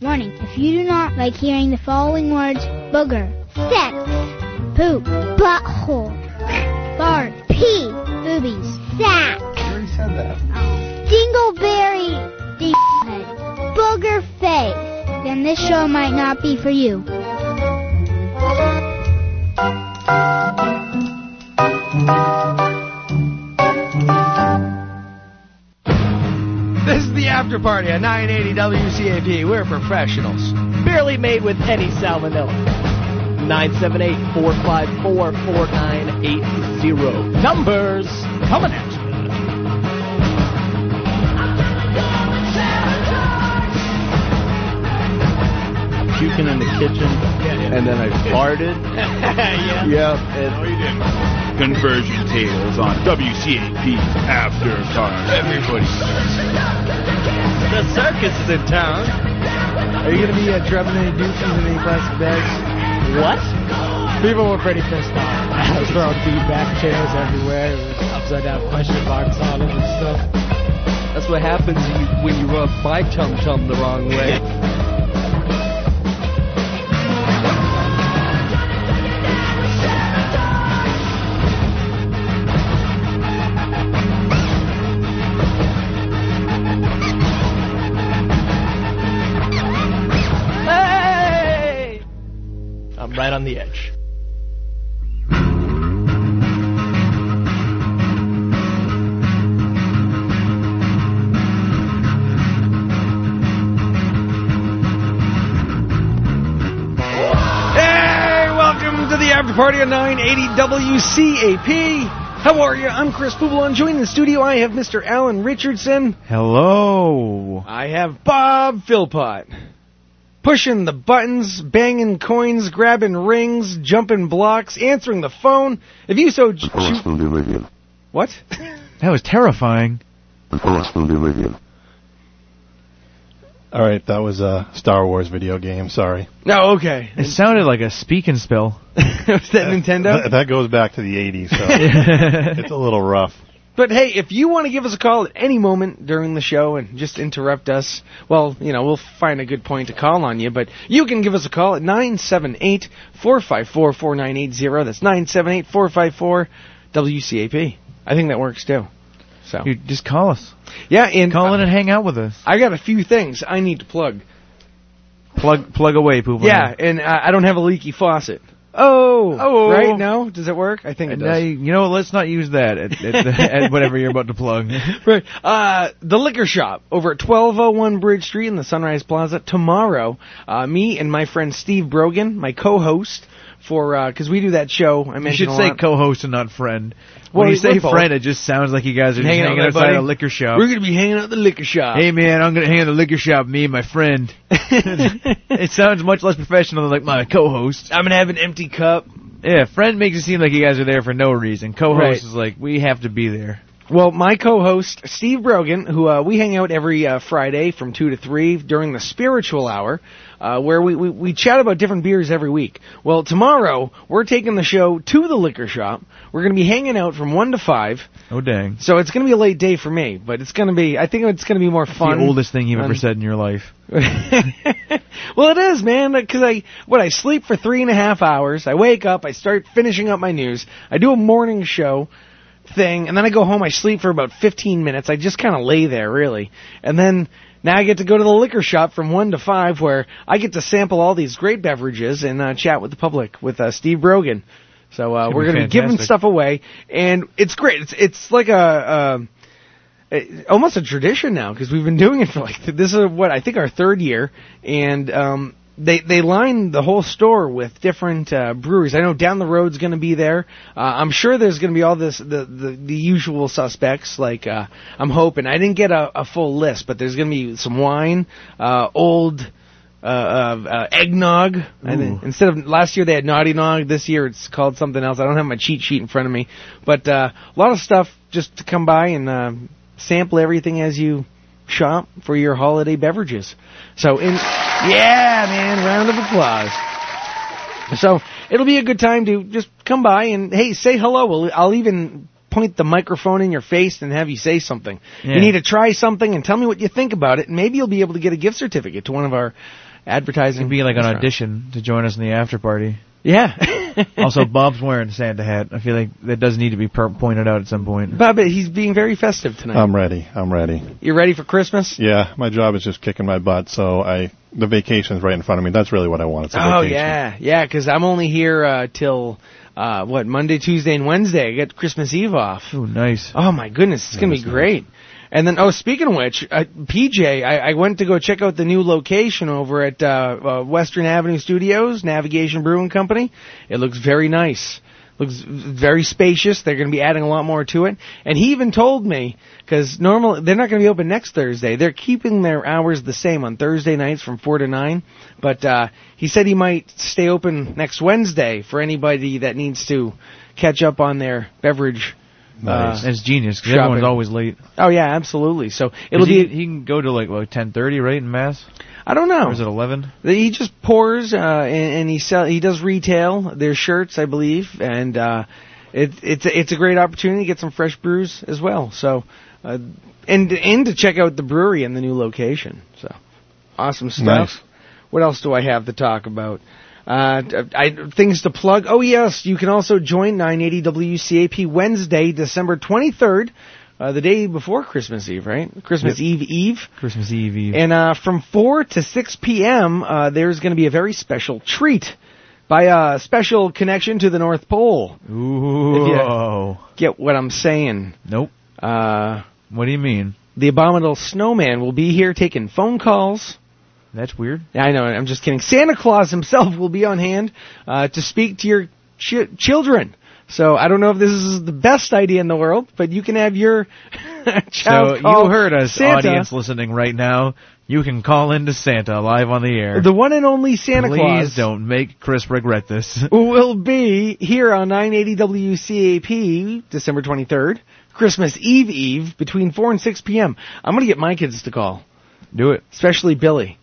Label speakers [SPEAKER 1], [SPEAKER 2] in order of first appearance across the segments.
[SPEAKER 1] If you do not like hearing the following words booger,
[SPEAKER 2] sex,
[SPEAKER 1] poop,
[SPEAKER 2] butthole,
[SPEAKER 1] fart,
[SPEAKER 2] pee,
[SPEAKER 1] boobies,
[SPEAKER 2] sack,
[SPEAKER 3] You already said that.
[SPEAKER 2] dingleberry,
[SPEAKER 1] d-
[SPEAKER 2] booger face.
[SPEAKER 1] then this show might not be for you.
[SPEAKER 3] This is the after party at 980 WCAP. We're professionals.
[SPEAKER 4] barely made with any salmonella. 978-454-4980. Numbers coming at you.
[SPEAKER 5] puking in the kitchen, and then I farted. yeah. And
[SPEAKER 6] Conversion Tales on WCAP After Dark. Everybody.
[SPEAKER 3] The circus is in town.
[SPEAKER 7] Are you going to be uh, drumming any doochies in any plastic bags?
[SPEAKER 4] What?
[SPEAKER 7] People were pretty pissed off. I was throwing feedback chairs everywhere. It was upside down question marks on it and stuff.
[SPEAKER 5] that's what happens when you- when you rub my chum chum the wrong way.
[SPEAKER 4] Hey! I'm right on the edge.
[SPEAKER 3] Hey, welcome to the after party at 980 WCAP. How are you? I'm Chris Poubelon. Joining the studio, I have Mr. Alan Richardson.
[SPEAKER 7] Hello.
[SPEAKER 3] I have Bob Philpott. Pushing the buttons, banging coins, grabbing rings, jumping blocks, answering the phone. If you so ch- choo- what?
[SPEAKER 7] That was terrifying.
[SPEAKER 8] All right, that was a Star Wars video game. Sorry.
[SPEAKER 3] No, okay.
[SPEAKER 7] It sounded like a speak and spell.
[SPEAKER 3] Was that Nintendo?
[SPEAKER 8] That, that goes back to the '80s. So it's a little rough.
[SPEAKER 3] But hey, if you want to give us a call at any moment during the show and just interrupt us, well, you know, we'll find a good point to call on you. But you can give us a call at 978 454 4980. That's 978 454 WCAP. I think that works too. So,
[SPEAKER 7] Dude, just call us.
[SPEAKER 3] yeah, and
[SPEAKER 7] Call in and hang out with us.
[SPEAKER 3] I got a few things I need to plug.
[SPEAKER 7] Plug plug away, Poobelon.
[SPEAKER 3] Yeah, and uh, I don't have a leaky faucet. Oh,
[SPEAKER 7] Oh.
[SPEAKER 3] right now, does it work? I think it
[SPEAKER 7] And
[SPEAKER 3] does.
[SPEAKER 7] now you, you know what? Let's not use that at, at, the, at whatever you're about to plug.
[SPEAKER 3] Right. Uh, the liquor shop over at 1201 Bridge Street in the Sunrise Plaza tomorrow. Uh, me and my friend Steve Brogan, my co-host, for because we do that show. I
[SPEAKER 7] You
[SPEAKER 3] mentioned
[SPEAKER 7] should
[SPEAKER 3] a
[SPEAKER 7] say
[SPEAKER 3] lot.
[SPEAKER 7] co-host and not friend.
[SPEAKER 3] Well,
[SPEAKER 7] When you
[SPEAKER 3] we-
[SPEAKER 7] say
[SPEAKER 3] we're both.
[SPEAKER 7] friend, it just sounds like you guys are just
[SPEAKER 3] Hanging
[SPEAKER 7] hanging,
[SPEAKER 3] out with
[SPEAKER 7] outside
[SPEAKER 3] buddy.
[SPEAKER 7] a liquor shop.
[SPEAKER 3] We're gonna be hanging out at the liquor shop.
[SPEAKER 7] Hey man, I'm gonna hang out at the liquor shop. Me and my friend. it sounds much less professional than like my co-host.
[SPEAKER 3] I'm gonna have an empty cup.
[SPEAKER 7] Yeah, friend makes it seem like you guys are there for no reason. Co-host
[SPEAKER 3] Right.
[SPEAKER 7] is like we have to be there.
[SPEAKER 3] Well, my co-host Steve Brogan, who uh, we hang out every uh, Friday from two to three during the spiritual hour, uh, where we, we we chat about different beers every week. Well, tomorrow we're taking the show to the liquor shop. We're gonna be hanging out from one to five.
[SPEAKER 7] Oh dang,
[SPEAKER 3] So it's going to be a late day for me, but it's going to be. I think it's going to be more fun.
[SPEAKER 7] the oldest thing you've ever
[SPEAKER 3] Um,
[SPEAKER 7] said in your life.
[SPEAKER 3] well, it is, man. Because I what I sleep for three and a half hours. I wake up. I start finishing up my news. I do a morning show thing, and then I go home. I sleep for about fifteen minutes. I just kind of lay there, really, and then. Now I get to go to the liquor shop from one to five, where I get to sample all these great beverages and uh, chat with the public with uh, Steve Brogan. So uh,
[SPEAKER 7] be
[SPEAKER 3] we're going to be giving
[SPEAKER 7] fantastic.
[SPEAKER 3] stuff away, and it's great. It's it's like a. Uh, it- Eh, almost a tradition now because we've been doing it for like this is what I think our third year, and um, they they line the whole store with different uh, breweries. I know down the road's going to be there. Uh, I'm sure there's going to be all this the, the the usual suspects. Like uh, I'm hoping I didn't get a, a full list, but there's going to be some wine, uh, old. Uh, uh, uh, eggnog. I think instead of last year they had naughty nog. This year it's called something else. I don't have my cheat sheet in front of me, but uh, a lot of stuff just to come by and uh, sample everything as you shop for your holiday beverages. So in yeah, man, round of applause. So it'll be a good time to just come by and hey, say hello. We'll, I'll even point the microphone in your face and have you say something.
[SPEAKER 7] Yeah.
[SPEAKER 3] You need to try something and tell me what you think about it, and maybe you'll be able to get a gift certificate to one of our advertising.
[SPEAKER 9] It'd be like an
[SPEAKER 3] restaurant.
[SPEAKER 9] audition to join us in the after party.
[SPEAKER 3] Yeah.
[SPEAKER 9] Also, Bob's wearing a Santa hat. I feel like that does need to be per- pointed out at some point.
[SPEAKER 3] Bob, he's being very festive tonight.
[SPEAKER 8] I'm ready. I'm ready.
[SPEAKER 3] you ready for Christmas?
[SPEAKER 8] Um, Yeah, my job is just kicking my butt, so I the vacation's right in front of me. That's really what I want. It's a
[SPEAKER 3] Oh
[SPEAKER 8] vacation.
[SPEAKER 3] yeah, yeah. Because I'm only here uh, till uh, what Monday, Tuesday, and Wednesday. I get Christmas Eve off.
[SPEAKER 9] Ooh, nice.
[SPEAKER 3] Oh my goodness, it's gonna be great. And then, oh, speaking of which, uh, PJ, I, I went to go check out the new location over at uh, uh, Western Avenue Studios, Navigation Brewing Company. It looks very nice. Looks v- very spacious. They're going to be adding a lot more to it. And he even told me because normally they're not going to be open next Thursday. They're keeping their hours the same on Thursday nights from four to nine. But uh, he said he might stay open next Wednesday for anybody that needs to catch up on their beverage Uh,
[SPEAKER 8] Nice.
[SPEAKER 9] That's Uh, genius 'cause
[SPEAKER 3] shopping.
[SPEAKER 9] everyone's always late.
[SPEAKER 3] Oh yeah, absolutely. So it'll
[SPEAKER 9] he,
[SPEAKER 3] be.
[SPEAKER 9] he can go to like what ten thirty, right in mass,
[SPEAKER 3] I don't know.
[SPEAKER 9] or is it eleven?
[SPEAKER 3] He just pours uh, and, and he sell. He does retail their shirts, I believe, and uh, it, it's a- it's a great opportunity to get some fresh brews as well. So, uh, and and to check out the brewery and the new location. So, awesome stuff.
[SPEAKER 8] Nice.
[SPEAKER 3] What else do I have to talk about? Uh, I, things to plug. Oh yes, you can also join 980 WCAP Wednesday, December 23rd, uh, the day before Christmas Eve, right? Christmas Eve Eve.
[SPEAKER 9] Christmas Eve Eve.
[SPEAKER 3] And uh, from 4 to 6 p.m., uh, there's going to be a very special treat by a special connection to the North Pole.
[SPEAKER 9] Ooh.
[SPEAKER 3] Yeah. Get what I'm saying.
[SPEAKER 9] Nope.
[SPEAKER 3] Uh,
[SPEAKER 9] What do you mean?
[SPEAKER 3] the Abominable Snowman will be here taking phone calls.
[SPEAKER 9] That's weird.
[SPEAKER 3] Yeah, I know, I'm just kidding. Santa Claus himself will be on hand uh, to speak to your ch- children. So I don't know if this is the best idea in the world, but you can have your child
[SPEAKER 9] so
[SPEAKER 3] call
[SPEAKER 9] you heard us,
[SPEAKER 3] Santa.
[SPEAKER 9] audience listening right now. You can call into Santa live on the air.
[SPEAKER 3] The one and only Santa
[SPEAKER 9] Please
[SPEAKER 3] Claus.
[SPEAKER 9] don't make Chris regret this.
[SPEAKER 3] will be here on 980 WCAP December 23rd, Christmas Eve Eve, between 4 and 6 p.m. I'm going to get my kids to call,
[SPEAKER 9] do it.
[SPEAKER 3] especially Billy.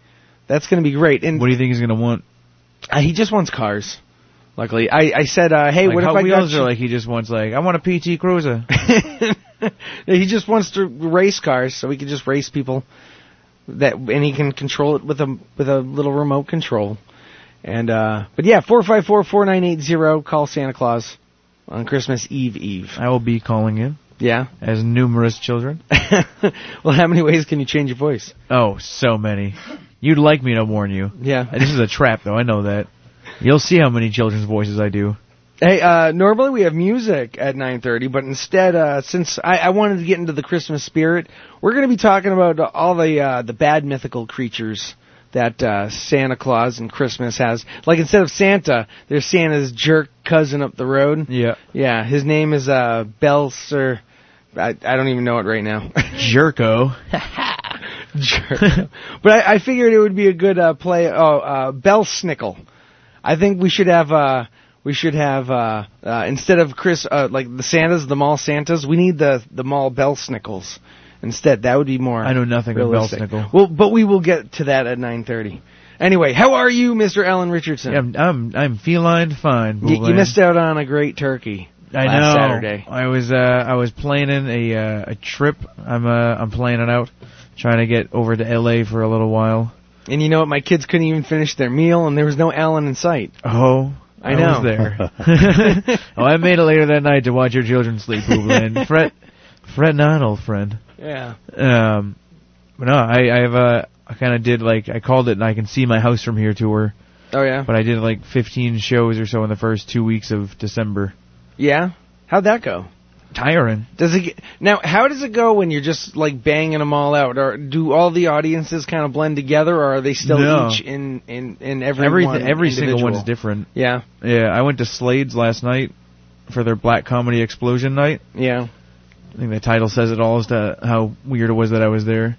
[SPEAKER 3] That's going to be great. And
[SPEAKER 9] What do you think he's gonna want?
[SPEAKER 3] uh, he just wants cars. Luckily, I, I said, uh, hey,
[SPEAKER 9] Like,
[SPEAKER 3] what if
[SPEAKER 9] Hot
[SPEAKER 3] I got
[SPEAKER 9] Wheels
[SPEAKER 3] you-
[SPEAKER 9] or like he just wants like I want a PT Cruiser.
[SPEAKER 3] he just wants to race cars, so he can just race people. That and he can control it with a with a little remote control. And uh but yeah, four five four four nine eight zero. Call Santa Claus on Christmas Eve Eve.
[SPEAKER 9] I will be calling in
[SPEAKER 3] Yeah.
[SPEAKER 9] as numerous children.
[SPEAKER 3] well, how many ways can you change your voice?
[SPEAKER 9] Oh, so many. You'd like me to warn you.
[SPEAKER 3] Yeah.
[SPEAKER 9] This is a trap, though. I know that. You'll see how many children's voices I do.
[SPEAKER 3] Hey, uh, normally we have music at 9.30, but instead, uh, since I, I wanted to get into the Christmas spirit, we're going to be talking about all the, uh, the bad mythical creatures that, uh, Santa Claus and Christmas has. Like instead of Santa, there's Santa's jerk cousin up the road.
[SPEAKER 9] Yeah.
[SPEAKER 3] Yeah, his name is, uh, Belser. I, I don't even know it right now.
[SPEAKER 9] Jerko.
[SPEAKER 3] Sure. but I, I figured it would be a good uh, play. Oh, uh, Bell Snickle. I think we should have. Uh, we should have uh, uh, instead of Chris, uh, like the Santas, the mall Santas. We need the the mall Bell Snickles instead. That would be more.
[SPEAKER 9] I know nothing of Bell
[SPEAKER 3] realistic.
[SPEAKER 9] Snickle.
[SPEAKER 3] Well, but we will get to that at nine thirty. Anyway, how are you, Mr. Alan Richardson?
[SPEAKER 9] I'm, I'm, I'm feline fine.
[SPEAKER 3] Y- you
[SPEAKER 9] Boolean.
[SPEAKER 3] missed out on a great turkey.
[SPEAKER 9] I
[SPEAKER 3] last
[SPEAKER 9] know.
[SPEAKER 3] Saturday.
[SPEAKER 9] I was, uh, I was planning a, uh, a trip. I'm, uh, I'm planning out, trying to get over to LA for a little while.
[SPEAKER 3] And you know what? My kids couldn't even finish their meal, and there was no Alan in sight.
[SPEAKER 9] Oh,
[SPEAKER 3] I know.
[SPEAKER 9] was there. oh, I made it later that night to watch your children sleep, Booblin. Fret, fret not, old friend.
[SPEAKER 3] Yeah.
[SPEAKER 9] Um, but no, I, I've, uh, I kind of did like I called it, and I can see my house from here tour.
[SPEAKER 3] Oh yeah.
[SPEAKER 9] But I did like 15 shows or so in the first two weeks of December.
[SPEAKER 3] Yeah. How'd that go?
[SPEAKER 9] Tiring.
[SPEAKER 3] Does it get, now? How does it go when you're just like banging them all out, or do all the audiences kind of blend together, or are they still
[SPEAKER 9] No.
[SPEAKER 3] each in in in every
[SPEAKER 9] Every
[SPEAKER 3] one
[SPEAKER 9] every single
[SPEAKER 3] individual?
[SPEAKER 9] one's different.
[SPEAKER 3] Yeah,
[SPEAKER 9] Yeah, I went to Slade's last night for their Black Comedy Explosion night.
[SPEAKER 3] yeah.
[SPEAKER 9] I think the title says it all as to how weird it was that I was there.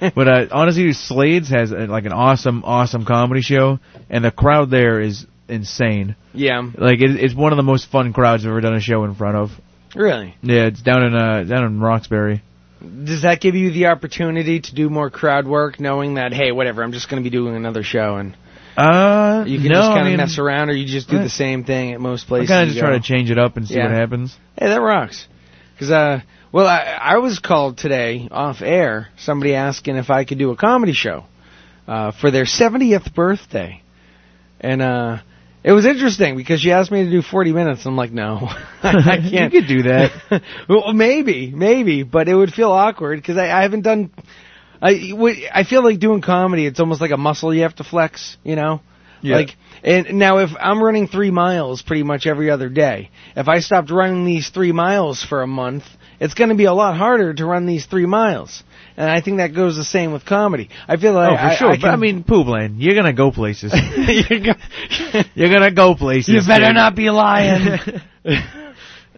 [SPEAKER 9] But uh, honestly, Slade's has uh, like an awesome, awesome comedy show, and the crowd there is insane.
[SPEAKER 3] yeah,
[SPEAKER 9] Like it, it's one of the most fun crowds I've ever done a show in front of.
[SPEAKER 3] really.
[SPEAKER 9] Yeah, it's down in uh, down in Roxbury.
[SPEAKER 3] Does that give you the opportunity to do more crowd work, knowing that hey, whatever, I'm just going to be doing another show, and
[SPEAKER 9] Uh,
[SPEAKER 3] you can
[SPEAKER 9] no,
[SPEAKER 3] just kind
[SPEAKER 9] I
[SPEAKER 3] of
[SPEAKER 9] mean,
[SPEAKER 3] mess around, or you just do
[SPEAKER 9] I-
[SPEAKER 3] the same thing at most
[SPEAKER 9] I
[SPEAKER 3] places.
[SPEAKER 9] kind
[SPEAKER 3] you
[SPEAKER 9] of just try
[SPEAKER 3] go.
[SPEAKER 9] to change it up and see
[SPEAKER 3] Yeah.
[SPEAKER 9] what happens.
[SPEAKER 3] Hey, that rocks. Because, uh, well, I, I was called today off air, somebody asking if I could do a comedy show. uh, for their 70th birthday, and uh, it was interesting because she asked me to do 40 minutes. I'm like, no, I can't.
[SPEAKER 9] You could do that.
[SPEAKER 3] well, maybe, maybe, but it would feel awkward because I, I haven't done. I would- I feel like doing comedy. It's almost like a muscle you have to flex. You know.
[SPEAKER 9] Yeah.
[SPEAKER 3] Like and now if I'm running three miles pretty much every other day, if I stopped running these three miles for a month, it's going to be a lot harder to run these three miles. And I think that goes the same with comedy. I feel like
[SPEAKER 9] oh, for
[SPEAKER 3] I,
[SPEAKER 9] sure.
[SPEAKER 3] I
[SPEAKER 9] but
[SPEAKER 3] can-
[SPEAKER 9] I mean, poop lane. You're gonna go places.
[SPEAKER 3] You're go-
[SPEAKER 9] You're gonna go places.
[SPEAKER 3] You better
[SPEAKER 9] dude.
[SPEAKER 3] not be lying.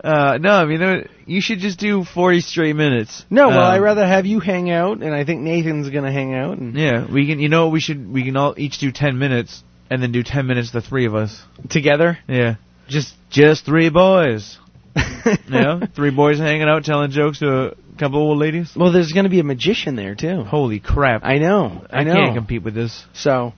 [SPEAKER 9] uh, no, I mean, there- you should just do 40 straight minutes.
[SPEAKER 3] no, well,
[SPEAKER 9] Um,
[SPEAKER 3] I'd rather have you hang out, and I think Nathan's going to hang out. And
[SPEAKER 9] Yeah, we can. You know, we should. We can all each do 10 minutes, and then do 10 minutes the three of us.
[SPEAKER 3] together,
[SPEAKER 9] Yeah. Just just three boys. you know, three boys hanging out, telling jokes to a couple old ladies.
[SPEAKER 3] Well, there's going to be a magician there too.
[SPEAKER 9] Holy crap!
[SPEAKER 3] I know. I, know.
[SPEAKER 9] can't compete with this.
[SPEAKER 3] So,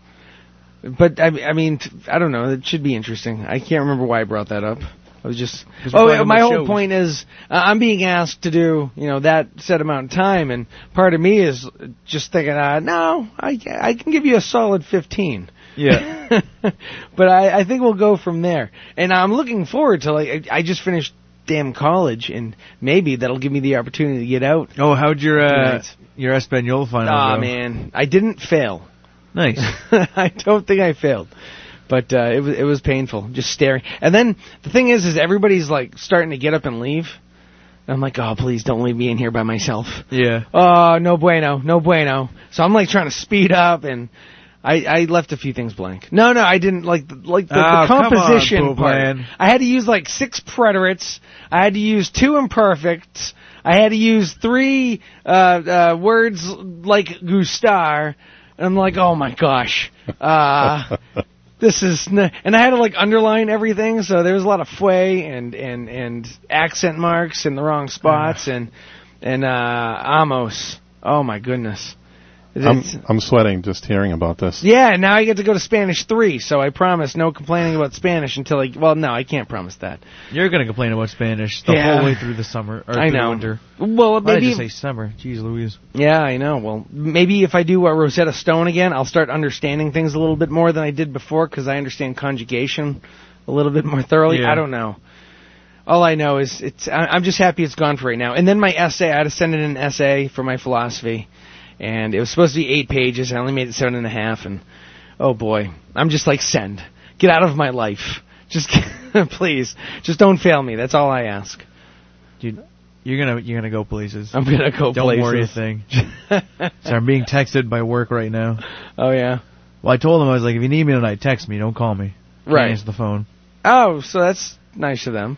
[SPEAKER 3] but I, I mean, t- I don't know. It should be interesting. I can't remember why I brought that up. I was just.
[SPEAKER 9] 'Cause we're
[SPEAKER 3] Oh,
[SPEAKER 9] talking
[SPEAKER 3] yeah, my
[SPEAKER 9] about
[SPEAKER 3] whole
[SPEAKER 9] shows.
[SPEAKER 3] point is uh, I'm being asked to do you know that set amount of time, and part of me is just thinking, uh, no, I I can give you a solid fifteen.
[SPEAKER 9] Yeah.
[SPEAKER 3] but I, I think we'll go from there. And I'm looking forward to like I, I just finished damn college, and maybe that'll give me the opportunity to get out.
[SPEAKER 9] oh, how'd your uh,
[SPEAKER 3] Tonight.
[SPEAKER 9] your Espanol final
[SPEAKER 3] Ah
[SPEAKER 9] go?
[SPEAKER 3] man, I didn't fail.
[SPEAKER 9] Nice.
[SPEAKER 3] I don't think I failed, but uh, it was it was painful just staring. And then the thing is, is everybody's like starting to get up and leave. And I'm like, oh please don't leave me in here by myself.
[SPEAKER 9] yeah.
[SPEAKER 3] Oh no bueno, no bueno. So I'm like trying to speed up and. I, I left a few things blank. No, no, I didn't like the, like the,
[SPEAKER 9] Oh,
[SPEAKER 3] the
[SPEAKER 9] come on,
[SPEAKER 3] composition
[SPEAKER 9] Pope
[SPEAKER 3] part.
[SPEAKER 9] Man.
[SPEAKER 3] I had to use like six preterites. I had to use two imperfects. I had to use three uh, uh, words like gustar. And I'm like, oh my gosh, uh, this is. N-. And I had to like underline everything, so there was a lot of fue and and and accent marks in the wrong
[SPEAKER 9] Ah.
[SPEAKER 3] spots and and uh, amos. Oh my goodness.
[SPEAKER 9] Um,
[SPEAKER 8] I'm,
[SPEAKER 3] It's-
[SPEAKER 8] I'm sweating just hearing about this.
[SPEAKER 3] yeah, and now I get to go to Spanish three, so I promise no complaining about Spanish until I. Well, no, I can't promise that.
[SPEAKER 9] You're gonna complain about Spanish the
[SPEAKER 3] Yeah.
[SPEAKER 9] whole way through the summer or
[SPEAKER 3] I
[SPEAKER 9] through
[SPEAKER 3] know.
[SPEAKER 9] winter.
[SPEAKER 3] Well,
[SPEAKER 9] Why did I
[SPEAKER 3] maybe.
[SPEAKER 9] just say summer? Jeez Louise.
[SPEAKER 3] yeah, I know. Well, maybe if I do uh, Rosetta Stone again, I'll start understanding things a little bit more than I did before because I understand conjugation a little bit more thoroughly.
[SPEAKER 9] Yeah.
[SPEAKER 3] I don't know. All I know is it's. I, I'm just happy it's gone for right now. And then my essay, I had to send in an essay for my philosophy, and it was supposed to be eight pages. I only made it seven and a half, and oh boy, I'm just like send, get out of my life. Just please, just don't fail me. That's all I ask.
[SPEAKER 9] Dude, you're gonna you're gonna go places.
[SPEAKER 3] I'm gonna go
[SPEAKER 9] Don't
[SPEAKER 3] places.
[SPEAKER 9] worry a thing. so I'm being texted by work right now.
[SPEAKER 3] oh yeah.
[SPEAKER 9] Well, I told them I was like, if you need me tonight, text me. Don't call me. Can't
[SPEAKER 3] Right.
[SPEAKER 9] Answer the phone.
[SPEAKER 3] Oh, so that's nice of them.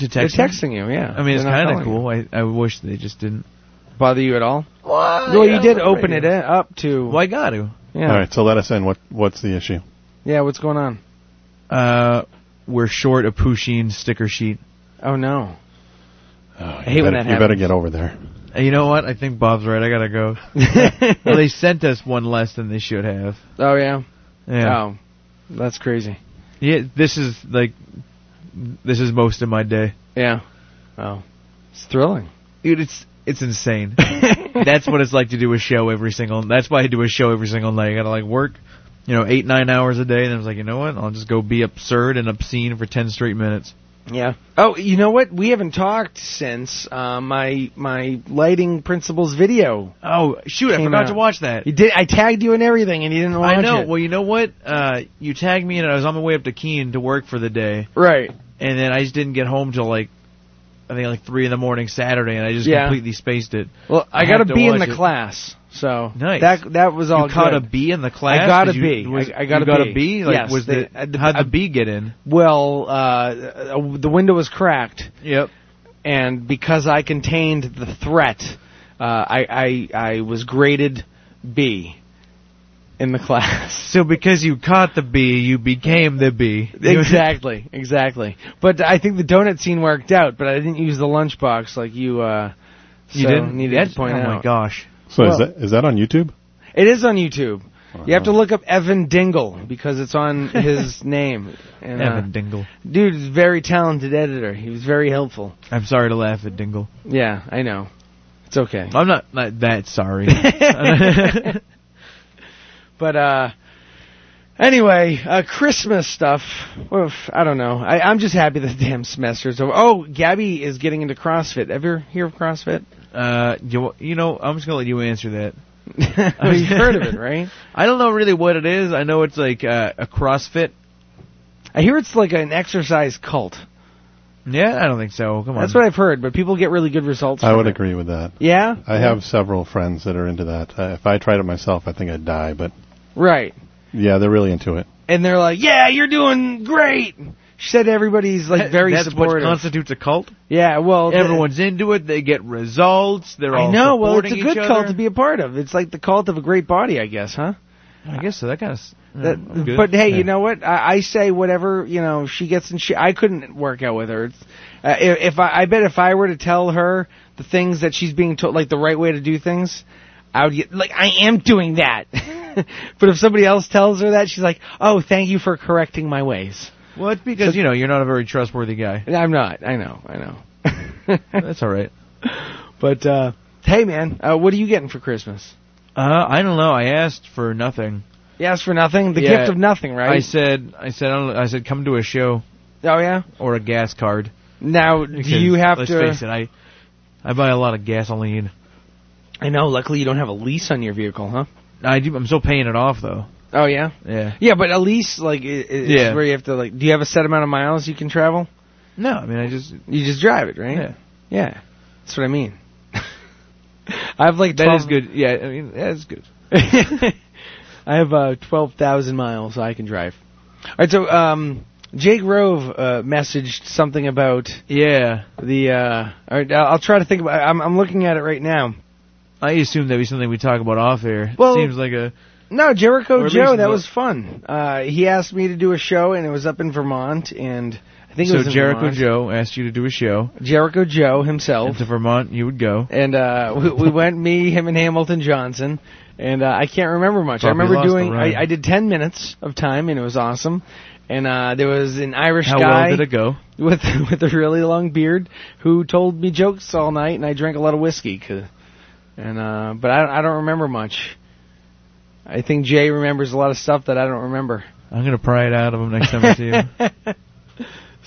[SPEAKER 9] To text.
[SPEAKER 3] They're
[SPEAKER 9] me?
[SPEAKER 3] texting you, yeah.
[SPEAKER 9] I mean, it's
[SPEAKER 3] They're not
[SPEAKER 9] kind of
[SPEAKER 3] calling
[SPEAKER 9] cool. I I wish they just didn't.
[SPEAKER 3] you. Bother you at all? well, you did open it in- up to.
[SPEAKER 9] Well, I got to.
[SPEAKER 3] Yeah.
[SPEAKER 8] All right, so let us in. What What's the issue?
[SPEAKER 3] Yeah. What's going on?
[SPEAKER 9] Uh, we're short a Pusheen sticker sheet.
[SPEAKER 3] Oh no.
[SPEAKER 8] I
[SPEAKER 3] hate
[SPEAKER 8] you
[SPEAKER 3] when
[SPEAKER 8] better,
[SPEAKER 3] that
[SPEAKER 8] You better
[SPEAKER 3] happens.
[SPEAKER 8] get over there.
[SPEAKER 9] Uh, You know what? I think Bob's right. I gotta go. well, they sent us one less than they should have.
[SPEAKER 3] Oh yeah.
[SPEAKER 9] Yeah.
[SPEAKER 3] Oh, that's crazy.
[SPEAKER 9] Yeah. This is like, this is most of my day.
[SPEAKER 3] Yeah. Oh, it's thrilling.
[SPEAKER 9] dude it's it's insane that's what it's like to do a show every single that's why i do a show every single night i gotta like work you know eight nine hours a day and i was like you know what i'll just go be absurd and obscene for ten straight minutes
[SPEAKER 3] Yeah. Oh, you know what? We haven't talked since uh, my my lighting principles video.
[SPEAKER 9] oh shoot i
[SPEAKER 3] Came
[SPEAKER 9] forgot
[SPEAKER 3] out.
[SPEAKER 9] to watch that
[SPEAKER 3] You did. I tagged you in everything, and you didn't watch
[SPEAKER 9] i know
[SPEAKER 3] it.
[SPEAKER 9] well you know what uh you tagged me and i was on my way up to keene to work for the day
[SPEAKER 3] right.
[SPEAKER 9] and then i just didn't get home till like i think like three in the morning saturday and i just
[SPEAKER 3] Yeah.
[SPEAKER 9] completely spaced it
[SPEAKER 3] Well, I,
[SPEAKER 9] I
[SPEAKER 3] got a
[SPEAKER 9] have to
[SPEAKER 3] B in
[SPEAKER 9] watch
[SPEAKER 3] the
[SPEAKER 9] it.
[SPEAKER 3] class, so
[SPEAKER 9] Nice.
[SPEAKER 3] That that was all
[SPEAKER 9] you caught
[SPEAKER 3] good.
[SPEAKER 9] a B in the class.
[SPEAKER 3] got a
[SPEAKER 9] Did you-
[SPEAKER 3] B.
[SPEAKER 9] was-
[SPEAKER 3] I- I got a
[SPEAKER 9] you got
[SPEAKER 3] B.
[SPEAKER 9] a B. Like,
[SPEAKER 3] Yes,
[SPEAKER 9] was
[SPEAKER 3] they-
[SPEAKER 9] the,
[SPEAKER 3] uh, the-
[SPEAKER 9] how'd
[SPEAKER 3] I-
[SPEAKER 9] the B get in?
[SPEAKER 3] Well, uh, uh, the window was cracked,
[SPEAKER 9] Yep.
[SPEAKER 3] and because I contained the threat, uh, I, I I was graded B in the class.
[SPEAKER 9] So because you caught the bee, you became the bee.
[SPEAKER 3] exactly, exactly. But I think the donut scene worked out, but I didn't use the lunchbox like you. Uh,
[SPEAKER 9] You
[SPEAKER 3] so
[SPEAKER 9] didn't
[SPEAKER 3] needed
[SPEAKER 9] That's-
[SPEAKER 3] to point
[SPEAKER 9] oh
[SPEAKER 3] out.
[SPEAKER 9] my gosh.
[SPEAKER 8] So is
[SPEAKER 3] Well-
[SPEAKER 8] that is that on YouTube?
[SPEAKER 3] It is on YouTube. You have to look up Evan Dingle because it's on his name. And, uh,
[SPEAKER 9] Evan Dingle.
[SPEAKER 3] dude is a very talented editor. He was very helpful.
[SPEAKER 9] I'm sorry to laugh at Dingle.
[SPEAKER 3] Yeah, I know. It's okay.
[SPEAKER 9] I'm not, not that sorry. I
[SPEAKER 3] But uh, anyway, uh, Christmas stuff. Oof, I don't know. I, I'm just happy that the damn semester's over. Oh, Gabby is getting into CrossFit. Ever hear of CrossFit?
[SPEAKER 9] Uh, you, you know, I'm just gonna let you answer that.
[SPEAKER 3] You've heard of it, right?
[SPEAKER 9] I don't know really what it is. I know it's like uh, a CrossFit.
[SPEAKER 3] I hear it's like an exercise cult.
[SPEAKER 9] Yeah, I don't think so. Come on,
[SPEAKER 3] That's what I've heard, but people get really good results.
[SPEAKER 8] I
[SPEAKER 3] from
[SPEAKER 8] would
[SPEAKER 3] it.
[SPEAKER 8] agree with that.
[SPEAKER 3] Yeah,
[SPEAKER 8] I have several friends that are into that. Uh, if I tried it myself, I think I'd die. But
[SPEAKER 3] right.
[SPEAKER 8] yeah, they're really into it.
[SPEAKER 3] And they're like, "Yeah, you're doing great." She said everybody's like very
[SPEAKER 9] That's what
[SPEAKER 3] supportive.
[SPEAKER 9] constitutes a cult.
[SPEAKER 3] yeah, well, the-
[SPEAKER 9] Everyone's into it. They get results. They're all
[SPEAKER 3] I know. Well, it's
[SPEAKER 9] supporting
[SPEAKER 3] a good
[SPEAKER 9] each
[SPEAKER 3] cult
[SPEAKER 9] other.
[SPEAKER 3] to be a part of. It's like the cult of a great body, I guess, huh?
[SPEAKER 9] I guess so. That kind of.
[SPEAKER 3] That- but hey, you know what? I, I say whatever you know. She gets and she. I couldn't work out with her. It's, uh, if, if I, I bet if I were to tell her the things that she's being told, like the right way to do things, I would get like I am doing that. but if somebody else tells her that, she's like, "Oh, thank you for correcting my ways."
[SPEAKER 9] well, it's because you know you're not a very trustworthy guy.
[SPEAKER 3] And I'm not. I know. I know.
[SPEAKER 9] That's all right.
[SPEAKER 3] but uh, hey, man, uh, what are you getting for Christmas?
[SPEAKER 9] Uh, I don't know. I asked for nothing.
[SPEAKER 3] You asked for nothing. The
[SPEAKER 9] Yeah.
[SPEAKER 3] gift of nothing, right?
[SPEAKER 9] I said, I said, I, don't, I said, come to a show
[SPEAKER 3] oh yeah.
[SPEAKER 9] or a gas card.
[SPEAKER 3] Now, do you have
[SPEAKER 9] let's
[SPEAKER 3] to?
[SPEAKER 9] Let's face it. I, I buy a lot of gasoline.
[SPEAKER 3] I know. Luckily, you don't have a lease on your vehicle, huh?
[SPEAKER 9] I do. I'm still paying it off though.
[SPEAKER 3] Oh yeah.
[SPEAKER 9] Yeah.
[SPEAKER 3] Yeah, but at least like i- i it's
[SPEAKER 9] Yeah.
[SPEAKER 3] where you have to like. Do you have a set amount of miles you can travel?
[SPEAKER 9] No, I mean I just.
[SPEAKER 3] You just drive it, right?
[SPEAKER 9] Yeah.
[SPEAKER 3] Yeah. That's what I mean. I have like
[SPEAKER 9] That is
[SPEAKER 3] 12
[SPEAKER 9] good. Yeah. I mean that's good.
[SPEAKER 3] I have uh, twelve thousand miles I can drive. All right, so um, Jake Rove uh, messaged something about
[SPEAKER 9] Yeah.
[SPEAKER 3] the. Uh, all right, I'll I'll try to think about. I'm, I'm looking at it right now.
[SPEAKER 9] I assume that'd be something we talk about off air.
[SPEAKER 3] Well-
[SPEAKER 9] Seems like a.
[SPEAKER 3] No,
[SPEAKER 9] Or
[SPEAKER 3] Jericho
[SPEAKER 9] at
[SPEAKER 3] Joe, that
[SPEAKER 9] least the-
[SPEAKER 3] was fun. Uh, he asked me to do a show, and it was up in Vermont, and I think it
[SPEAKER 9] So
[SPEAKER 3] was in
[SPEAKER 9] Jericho
[SPEAKER 3] Vermont.
[SPEAKER 9] Joe asked you to do a show.
[SPEAKER 3] Jericho Joe himself,
[SPEAKER 9] And to Vermont, you would go.
[SPEAKER 3] and uh, we, we went me, him, and Hamilton Johnson, and uh, I can't remember much. I
[SPEAKER 9] Probably
[SPEAKER 3] remember
[SPEAKER 9] lost the
[SPEAKER 3] doing,
[SPEAKER 9] rhyme.
[SPEAKER 3] I, I did ten minutes of time, and it was awesome. And uh, there was an Irish
[SPEAKER 9] How
[SPEAKER 3] guy
[SPEAKER 9] well did it go?
[SPEAKER 3] with with a really long beard who told me jokes all night, and I drank a lot of whiskey. 'cause- and uh, but I, I don't remember much. I think Jay remembers a lot of stuff that I don't remember.
[SPEAKER 9] I'm gonna pry it out of him next time I see him.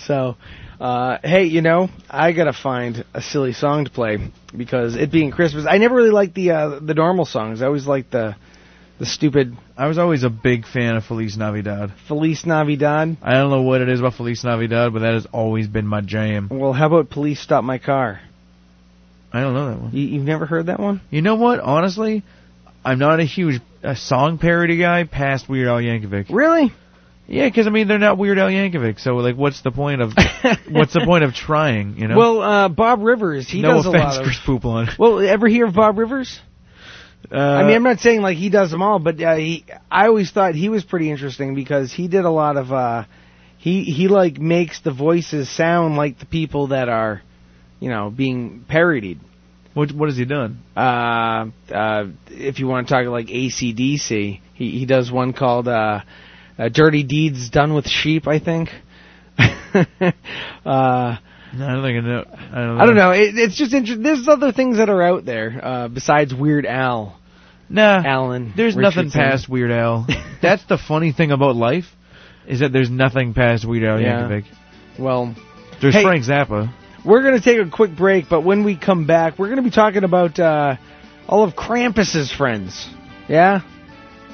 [SPEAKER 3] So, uh, hey, you know, I gotta find a silly song to play because it being Christmas, I never really liked the uh, the normal songs. I always liked the the stupid
[SPEAKER 9] I was always a big fan of Feliz Navidad.
[SPEAKER 3] Feliz Navidad.
[SPEAKER 9] I don't know what it is about Feliz Navidad, but that has always been my jam.
[SPEAKER 3] Well, how about Police Stop My Car?
[SPEAKER 9] I don't know that one.
[SPEAKER 3] You, you've never heard that one?
[SPEAKER 9] You know what? Honestly, I'm not a huge uh song parody guy past Weird Al Yankovic.
[SPEAKER 3] Really?
[SPEAKER 9] Yeah, because I mean they're not Weird Al Yankovic, so like, what's the point of what's the point of trying? You know.
[SPEAKER 3] Well, uh, Bob Rivers, he
[SPEAKER 9] no
[SPEAKER 3] does
[SPEAKER 9] offense,
[SPEAKER 3] a lot of.
[SPEAKER 9] Chris Poupon.
[SPEAKER 3] Well, ever hear of Bob Rivers?
[SPEAKER 9] Uh,
[SPEAKER 3] I mean, I'm not saying like he does them all, but uh, he, I always thought he was pretty interesting because he did a lot of, uh, he he like makes the voices sound like the people that are, you know, being parodied.
[SPEAKER 9] what what has he done?
[SPEAKER 3] Uh, uh, if you want to talk like ACDC, he he does one called uh, uh, "Dirty Deeds Done with Sheep," I think. uh,
[SPEAKER 9] No, I don't think I know. I don't know.
[SPEAKER 3] I don't know. It, it's just interesting. There's other things that are out there uh, besides Weird Al,
[SPEAKER 9] Nah,
[SPEAKER 3] Alan.
[SPEAKER 9] there's nothing
[SPEAKER 3] Richardson.
[SPEAKER 9] past Weird Al. That's the funny thing about life, is that there's nothing past Weird Al
[SPEAKER 3] Yeah.
[SPEAKER 9] Yankovic.
[SPEAKER 3] Well,
[SPEAKER 9] There's
[SPEAKER 3] Hey.
[SPEAKER 9] Frank Zappa.
[SPEAKER 3] We're going to take a quick break, but when we come back, we're going to be talking about uh, all of Krampus's friends. Yeah?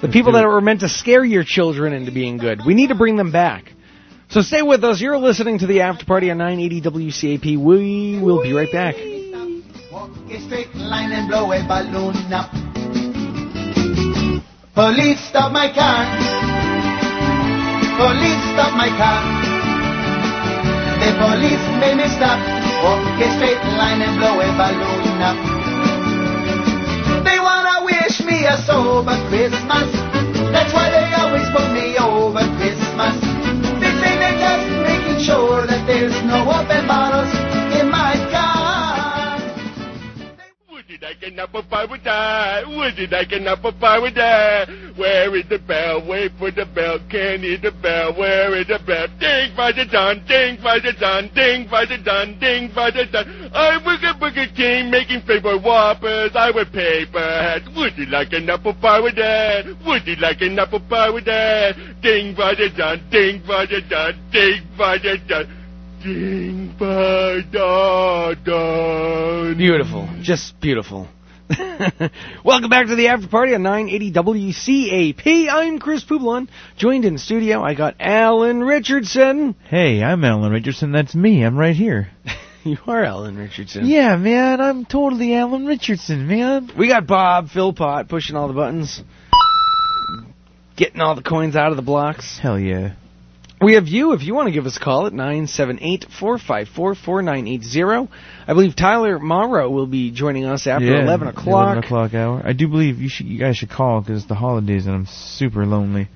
[SPEAKER 3] The people
[SPEAKER 9] do
[SPEAKER 3] that
[SPEAKER 9] it.
[SPEAKER 3] were meant to scare your children into being good. We need to bring them back. So stay with us. You're listening to the After Party on 980 WCAP. We will be right back.
[SPEAKER 10] Walk a straight line and blow a balloon up. Police stop my car. Police stop my car. The police made me stop. Walk a straight line and blow a balloon up. They wanna wish me a sober Christmas. That's why they always put me over Christmas. They say they're just making sure that there's no open bottles in my car.
[SPEAKER 6] Would you I can apple pie with that? Was it I can apple pie with that? Where is the bell? Wait for the bell. Can hear the bell. Where is the bell? Ding by the dun, ding by the dun, ding by the dun, ding by the dun. I was a booger king making paper whoppers. I would paper hats. Would you like an apple pie with that? Would you like an apple pie with that? Ding by the dun, ding by the dun, ding by the dun. Ding by da dun.
[SPEAKER 3] Beautiful. Just beautiful. Welcome back to the after party on 980 WCAP. I'm Chris Poubelon. Joined in studio, I got Alan Richardson.
[SPEAKER 9] Hey, I'm Alan Richardson. That's me. I'm right here.
[SPEAKER 3] You are Alan Richardson.
[SPEAKER 9] Yeah, man. I'm totally Alan Richardson, man.
[SPEAKER 3] We got Bob Philpott pushing all the buttons, getting all the coins out of the blocks.
[SPEAKER 9] Hell yeah.
[SPEAKER 3] We have you if you want to give us a call at 978 454 4980. I believe Tyler Morrow will be joining us after
[SPEAKER 9] Yeah,
[SPEAKER 3] 11
[SPEAKER 9] the
[SPEAKER 3] o'clock.
[SPEAKER 9] 11 o'clock hour. I do believe you should. You guys should call because it's the holidays and I'm super lonely.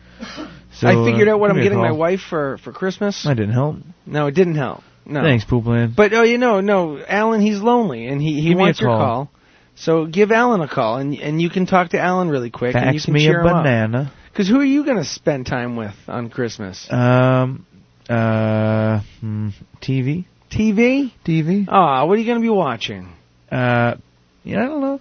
[SPEAKER 9] So
[SPEAKER 3] I figured
[SPEAKER 9] uh,
[SPEAKER 3] out what
[SPEAKER 9] give
[SPEAKER 3] I'm
[SPEAKER 9] me a
[SPEAKER 3] getting my
[SPEAKER 9] call.
[SPEAKER 3] wife for, for Christmas.
[SPEAKER 9] That didn't help.
[SPEAKER 3] No, it didn't help. No.
[SPEAKER 9] Thanks, Poopland.
[SPEAKER 3] But oh, you know, no, Alan, he's lonely and he, he
[SPEAKER 9] Give me a
[SPEAKER 3] wants your
[SPEAKER 9] call.
[SPEAKER 3] call. So give Alan a call and and you can talk to Alan really quick and you
[SPEAKER 9] Fax
[SPEAKER 3] can
[SPEAKER 9] me a
[SPEAKER 3] cheer him
[SPEAKER 9] banana.
[SPEAKER 3] Because who are you going to spend time with on Christmas?
[SPEAKER 9] Um. Uh. hmm, TV.
[SPEAKER 3] TV?
[SPEAKER 9] TV.
[SPEAKER 3] Ah, what are you going to be watching?
[SPEAKER 9] Uh. Yeah, I don't know.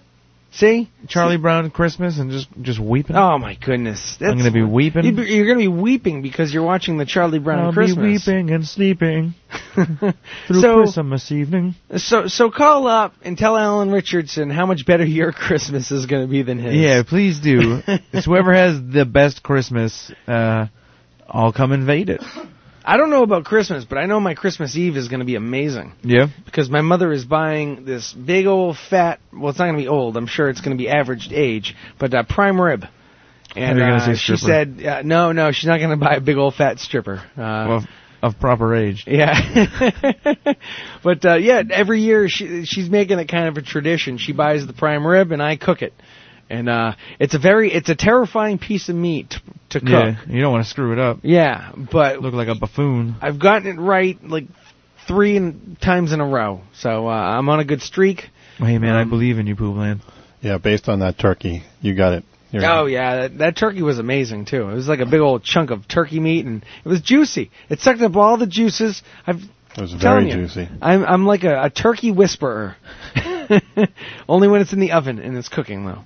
[SPEAKER 3] See?
[SPEAKER 9] Charlie Brown Christmas and just just weeping.
[SPEAKER 3] Oh my goodness!
[SPEAKER 9] I'm gonna
[SPEAKER 3] That's-
[SPEAKER 9] be weeping.
[SPEAKER 3] You'd be- You're going to be weeping because you're watching the Charlie Brown
[SPEAKER 9] I'll
[SPEAKER 3] Christmas.
[SPEAKER 9] be weeping and sleeping through
[SPEAKER 3] so,
[SPEAKER 9] Christmas evening.
[SPEAKER 3] so, so call up and tell Alan Richardson how much better your Christmas is going to be than his.
[SPEAKER 9] Yeah, please do. it's whoever has the best Christmas, uh, I'll come invade it.
[SPEAKER 3] I don't know about Christmas, but I know my Christmas Eve is going to be amazing
[SPEAKER 9] Yeah.
[SPEAKER 3] because my mother is buying this big old fat. Well, it's not going to be old. I'm sure it's going to be averaged age, but uh, prime rib. And
[SPEAKER 9] you were gonna
[SPEAKER 3] uh,
[SPEAKER 9] say
[SPEAKER 3] she
[SPEAKER 9] stripper.
[SPEAKER 3] said, uh, "No, no, she's not going to buy a big old fat stripper." Uh,
[SPEAKER 9] Of, of proper age.
[SPEAKER 3] yeah, but uh, yeah, every year she she's making it kind of a tradition. She buys the prime rib and I cook it, and uh, it's a very it's a terrifying piece of meat to, to
[SPEAKER 9] Yeah.
[SPEAKER 3] cook.
[SPEAKER 9] You don't want to screw it up.
[SPEAKER 3] Yeah, but
[SPEAKER 9] Look like a buffoon.
[SPEAKER 3] I've gotten it right like three in, times in a row, so uh, I'm on a good streak.
[SPEAKER 9] Hey man,
[SPEAKER 3] Um,
[SPEAKER 9] I believe in you, Poobland.
[SPEAKER 8] Yeah, based on that turkey, you got it. Here you go.
[SPEAKER 3] Oh yeah, that, that turkey was amazing too. It was like a big old chunk of turkey meat, and it was juicy. It sucked up all the juices. I've
[SPEAKER 8] It was
[SPEAKER 3] telling
[SPEAKER 8] very
[SPEAKER 3] you,
[SPEAKER 8] juicy.
[SPEAKER 3] I'm I'm like a, a turkey whisperer. Only when it's in the oven and it's cooking though.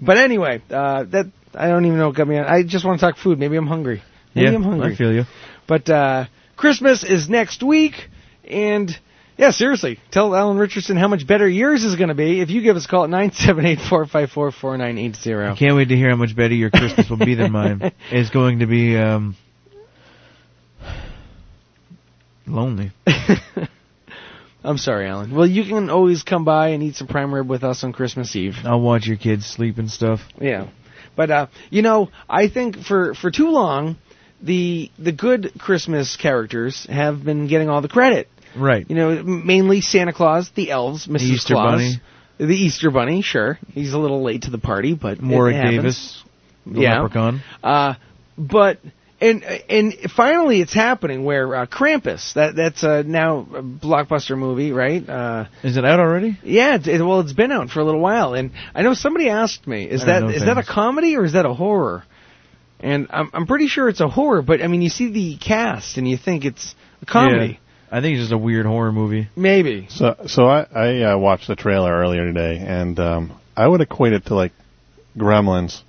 [SPEAKER 3] But anyway, uh, that I don't even know what got me on. I just want to talk food. Maybe I'm hungry. Maybe
[SPEAKER 9] yeah,
[SPEAKER 3] I'm hungry.
[SPEAKER 9] I feel you.
[SPEAKER 3] But uh, Christmas is next week, and yeah, seriously, tell Alan Richardson how much better yours is going to be if you give us a call at nine seven eight four five four four nine eight zero.
[SPEAKER 9] I can't wait to hear how much better your Christmas will be than mine. It's going to be um lonely.
[SPEAKER 3] I'm sorry, Alan. Well, you can always come by and eat some prime rib with us on Christmas Eve.
[SPEAKER 9] I'll watch your kids sleep and stuff.
[SPEAKER 3] Yeah, but uh, you know, I think for for too long, the the good Christmas characters have been getting all the credit.
[SPEAKER 9] Right.
[SPEAKER 3] You know, m- mainly Santa Claus, the elves, Mrs.
[SPEAKER 9] Easter
[SPEAKER 3] Claus,
[SPEAKER 9] Bunny.
[SPEAKER 3] the Easter Bunny. Sure, he's a little late to the party, but it
[SPEAKER 9] Warwick
[SPEAKER 3] happens.
[SPEAKER 9] Davis, the
[SPEAKER 3] Yeah.
[SPEAKER 9] leprechaun.
[SPEAKER 3] Uh, but and and finally, it's happening where uh, Krampus. That that's uh, now a blockbuster movie, right? Uh,
[SPEAKER 9] Is it out already?
[SPEAKER 3] yeah. It, it- well, it's been out for a little while, and I know somebody asked me, is
[SPEAKER 9] I don't
[SPEAKER 3] that
[SPEAKER 9] know
[SPEAKER 3] is that a
[SPEAKER 9] things.
[SPEAKER 3] comedy or is that a horror? And I'm I'm pretty sure it's a horror, but I mean, you see the cast and you think it's a comedy,
[SPEAKER 9] Yeah. I think it's just a weird horror movie.
[SPEAKER 3] maybe.
[SPEAKER 8] So, so I, I uh, watched the trailer earlier today, and um, I would equate it to like Gremlins.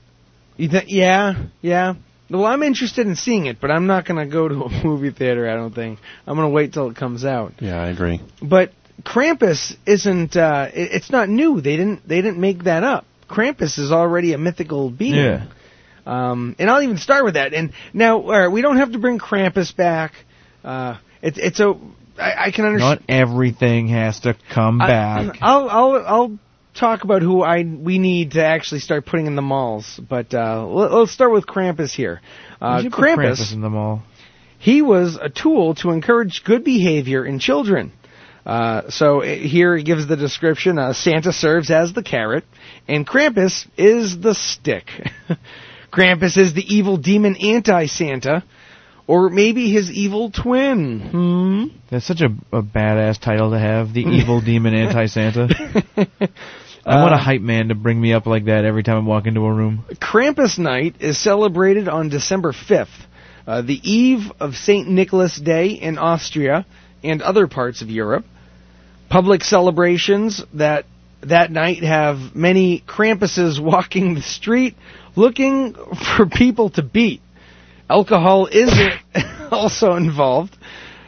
[SPEAKER 3] You th- yeah, yeah. Well, I'm interested in seeing it, but I'm not going to go to a movie theater. I don't think I'm going to wait till it comes out.
[SPEAKER 8] Yeah, I agree.
[SPEAKER 3] But Krampus isn't. Uh, it, it's not new. They didn't. They didn't make that up. Krampus is already a mythical being.
[SPEAKER 9] Yeah.
[SPEAKER 3] Um, and I'll even start with that. And now all right, we don't have to bring Krampus back. Uh, it's it's a. I, I can
[SPEAKER 9] Not
[SPEAKER 3] understand.
[SPEAKER 9] everything has to come back.
[SPEAKER 3] I'll I'll I'll talk about who I we need to actually start putting in the malls. But uh, let, let's start with Krampus here. Uh,
[SPEAKER 9] You should put
[SPEAKER 3] Krampus
[SPEAKER 9] Krampus in the mall.
[SPEAKER 3] he was a tool to encourage good behavior in children. Uh, so it, here it gives the description: uh, Santa serves as the carrot, and Krampus is the stick. Krampus is the evil demon anti-Santa, or maybe his evil twin. Hmm.
[SPEAKER 9] That's such a, a badass title to have. The evil demon anti Santa. I want
[SPEAKER 3] Uh,
[SPEAKER 9] a hype man to bring me up like that every time I walk into a room.
[SPEAKER 3] Krampus Night is celebrated on December 5th, uh, the eve of St. Nicholas Day in Austria and other parts of Europe. Public celebrations that that night have many Krampuses walking the street looking for people to beat. Alcohol is also involved.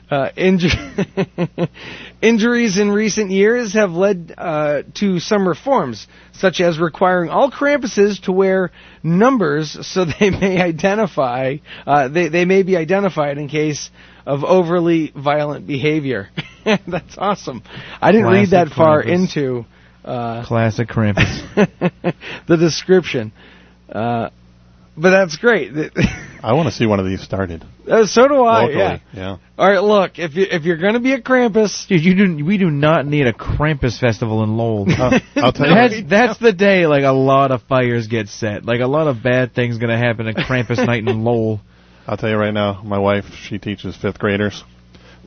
[SPEAKER 3] Uh, inju- injuries in recent years have led uh, to some reforms, such as requiring all Krampuses to wear numbers so they may identify, uh, they, they may be identified in case of overly violent behavior. That's awesome. I didn't read
[SPEAKER 9] Classic
[SPEAKER 3] that far
[SPEAKER 9] Krampus.
[SPEAKER 3] into uh,
[SPEAKER 9] Classic Krampus.
[SPEAKER 3] the description. Uh, but that's great.
[SPEAKER 8] I want to see one of these started.
[SPEAKER 3] Uh, so do I.
[SPEAKER 8] Locally,
[SPEAKER 3] yeah.
[SPEAKER 8] yeah.
[SPEAKER 3] All right. Look, if you if you're gonna be a Krampus,
[SPEAKER 9] Dude, you do, we do not need a Krampus festival in Lowell.
[SPEAKER 8] Uh, I'll tell you.
[SPEAKER 9] that's, that's the day like a lot of fires get set. Like a lot of bad things gonna happen at Krampus night in Lowell.
[SPEAKER 8] I'll tell you right now. My wife, she teaches fifth graders.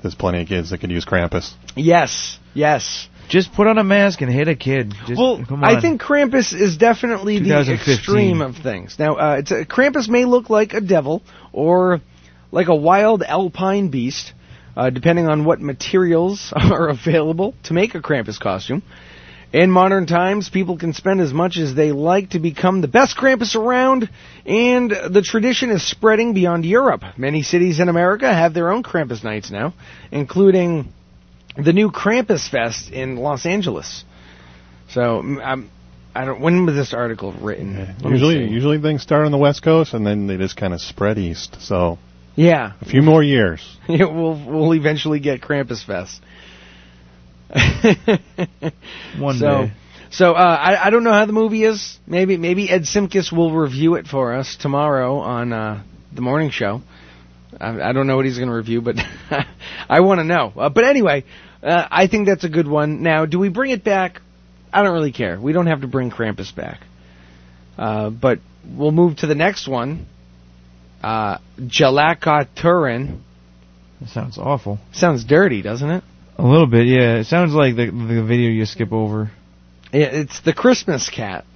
[SPEAKER 8] There's plenty of kids that could use Krampus.
[SPEAKER 3] yes, yes.
[SPEAKER 9] Just put on a mask and hit a kid. Just,
[SPEAKER 3] Well,
[SPEAKER 9] come on.
[SPEAKER 3] I think Krampus is definitely the
[SPEAKER 9] 2015.
[SPEAKER 3] extreme of things. Now, uh, it's a, Krampus may look like a devil or like a wild alpine beast, uh, depending on what materials are available to make a Krampus costume. In modern times, people can spend as much as they like to become the best Krampus around, and the tradition is spreading beyond Europe. Many cities in America have their own Krampus nights now, including the new Krampus Fest in Los Angeles. So mm, I'm, I don't. When was this article written? Let me
[SPEAKER 8] Usually,
[SPEAKER 3] see.
[SPEAKER 8] usually things start on the west coast and then they just kind of spread east. So
[SPEAKER 3] yeah,
[SPEAKER 8] a few more years.
[SPEAKER 3] Yeah, we'll we'll eventually get Krampus Fest.
[SPEAKER 9] One
[SPEAKER 3] so,
[SPEAKER 9] day.
[SPEAKER 3] So uh, I I don't know how the movie is. Maybe maybe Ed Simkus will review it for us tomorrow on uh, the morning show. I, I don't know what he's going to review, but I want to know. Uh, but anyway, uh, I think that's a good one. Now, do we bring it back? I don't really care. We don't have to bring Krampus back. Uh, but we'll move to the next one. Uh, Jalaka Turin.
[SPEAKER 9] That sounds awful.
[SPEAKER 3] Sounds dirty, doesn't it?
[SPEAKER 9] A little bit, yeah. It sounds like the the video you skip over.
[SPEAKER 3] Yeah, It's the Christmas cat.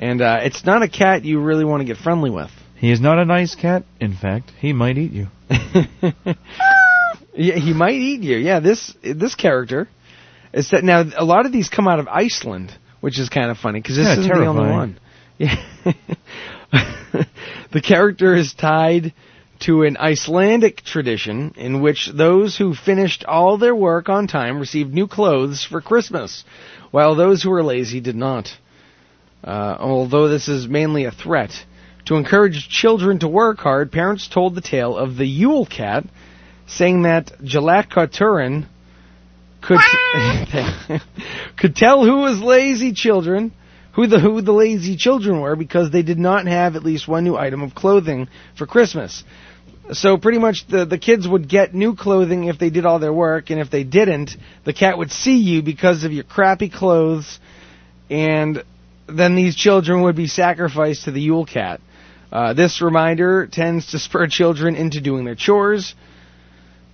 [SPEAKER 3] And uh, it's not a cat you really want to get friendly with.
[SPEAKER 9] He is not a nice cat. In fact, he might eat you.
[SPEAKER 3] yeah, he might eat you. Yeah, this this character. Is that now? A lot of these come out of Iceland, which is kind of funny because this
[SPEAKER 9] Yeah,
[SPEAKER 3] isn't the only
[SPEAKER 9] terrifying.
[SPEAKER 3] one. Yeah. the character is tied to an Icelandic tradition in which those who finished all their work on time received new clothes for Christmas, while those who were lazy did not. Uh, although this is mainly a threat. To encourage children to work hard, parents told the tale of the Yule Cat, saying that Jalaka Turin could could tell who was lazy children, who the who the lazy children were because they did not have at least one new item of clothing for Christmas. So pretty much the the kids would get new clothing if they did all their work, and if they didn't, the cat would see you because of your crappy clothes, and then these children would be sacrificed to the Yule Cat. Uh, this reminder tends to spur children into doing their chores.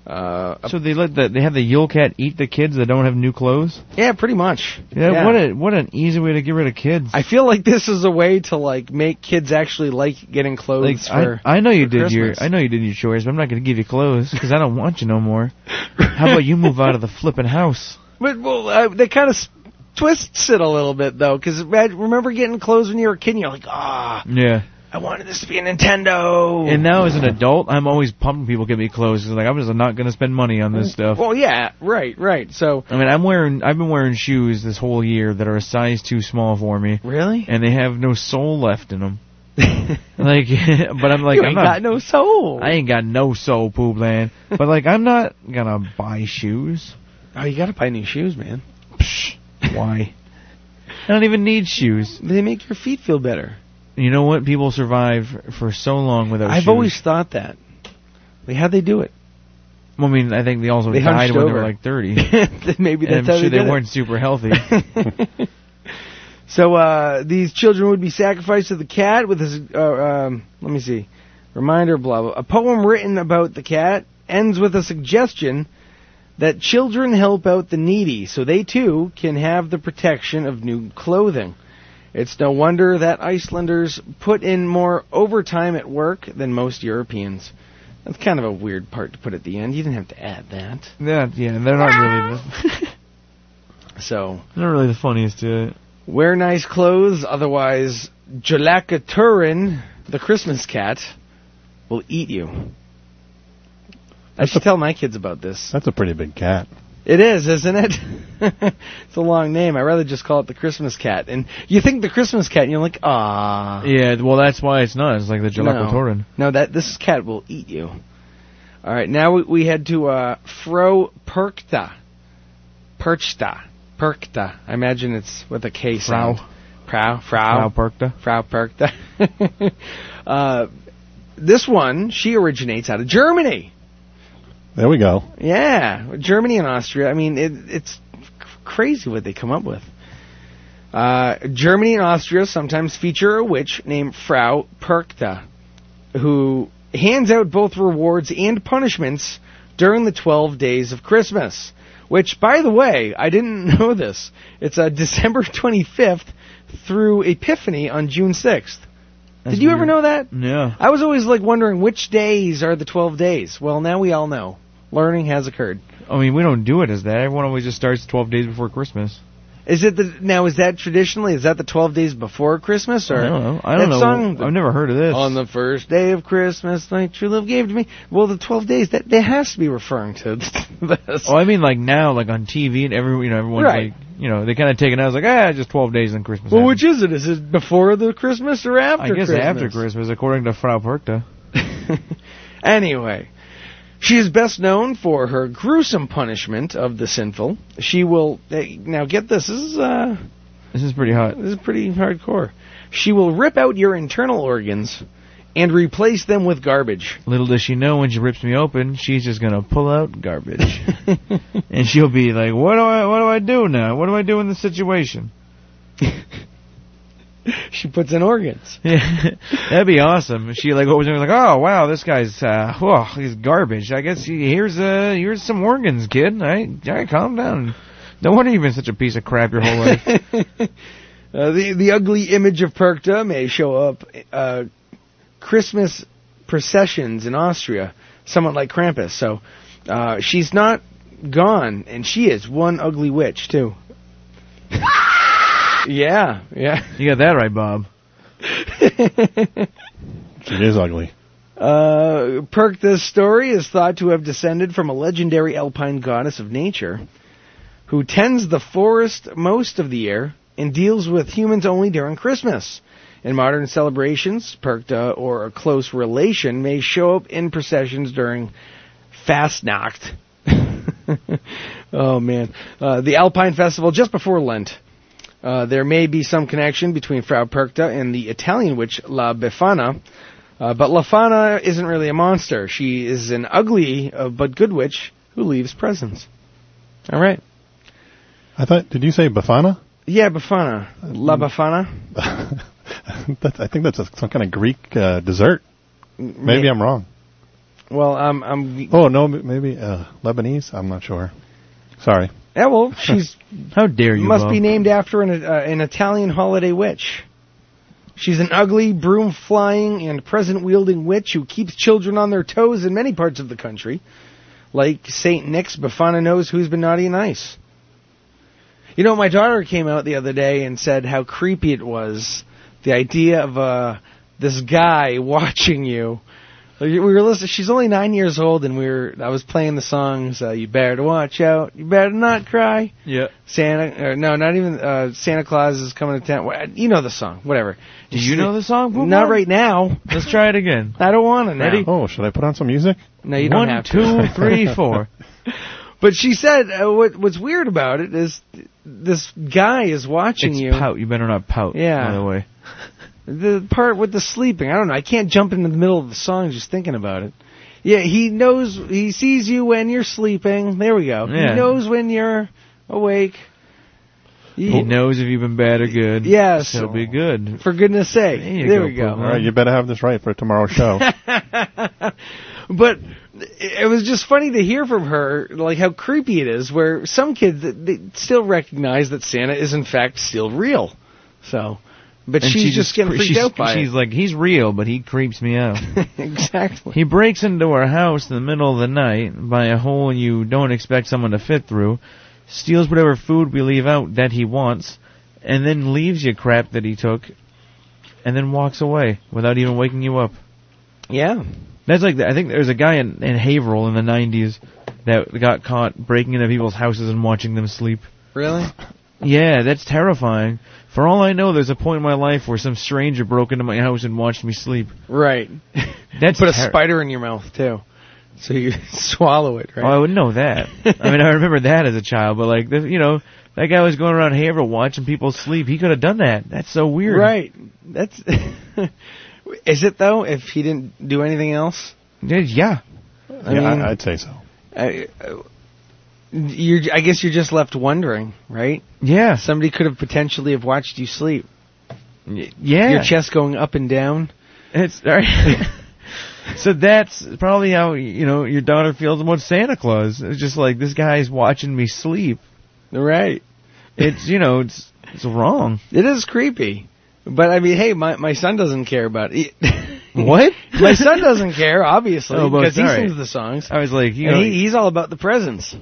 [SPEAKER 3] Uh,
[SPEAKER 9] So they let the, they have the Yule cat eat the kids that don't have new clothes.
[SPEAKER 3] yeah, pretty much.
[SPEAKER 9] Yeah, what a what an easy way to get rid of kids.
[SPEAKER 3] I feel like this is a way to like make kids actually like getting
[SPEAKER 9] like,
[SPEAKER 3] clothes
[SPEAKER 9] I,
[SPEAKER 3] for.
[SPEAKER 9] I know you
[SPEAKER 3] for
[SPEAKER 9] did your
[SPEAKER 3] Christmas.
[SPEAKER 9] I know you did your chores, but I'm not going to give you clothes because I don't want you no more. How about you move out of the flipping house?
[SPEAKER 3] But well, uh, they kind of s- twists it a little bit though, because remember getting clothes when you were a kid, and you're like, ah,
[SPEAKER 9] Yeah.
[SPEAKER 3] I wanted this to be a Nintendo.
[SPEAKER 9] And now as an adult, I'm always pumping people give me clothes 'cause, like I'm just not going to spend money on this stuff.
[SPEAKER 3] well, yeah, right, right. So
[SPEAKER 9] I mean, I'm wearing I've been wearing shoes this whole year that are a size too small for me,
[SPEAKER 3] really,
[SPEAKER 9] and they have no sole left in them.
[SPEAKER 3] like
[SPEAKER 9] Like, but I'm like
[SPEAKER 3] you
[SPEAKER 9] I'm
[SPEAKER 3] ain't
[SPEAKER 9] not.
[SPEAKER 3] got no soul.
[SPEAKER 9] I ain't got no soul, poop land. But like, I'm not gonna buy shoes.
[SPEAKER 3] oh, you gotta buy new shoes, man.
[SPEAKER 9] Psh, why? I don't even need shoes.
[SPEAKER 3] They make your feet feel better.
[SPEAKER 9] You know what? People survive for so long without
[SPEAKER 3] I've
[SPEAKER 9] shoes.
[SPEAKER 3] always thought that. Like, how'd they do it?
[SPEAKER 9] I mean, I think they also
[SPEAKER 3] They
[SPEAKER 9] died
[SPEAKER 3] hunched
[SPEAKER 9] when they
[SPEAKER 3] over.
[SPEAKER 9] were like 30. and
[SPEAKER 3] Maybe that's
[SPEAKER 9] I'm
[SPEAKER 3] how
[SPEAKER 9] sure
[SPEAKER 3] they
[SPEAKER 9] they
[SPEAKER 3] did it.
[SPEAKER 9] weren't super healthy.
[SPEAKER 3] so uh, these children would be sacrificed to the cat with his. Uh, um, let me see. Reminder, blah blah. A poem written about the cat ends with a suggestion that children help out the needy so they too can have the protection of new clothing. It's no wonder that Icelanders put in more overtime at work than most Europeans. That's kind of a weird part to put at the end. You didn't have to add that.
[SPEAKER 9] Yeah, yeah, they're not really
[SPEAKER 3] Ah!
[SPEAKER 9] the,
[SPEAKER 3] So,
[SPEAKER 9] they're not really the funniest uh, to it.
[SPEAKER 3] wear nice clothes, otherwise, Jalaka Turin, the Christmas cat, will eat you. I should tell my kids about this.
[SPEAKER 8] That's a pretty big cat.
[SPEAKER 3] It is, isn't it? it's a long name. I'd rather just call it the Christmas cat. And you think the Christmas cat, and you're like, ah.
[SPEAKER 9] Yeah, well, that's why it's not. It's like the Jalapa Torin.
[SPEAKER 3] No, that this cat will eat you. All right, now we, we head to uh, Fro Perkta. Perchta. Perkta. I imagine it's with a K sound. Frau. Frau.
[SPEAKER 9] Frau Perkta.
[SPEAKER 3] Frau Perkta. uh, this one, she originates out of Germany.
[SPEAKER 8] There we go.
[SPEAKER 3] Yeah, Germany and Austria. I mean, it, it's c- crazy what they come up with. Uh, Germany and Austria sometimes feature a witch named Frau Perkta, who hands out both rewards and punishments during the 12 days of Christmas. Which, by the way, I didn't know this. It's uh, December 25th through Epiphany on June 6th.
[SPEAKER 9] That's
[SPEAKER 3] Did you ever
[SPEAKER 9] weird.
[SPEAKER 3] know that?
[SPEAKER 9] Yeah.
[SPEAKER 3] I was always like wondering which days are the 12 days. Well, now we all know. Learning has occurred.
[SPEAKER 9] I mean, we don't do it as that. Everyone always just starts 12 days before Christmas.
[SPEAKER 3] Is it the now? Is that traditionally? Is that the twelve days before Christmas? Or
[SPEAKER 9] I don't know. I
[SPEAKER 3] that
[SPEAKER 9] don't know.
[SPEAKER 3] Song,
[SPEAKER 9] I've never heard of this.
[SPEAKER 3] on the first day of Christmas, my true love gave to me. Well, the twelve days that that has to be referring to this.
[SPEAKER 9] Oh, I mean, like now, like on TV and every, you know, everyone's
[SPEAKER 3] Right.
[SPEAKER 9] like, you know, they kind of take it out. It's like, ah, just 12 days and Christmas.
[SPEAKER 3] well,
[SPEAKER 9] happened.
[SPEAKER 3] which is it? Is it before the Christmas or after?
[SPEAKER 9] I guess
[SPEAKER 3] Christmas?
[SPEAKER 9] after Christmas, according to Frau Perkta.
[SPEAKER 3] anyway, she is best known for her gruesome punishment of the sinful. She will eh, now get this. This is uh,
[SPEAKER 9] This is pretty hot.
[SPEAKER 3] this is pretty hardcore. She will rip out your internal organs and replace them with garbage.
[SPEAKER 9] Little does she know when she rips me open, she's just gonna pull out garbage, and she'll be like, "What do I? What do I do now? What do I do in this situation?"
[SPEAKER 3] she puts in organs.
[SPEAKER 9] That'd be awesome. She like always was like, "Oh wow, this guy's uh, whoa, he's garbage. I guess he, here's uh, here's some organs, kid. All right, all right, calm down. No wonder you've been such a piece of crap your whole life."
[SPEAKER 3] Uh, the the ugly image of Perkta may show up uh, Christmas processions in Austria, somewhat like Krampus. So uh, she's not gone, and she is one ugly witch too. yeah, yeah.
[SPEAKER 9] you got that right, Bob.
[SPEAKER 8] She is ugly.
[SPEAKER 3] Uh, Perkta's story is thought to have descended from a legendary alpine goddess of nature who tends the forest most of the year and deals with humans only during Christmas. In modern celebrations, Perkta or a close relation may show up in processions during Fastnacht. oh man, uh, the Alpine Festival just before Lent. Uh, there may be some connection between Frau Perkta and the Italian witch La Befana, uh, but La Fana isn't really a monster. She is an ugly uh, but good witch who leaves presents. All right.
[SPEAKER 8] I thought. Did you say Bafana?
[SPEAKER 3] Yeah, Befana. La Befana.
[SPEAKER 8] that's, I think that's a, some kind of Greek uh, dessert. Maybe I'm wrong.
[SPEAKER 3] Well, um, I'm.
[SPEAKER 8] Oh no, m- maybe uh, Lebanese. I'm not sure. Sorry.
[SPEAKER 3] Yeah, well, she's
[SPEAKER 9] How dare you?
[SPEAKER 3] must
[SPEAKER 9] Bob.
[SPEAKER 3] be named after an uh, an Italian holiday witch. She's an ugly, broom flying, and present wielding witch who keeps children on their toes in many parts of the country. Like St. Nick's, Bafana knows who's been naughty and nice. You know, my daughter came out the other day and said how creepy it was the idea of uh, this guy watching you. Like, We were listening. She's only nine years old, and we were. I was playing the songs. Uh, you better watch out. You better not cry.
[SPEAKER 9] Yeah.
[SPEAKER 3] Santa, or no, not even uh, Santa Claus is coming to town. Wha- You know the song, whatever.
[SPEAKER 9] Do you know the song? Bob?
[SPEAKER 3] Not right now.
[SPEAKER 9] Let's try it again.
[SPEAKER 3] I don't want to now.
[SPEAKER 8] Oh, should I put on some music?
[SPEAKER 3] No, you don't
[SPEAKER 9] One,
[SPEAKER 3] have
[SPEAKER 9] two,
[SPEAKER 3] to.
[SPEAKER 9] three, four.
[SPEAKER 3] But she said, uh, what, "What's weird about it is th- this guy is watching
[SPEAKER 9] it's
[SPEAKER 3] you."
[SPEAKER 9] pout. You better not pout.
[SPEAKER 3] Yeah.
[SPEAKER 9] By the way.
[SPEAKER 3] The part with the sleeping, I don't know. I can't jump into the middle of the song just thinking about it. Yeah, he knows. He sees you when you're sleeping. There we go.
[SPEAKER 9] Yeah.
[SPEAKER 3] He knows when you're awake.
[SPEAKER 9] He knows if you've been bad or good.
[SPEAKER 3] Yes.
[SPEAKER 9] He'll be good.
[SPEAKER 3] For goodness' sake.
[SPEAKER 9] There you
[SPEAKER 3] there
[SPEAKER 9] go,
[SPEAKER 3] we go.
[SPEAKER 9] Pooh.
[SPEAKER 8] All right, you better have this right for tomorrow's show.
[SPEAKER 3] but it was just funny to hear from her, like how creepy it is. Where some kids th- they still recognize that Santa is in fact still real. So, but
[SPEAKER 9] And
[SPEAKER 3] she's
[SPEAKER 9] she
[SPEAKER 3] just, getting
[SPEAKER 9] cre-
[SPEAKER 3] freaked
[SPEAKER 9] she's,
[SPEAKER 3] out by
[SPEAKER 9] She's
[SPEAKER 3] it.
[SPEAKER 9] like, he's real, but he creeps me out.
[SPEAKER 3] exactly.
[SPEAKER 9] He breaks into our house in the middle of the night by a hole you don't expect someone to fit through, steals whatever food we leave out that he wants, and then leaves you crap that he took, and then walks away without even waking you up.
[SPEAKER 3] Yeah.
[SPEAKER 9] That's like I think there was a guy in, in Haverhill in the '90s that got caught breaking into people's houses and watching them sleep.
[SPEAKER 3] Really?
[SPEAKER 9] Yeah, that's terrifying. For all I know, there's a point in my life where some stranger broke into my house and watched me sleep.
[SPEAKER 3] Right.
[SPEAKER 9] That's
[SPEAKER 3] Put a
[SPEAKER 9] ter-
[SPEAKER 3] spider in your mouth too, so you swallow it.
[SPEAKER 9] Oh, I
[SPEAKER 3] Right.
[SPEAKER 9] would know that. I mean, I remember that as a child, but like, the, you know, that guy was going around Haverhill watching people sleep. He could have done that. That's so weird.
[SPEAKER 3] Right. That's. is it though? If he didn't do anything else,
[SPEAKER 9] Yeah, Yeah.
[SPEAKER 3] I
[SPEAKER 8] yeah,
[SPEAKER 3] mean-
[SPEAKER 8] I, I'd say so.
[SPEAKER 3] I, I- you're. I guess you're just left wondering, right?
[SPEAKER 9] Yeah.
[SPEAKER 3] Somebody could have potentially have watched you sleep.
[SPEAKER 9] Yeah.
[SPEAKER 3] Your chest going up and down.
[SPEAKER 9] It's all right. so that's probably how you know your daughter feels about Santa Claus. It's just like this guy's watching me sleep.
[SPEAKER 3] Right.
[SPEAKER 9] It's you know it's it's wrong.
[SPEAKER 3] It is creepy. But I mean, hey, my my son doesn't care about it.
[SPEAKER 9] What?
[SPEAKER 3] my son doesn't care, obviously,
[SPEAKER 9] Oh, but
[SPEAKER 3] because he
[SPEAKER 9] all right.
[SPEAKER 3] sings the songs.
[SPEAKER 9] I was like, you
[SPEAKER 3] and
[SPEAKER 9] know,
[SPEAKER 3] he, he's all about the presents.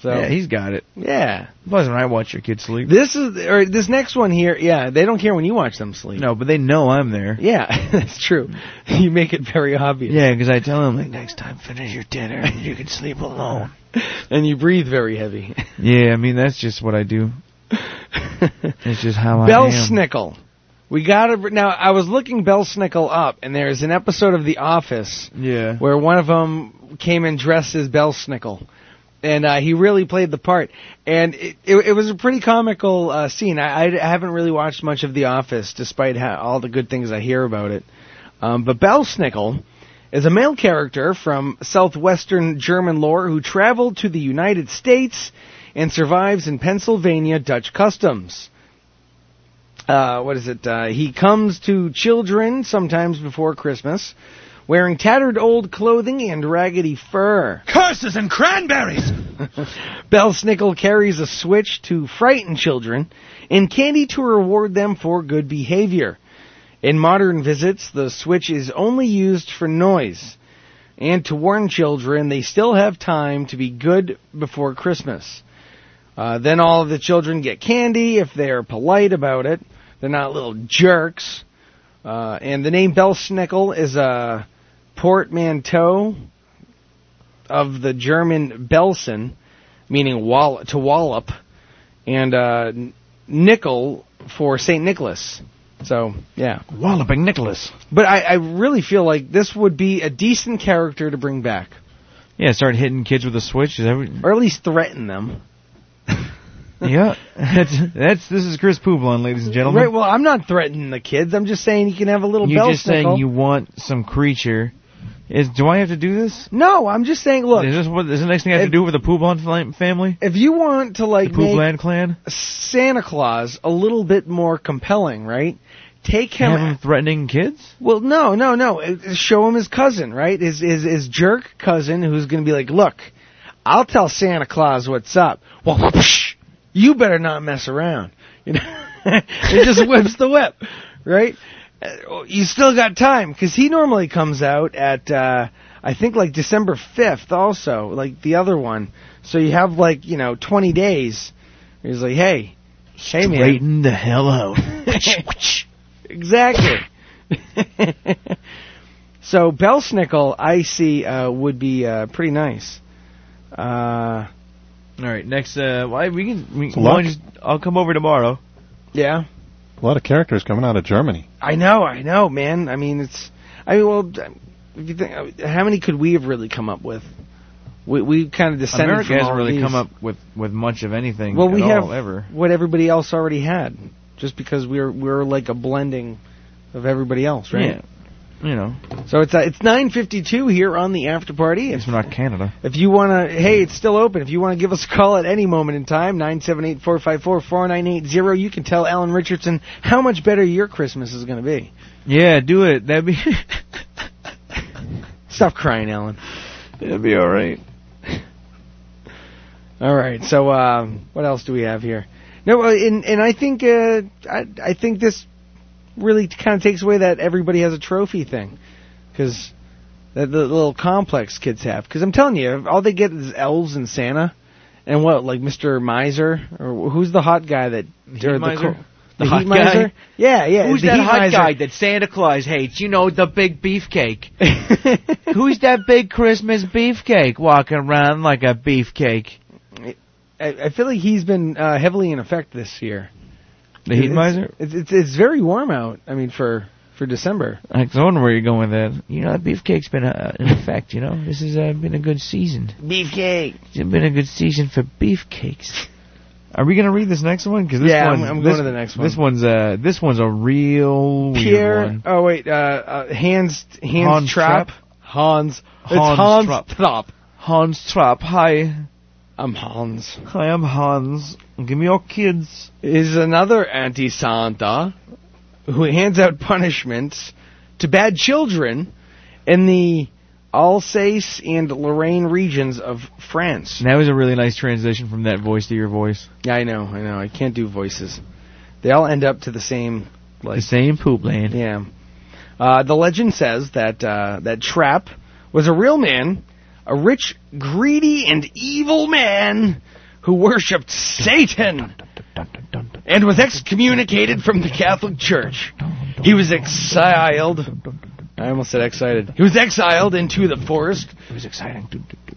[SPEAKER 3] So
[SPEAKER 9] yeah, he's got it.
[SPEAKER 3] yeah.
[SPEAKER 9] Plus, when I watch your kids sleep,
[SPEAKER 3] This is or this next one here. Yeah, they don't care when you watch them sleep.
[SPEAKER 9] no, but they know I'm there.
[SPEAKER 3] Yeah, that's true. You make it very obvious.
[SPEAKER 9] Yeah, because I tell them like next time finish your dinner and you can sleep alone.
[SPEAKER 3] And you breathe very heavy.
[SPEAKER 9] Yeah, I mean that's just what I do. It's just how I
[SPEAKER 3] Bell
[SPEAKER 9] am.
[SPEAKER 3] Snickle. We gotta br- now. I was looking Bell Snickle up, and there's an episode of The Office
[SPEAKER 9] Yeah.
[SPEAKER 3] where one of them came and dressed as Bell Snickle, and uh, he really played the part. And it, it, it was a pretty comical uh, scene. I, I haven't really watched much of The Office, despite ha- all the good things I hear about it. Um, but Bell Snickle is a male character from southwestern German lore who traveled to the United States and survives in Pennsylvania Dutch customs uh, what is it? Uh, he comes to children sometimes before Christmas, wearing tattered old clothing and raggedy fur.
[SPEAKER 7] Curses and cranberries!
[SPEAKER 3] Bell Snickle carries a switch to frighten children and candy to reward them for good behavior. In modern visits, the switch is only used for noise and to warn children they still have time to be good before Christmas. Uh, then all of the children get candy if they are polite about it. They're not little jerks. Uh, and the name Bell Snickle is a portmanteau of the German Belsen, meaning wall- to wallop, and uh, n- nickel for St. Nicholas. So, yeah.
[SPEAKER 9] Walloping Nicholas.
[SPEAKER 3] But I, I really feel like this would be a decent character to bring back,
[SPEAKER 9] Yeah, start hitting kids with a switch. Is that
[SPEAKER 3] or at least threaten them.
[SPEAKER 9] what- yeah, that's that's this is Chris Pouvlon, ladies and gentlemen.
[SPEAKER 3] Right. Well, I'm not threatening the kids. I'm just saying you can have a little
[SPEAKER 9] You're
[SPEAKER 3] bell
[SPEAKER 9] just saying you want some creature. Is do I have to do this?
[SPEAKER 3] No, I'm just saying. Look,
[SPEAKER 9] is this what is the next thing I have
[SPEAKER 3] if-
[SPEAKER 9] to do with the Pouvlon flam- family?
[SPEAKER 3] if you want to
[SPEAKER 9] The
[SPEAKER 3] like make
[SPEAKER 9] Pouvlan clan?
[SPEAKER 3] Santa Claus a little bit more compelling, right? Take him.
[SPEAKER 9] Have them threatening kids?
[SPEAKER 3] Well, no, no, no. Uh, Show him his cousin, right? His his his jerk cousin who's going to be like, look, I'll tell Santa Claus what's up. Well, psh, you better not mess around. You know, it just whips the whip, right? Uh, oh, You still got time because he normally comes out at uh, I think like December fifth, also like the other one. So you have like you know twenty days. He's like, hey, hey man,
[SPEAKER 9] Straighten the hell out.
[SPEAKER 3] exactly. so Belsnickel, I see, uh, would be uh, pretty nice. Uh,
[SPEAKER 9] All right, next. Uh, why we can? We,
[SPEAKER 8] a lot.
[SPEAKER 9] why don't you- I'll come over tomorrow.
[SPEAKER 3] yeah,
[SPEAKER 8] A lot of characters coming out of Germany.
[SPEAKER 3] I know, I know, man. I mean, it's. I mean, well, if you think, uh, how many could we have really come up with? We we kind of descended
[SPEAKER 9] America
[SPEAKER 3] from all
[SPEAKER 9] hasn't really
[SPEAKER 3] these.
[SPEAKER 9] come up with with much of anything.
[SPEAKER 3] Well, we
[SPEAKER 9] at
[SPEAKER 3] have
[SPEAKER 9] all, ever.
[SPEAKER 3] what everybody else already had, just because we're we're like a blending of everybody else, right?
[SPEAKER 9] Yeah. You know,
[SPEAKER 3] So it's uh, it's 9:52 here on the after party.
[SPEAKER 9] it's not Canada.
[SPEAKER 3] If you want to, hey, it's still open. If you want to give us a call at any moment in time, 978-454-4980, you can tell Alan Richardson how much better your Christmas is going to be.
[SPEAKER 9] Yeah, do it. That'd be.
[SPEAKER 3] Stop crying, Alan.
[SPEAKER 9] It'll be all right.
[SPEAKER 3] All right. So uh, what else do we have here? No, uh, and and I think uh, I I think this really kind of takes away that everybody has a trophy thing because that the little complex kids have. Because I'm telling you, all they get is elves and Santa, and what like Mr. Miser or who's the hot guy that or
[SPEAKER 9] Miser?
[SPEAKER 3] the, co-
[SPEAKER 9] The
[SPEAKER 3] the
[SPEAKER 9] hot
[SPEAKER 3] heat miser?
[SPEAKER 9] guy?
[SPEAKER 3] Yeah, yeah.
[SPEAKER 9] Who's
[SPEAKER 3] the
[SPEAKER 9] that
[SPEAKER 3] heat
[SPEAKER 9] hot
[SPEAKER 3] miser.
[SPEAKER 9] guy that Santa Claus hates? You know, the big beefcake. Who's that big Christmas beefcake walking around like a beefcake?
[SPEAKER 3] I, I feel like he's been uh, heavily in effect this year.
[SPEAKER 9] The heat
[SPEAKER 3] It's-
[SPEAKER 9] miser?
[SPEAKER 3] It's, it's it's very warm out. I mean, for for December.
[SPEAKER 9] I was wondering where you're going with that. You know, that beefcake's been uh, in effect, you know. This has uh, been a good season.
[SPEAKER 3] Beefcake.
[SPEAKER 9] It's been a good season for beefcakes. Are we gonna read this next one? Because this
[SPEAKER 3] Yeah, I'm-
[SPEAKER 9] one,
[SPEAKER 3] I'm
[SPEAKER 9] this,
[SPEAKER 3] going to the next one.
[SPEAKER 9] This one's uh, this one's a real
[SPEAKER 3] Pierre.
[SPEAKER 9] weird one.
[SPEAKER 3] Oh wait, uh, uh, Hans Hans,
[SPEAKER 9] Hans
[SPEAKER 3] Trapp.
[SPEAKER 9] Trapp?
[SPEAKER 3] Hans.
[SPEAKER 9] Hans
[SPEAKER 3] it's Hans
[SPEAKER 9] Trapp.
[SPEAKER 3] Trapp.
[SPEAKER 9] Hans Trapp. Hi,
[SPEAKER 3] I'm Hans.
[SPEAKER 9] hi, I'm Hans. Give me your kids.
[SPEAKER 3] Is another anti Santa who hands out punishments to bad children in the Alsace and Lorraine regions of France.
[SPEAKER 9] That was a really nice transition from that voice to your voice.
[SPEAKER 3] Yeah, I know, I know. I can't do voices. They all end up to the same like
[SPEAKER 9] The same poop land.
[SPEAKER 3] Yeah. Uh, the legend says that uh, that Trap was a real man, a rich, greedy, and evil man who worshipped Satan and was excommunicated from the Catholic Church. He was exiled. I almost said excited. He was exiled into the forest. It was exciting.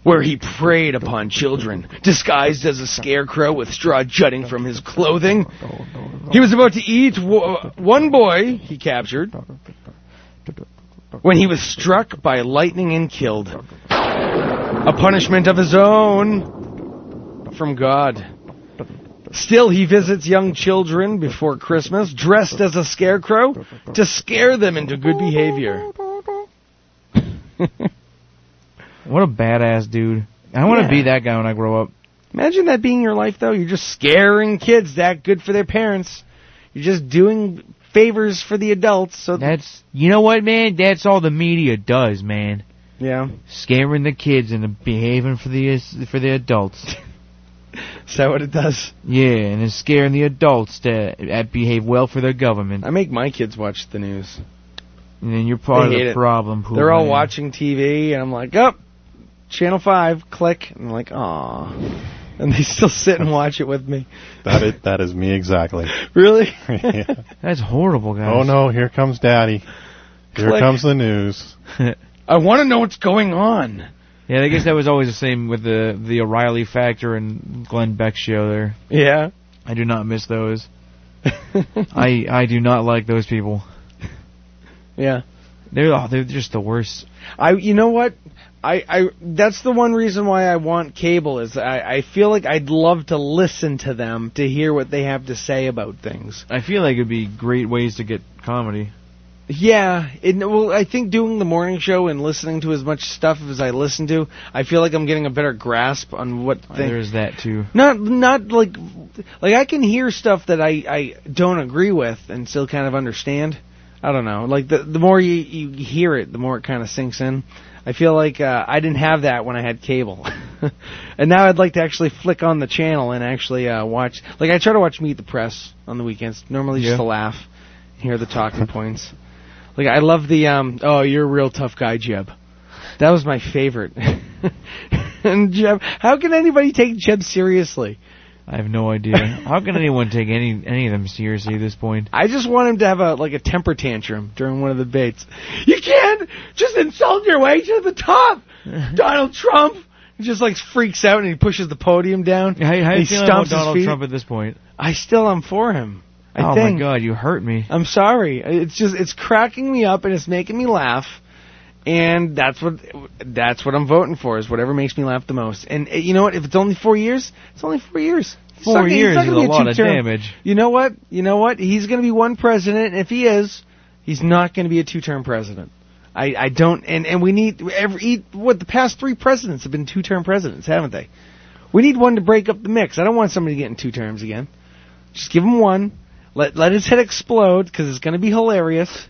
[SPEAKER 3] Where he preyed upon children, disguised as a scarecrow with straw jutting from his clothing. He was about to eat w- uh, one boy he captured when he was struck by lightning and killed. A punishment of his own from God. Still, he visits young children before Christmas dressed as a scarecrow to scare them into good behavior.
[SPEAKER 9] What a badass dude. I want to
[SPEAKER 3] Yeah.
[SPEAKER 9] be that guy when I grow up.
[SPEAKER 3] Imagine that being your life, though. You're just scaring kids that good for their parents. You're just doing favors for the adults. So
[SPEAKER 9] That's you know what, man. That's all the media does, man.
[SPEAKER 3] yeah.
[SPEAKER 9] Scaring the kids into behaving for the for the adults.
[SPEAKER 3] Is that what it does?
[SPEAKER 9] Yeah, and it's scaring the adults to uh, behave well for their government.
[SPEAKER 3] I make my kids watch the news.
[SPEAKER 9] And then you're part of
[SPEAKER 3] They hate
[SPEAKER 9] the
[SPEAKER 3] it.
[SPEAKER 9] problem. Pooh,
[SPEAKER 3] They're all
[SPEAKER 9] man.
[SPEAKER 3] watching TV, and I'm like, up, channel five, click, and I'm like, aw, and they still sit and watch it with me.
[SPEAKER 8] That is, that is me exactly.
[SPEAKER 3] Really?
[SPEAKER 8] Yeah.
[SPEAKER 9] That's horrible, guys.
[SPEAKER 8] Oh no, here comes Daddy. Here
[SPEAKER 3] Click.
[SPEAKER 8] comes the news.
[SPEAKER 3] I want to know what's going on.
[SPEAKER 9] Yeah, I guess that was always the same with the the O'Reilly Factor and Glenn Beck show. There,
[SPEAKER 3] Yeah.
[SPEAKER 9] I do not miss those. I I do not like those people.
[SPEAKER 3] yeah.
[SPEAKER 9] They're oh, they're just the worst.
[SPEAKER 3] I. You know what? I, I that's the one reason why I want cable is I, I feel like I'd love to listen to them to hear what they have to say about things.
[SPEAKER 9] I feel like it'd be great ways to get comedy.
[SPEAKER 3] Yeah, it, well, I think doing the morning show and listening to as much stuff as I listen to, I feel like I'm getting a better grasp on what
[SPEAKER 9] Oh,
[SPEAKER 3] things.
[SPEAKER 9] There's that too.
[SPEAKER 3] Not, not like, like I can hear stuff that I I don't agree with and still kind of understand. I don't know. Like the the more you you hear it, the more it kind of sinks in. I feel like uh, I didn't have that when I had cable, and now I'd like to actually flick on the channel and actually uh, watch. Like I try to watch Meet the Press on the weekends, normally just
[SPEAKER 9] Yeah.
[SPEAKER 3] to laugh, hear the talking points. Like I love the um. Oh, you're a real tough guy, Jeb. That was my favorite. and Jeb, how can anybody take Jeb seriously?
[SPEAKER 9] I have no idea. How can anyone take any any of them seriously at this point?
[SPEAKER 3] I just want him to have a like a temper tantrum during one of the debates. You can't just insult your way to the top, Donald Trump. He just like freaks out and he pushes the podium down.
[SPEAKER 9] How, how
[SPEAKER 3] He
[SPEAKER 9] you feeling about
[SPEAKER 3] stomps his
[SPEAKER 9] Donald
[SPEAKER 3] feet.
[SPEAKER 9] Trump at this point?
[SPEAKER 3] I still am for him. I
[SPEAKER 9] oh
[SPEAKER 3] think.
[SPEAKER 9] my God, you hurt me.
[SPEAKER 3] I'm sorry. It's just it's cracking me up and it's making me laugh. And that's what that's what I'm voting for is whatever makes me laugh the most. And uh, you know what? If it's only four years, it's only four years. He's
[SPEAKER 9] Four
[SPEAKER 3] not gonna- he's
[SPEAKER 9] years
[SPEAKER 3] not
[SPEAKER 9] is
[SPEAKER 3] gonna
[SPEAKER 9] a
[SPEAKER 3] be
[SPEAKER 9] lot of
[SPEAKER 3] two-term-
[SPEAKER 9] damage.
[SPEAKER 3] You know what? You know what? He's going to be one president. And if he is, he's not going to be a two-term president. I, I don't. And, and we need every e, what the past three presidents have been two-term presidents, haven't they? We need one to break up the mix. I don't want somebody getting two terms again. Just give him one. Let let his head explode because it's going to be hilarious.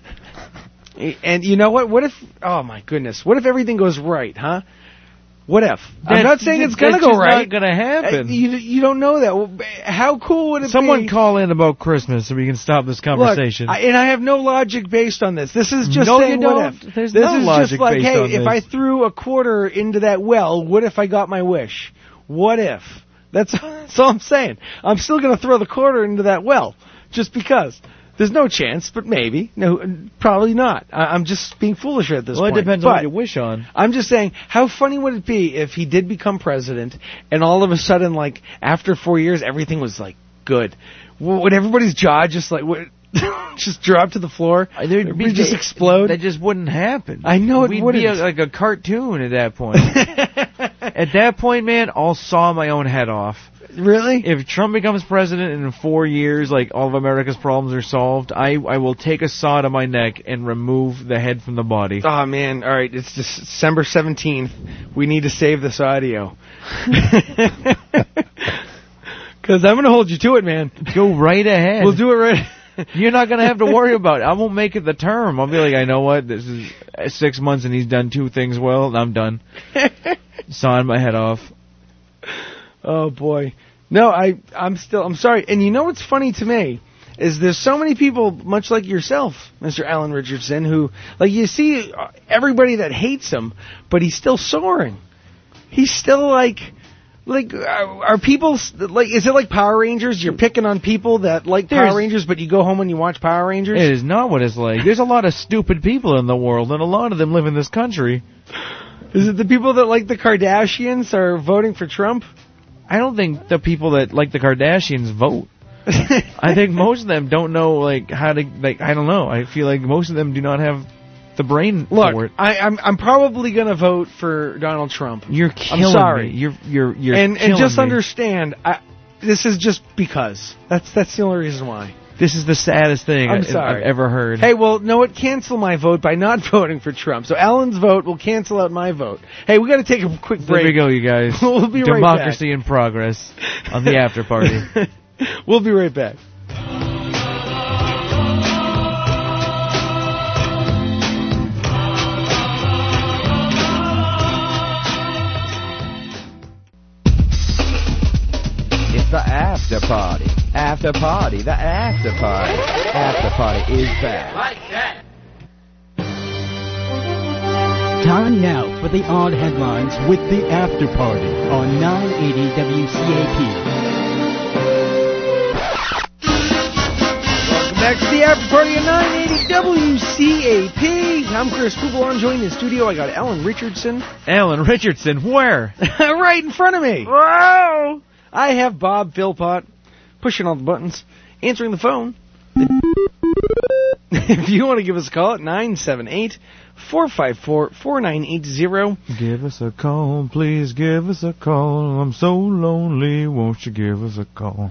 [SPEAKER 3] And you know what? What if? Oh my goodness! What if everything goes right, huh? What if? I'm
[SPEAKER 9] That-
[SPEAKER 3] not saying it's gonna
[SPEAKER 9] that's
[SPEAKER 3] go
[SPEAKER 9] just not
[SPEAKER 3] right.
[SPEAKER 9] gonna happen.
[SPEAKER 3] Uh, You, you don't know that. Well, How cool would it
[SPEAKER 9] Someone
[SPEAKER 3] be?
[SPEAKER 9] call in about Christmas so we can stop this conversation.
[SPEAKER 3] Look, I, and I have no logic based on this. This is just
[SPEAKER 9] No,
[SPEAKER 3] saying
[SPEAKER 9] you
[SPEAKER 3] what
[SPEAKER 9] don't.
[SPEAKER 3] if.
[SPEAKER 9] There's
[SPEAKER 3] this
[SPEAKER 9] no
[SPEAKER 3] is just
[SPEAKER 9] logic
[SPEAKER 3] like,
[SPEAKER 9] based
[SPEAKER 3] hey,
[SPEAKER 9] on
[SPEAKER 3] if
[SPEAKER 9] this.
[SPEAKER 3] I threw a quarter into that well, what if I got my wish? What if? That's, that's all I'm saying. I'm still going to throw the quarter into that well just because. There's no chance, but maybe. No, probably not. I, I'm just being foolish at this
[SPEAKER 9] well, it
[SPEAKER 3] point.
[SPEAKER 9] depends on
[SPEAKER 3] But-
[SPEAKER 9] what you wish on.
[SPEAKER 3] I'm just saying, how funny would it be if he did become president, and all of a sudden, like after four years, everything was like good? W- Would everybody's jaw just like would just drop to the floor?
[SPEAKER 9] Uh,
[SPEAKER 3] Would we just explode?
[SPEAKER 9] That just wouldn't happen.
[SPEAKER 3] I know it
[SPEAKER 9] We'd
[SPEAKER 3] wouldn't.
[SPEAKER 9] be a, like a cartoon at that point. at that point, man, I'll saw my own head off.
[SPEAKER 3] really?
[SPEAKER 9] If Trump becomes president and in four years, like all of America's problems are solved, I I will take a saw to my neck and remove the head from the body.
[SPEAKER 3] Oh man! All right, it's just December seventeenth. We need to save this audio because I'm going to hold you to it, man.
[SPEAKER 9] Go right ahead.
[SPEAKER 3] We'll do it right.
[SPEAKER 9] You're not gonna have to worry about it. I won't make it the term. I'll be like, I know what this is uh, six months, and he's done two things well, and I'm done. Sawing my head off.
[SPEAKER 3] Oh boy. No, I I'm still I'm sorry. And you know what's funny to me is there's so many people much like yourself, Mr. Alan Richardson, who like you see uh, everybody that hates him, but he's still soaring. He's still like like uh, are are people s- like is it like Power Rangers? You're picking on people that like Power
[SPEAKER 9] There's-
[SPEAKER 3] Rangers, but you go home and you watch Power Rangers.
[SPEAKER 9] It is not what it's like. There's a lot of stupid people in the world, and a lot of them live in this country.
[SPEAKER 3] Is it the people that like the Kardashians are voting for Trump?
[SPEAKER 9] I don't think the people that like the Kardashians vote. I think most of them don't know like how to like. I don't know. I feel like most of them do not have the brain for
[SPEAKER 3] Look,
[SPEAKER 9] it.
[SPEAKER 3] I, I'm I'm probably gonna vote for Donald Trump.
[SPEAKER 9] You're killing
[SPEAKER 3] sorry.
[SPEAKER 9] me. You're you're you're
[SPEAKER 3] and and
[SPEAKER 9] killing
[SPEAKER 3] just
[SPEAKER 9] me.
[SPEAKER 3] understand, I, this is just because. That's that's the only reason why.
[SPEAKER 9] This is the saddest thing
[SPEAKER 3] I'm
[SPEAKER 9] I,
[SPEAKER 3] sorry.
[SPEAKER 9] have ever heard.
[SPEAKER 3] Hey, well, no, it cancel my vote by not voting for Trump. So Alan's vote will cancel out my vote. Hey, we got to take a quick
[SPEAKER 9] there
[SPEAKER 3] break.
[SPEAKER 9] we go, you guys.
[SPEAKER 3] We'll be right back.
[SPEAKER 9] Democracy in progress on the after party.
[SPEAKER 3] we'll be right back.
[SPEAKER 5] It's the after party. After party. The after party. After party is back.
[SPEAKER 11] Time now for the odd headlines with the after party on 980 WCAP.
[SPEAKER 3] Welcome back to the after party of 980 WCAP. I'm Chris Poupon. Joined in the studio, I got Alan Richardson.
[SPEAKER 9] Alan Richardson, where?
[SPEAKER 3] right in front of me. Wow! I have Bob Philpott pushing all the buttons, answering the phone. if you want to give us a call at 978 454 4980.
[SPEAKER 9] Give us a call, please give us a call. I'm so lonely, won't you give us a call?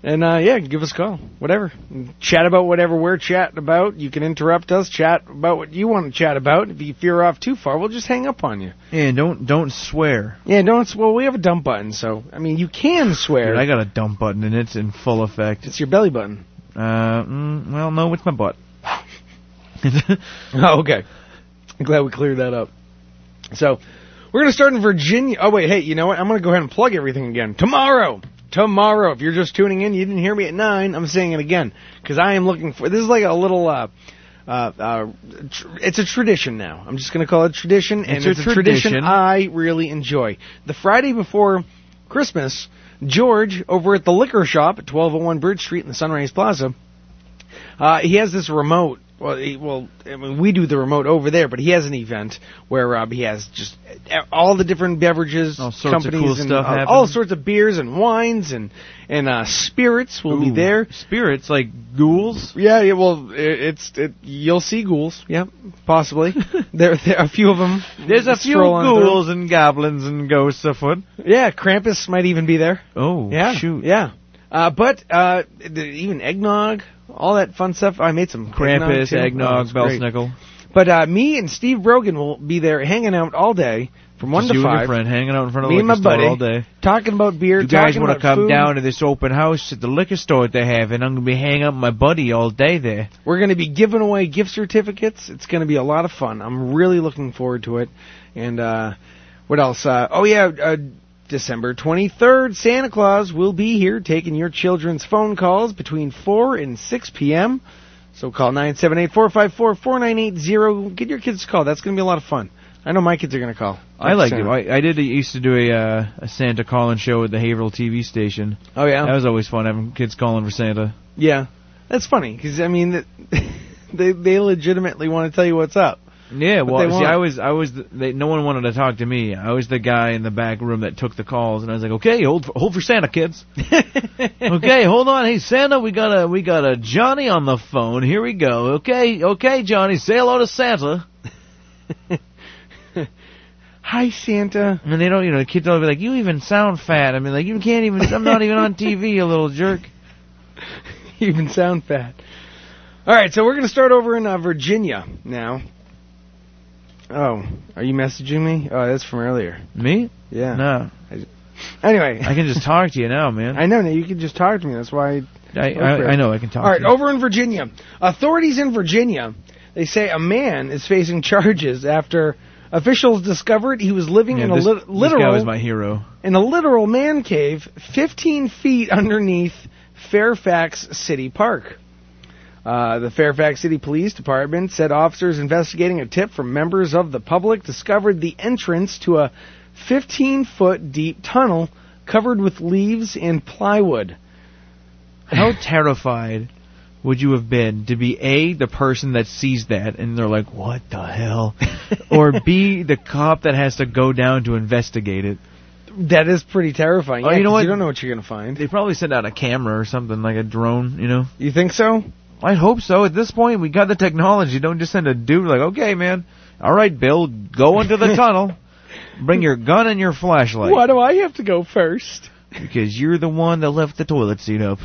[SPEAKER 3] And uh, yeah, give us a call. Whatever. Chat about whatever we're chatting about. You can interrupt us, chat about what you want to chat about. If you veer off too far, we'll just hang up on you.
[SPEAKER 9] and don't don't swear.
[SPEAKER 3] Yeah, don't. s- Well, we have a dump button, so, I mean, you can swear.
[SPEAKER 9] Dude, I got a dump button and it's in full effect.
[SPEAKER 3] it's your belly button.
[SPEAKER 9] Uh, mm, well, no, it's my butt.
[SPEAKER 3] Oh, okay. I'm glad we cleared that up. So, we're going to start in Virginia. Oh, wait, hey, you know what? I'm going to go ahead and plug everything again. Tomorrow! Tomorrow, if you're just tuning in, you didn't hear me at 9, I'm saying it again. Because I am looking for. This is like a little. Uh, uh, uh, tr- it's a tradition now. I'm just going to call it tradition, and
[SPEAKER 9] It's
[SPEAKER 3] it's,
[SPEAKER 9] a
[SPEAKER 3] a, tradition.
[SPEAKER 9] tradition.
[SPEAKER 3] I really enjoy. The Friday before Christmas, George over at the liquor shop at 1201 Bridge Street in the Sunrise Plaza, uh, he has this remote. Well, he, well, I mean, we do the remote over there, but he has an event where uh, he has just uh, all the different beverages,
[SPEAKER 9] All sorts of
[SPEAKER 3] companies,
[SPEAKER 9] cool
[SPEAKER 3] and
[SPEAKER 9] stuff
[SPEAKER 3] uh,
[SPEAKER 9] happening.
[SPEAKER 3] all sorts of beers and wines and and uh, spirits will be
[SPEAKER 9] Ooh,
[SPEAKER 3] there.
[SPEAKER 9] Spirits like ghouls.
[SPEAKER 3] Yeah, yeah. Well, it, it's it, you'll see ghouls. Yeah, possibly. there, there, a few of them.
[SPEAKER 9] There's a few
[SPEAKER 3] stroll on through.
[SPEAKER 9] ghouls and goblins and ghosts afoot.
[SPEAKER 3] Yeah, Krampus might even be there.
[SPEAKER 9] Oh,
[SPEAKER 3] Yeah,
[SPEAKER 9] shoot.
[SPEAKER 3] Yeah, uh, but uh, th- even eggnog, all that fun stuff. I made some
[SPEAKER 9] Krampus,
[SPEAKER 3] too. Oh,
[SPEAKER 9] eggnog,
[SPEAKER 3] it's great.
[SPEAKER 9] Belsnickel.
[SPEAKER 3] But uh, me and Steve Brogan will be there hanging out all day from one
[SPEAKER 9] Just
[SPEAKER 3] to
[SPEAKER 9] you and
[SPEAKER 3] five,
[SPEAKER 9] your friend hanging out in front of
[SPEAKER 3] Me
[SPEAKER 9] the
[SPEAKER 3] and my
[SPEAKER 9] liquor store
[SPEAKER 3] buddy.
[SPEAKER 9] all day.
[SPEAKER 3] talking about beer.
[SPEAKER 9] You guys
[SPEAKER 3] talking
[SPEAKER 9] want to
[SPEAKER 3] about
[SPEAKER 9] come
[SPEAKER 3] food.
[SPEAKER 9] down to this open house at the liquor store they have, and I'm gonna be hanging out with my buddy all day there.
[SPEAKER 3] We're going to be giving away gift certificates. It's going to be a lot of fun. I'm really looking forward to it, and uh, What else? Uh, oh yeah, uh, December 23rd, Santa Claus will be here taking your children's phone calls between 4 and 6 p.m. So call 978-454-4980. Get your kids to call. That's going to be a lot of fun. I know my kids are going to call.
[SPEAKER 9] I liked it.
[SPEAKER 3] Santa.
[SPEAKER 9] I, I did. I used to do a, uh, a Santa call-in show at the Haverhill TV station.
[SPEAKER 3] Oh, yeah?
[SPEAKER 9] that was always fun having kids calling for Santa.
[SPEAKER 3] Yeah, that's funny because I mean, th- they they legitimately want to tell you what's up.
[SPEAKER 9] Yeah,
[SPEAKER 3] But
[SPEAKER 9] well,
[SPEAKER 3] they
[SPEAKER 9] see,
[SPEAKER 3] won't.
[SPEAKER 9] I was, I was, the, they, no one wanted to talk to me. I was the guy in the back room that took the calls, and I was like, okay, hold, for, hold for Santa, kids. okay, hold on, hey Santa, we got a, we got a Johnny on the phone. Here we go. Okay, okay, Johnny, say hello to Santa.
[SPEAKER 3] Hi, Santa.
[SPEAKER 9] And they don't, you know, the kids don't be like, you even sound fat. I mean, like, you can't even, I'm not even on TV, you little jerk.
[SPEAKER 3] You even sound fat. All right, so we're going to start over in uh, Virginia now. Oh, are you messaging me? Oh, that's from earlier.
[SPEAKER 9] Me?
[SPEAKER 3] Yeah.
[SPEAKER 9] No.
[SPEAKER 3] Anyway,
[SPEAKER 9] I can just talk to you now, man.
[SPEAKER 3] I know now. You can just talk to me. That's why.
[SPEAKER 9] I- I- I know, I can talk
[SPEAKER 3] All
[SPEAKER 9] to
[SPEAKER 3] right,
[SPEAKER 9] you.
[SPEAKER 3] over in Virginia, authorities in Virginia they say a man is facing charges after officials discovered he was living
[SPEAKER 9] Yeah,
[SPEAKER 3] in a
[SPEAKER 9] this-
[SPEAKER 3] lit-
[SPEAKER 9] this guy
[SPEAKER 3] literal
[SPEAKER 9] was my hero.
[SPEAKER 3] in a literal man cave 15 feet underneath Fairfax City Park. Uh, the Fairfax City Police Department said officers investigating a tip from members of the public discovered the entrance to a 15 foot deep tunnel covered with leaves and plywood.
[SPEAKER 9] How terrified would you have been to be a the person that sees that and they're like, "What the hell?" or b the cop that has to go down to investigate it?
[SPEAKER 3] That is pretty terrifying.
[SPEAKER 9] Oh,
[SPEAKER 3] Yeah,
[SPEAKER 9] you know
[SPEAKER 3] 'cause
[SPEAKER 9] what?
[SPEAKER 3] You don't know what you're going to find.
[SPEAKER 9] They probably sent out a camera or something like a drone, you know.
[SPEAKER 3] You think so?
[SPEAKER 9] I hope so. At this point, we got the technology. Don't just send a dude like, "Okay, man. All right, Bill, go into the tunnel. Bring your gun and your flashlight."
[SPEAKER 3] Why do I have to go first?
[SPEAKER 9] Because you're the one that left the toilet seat up.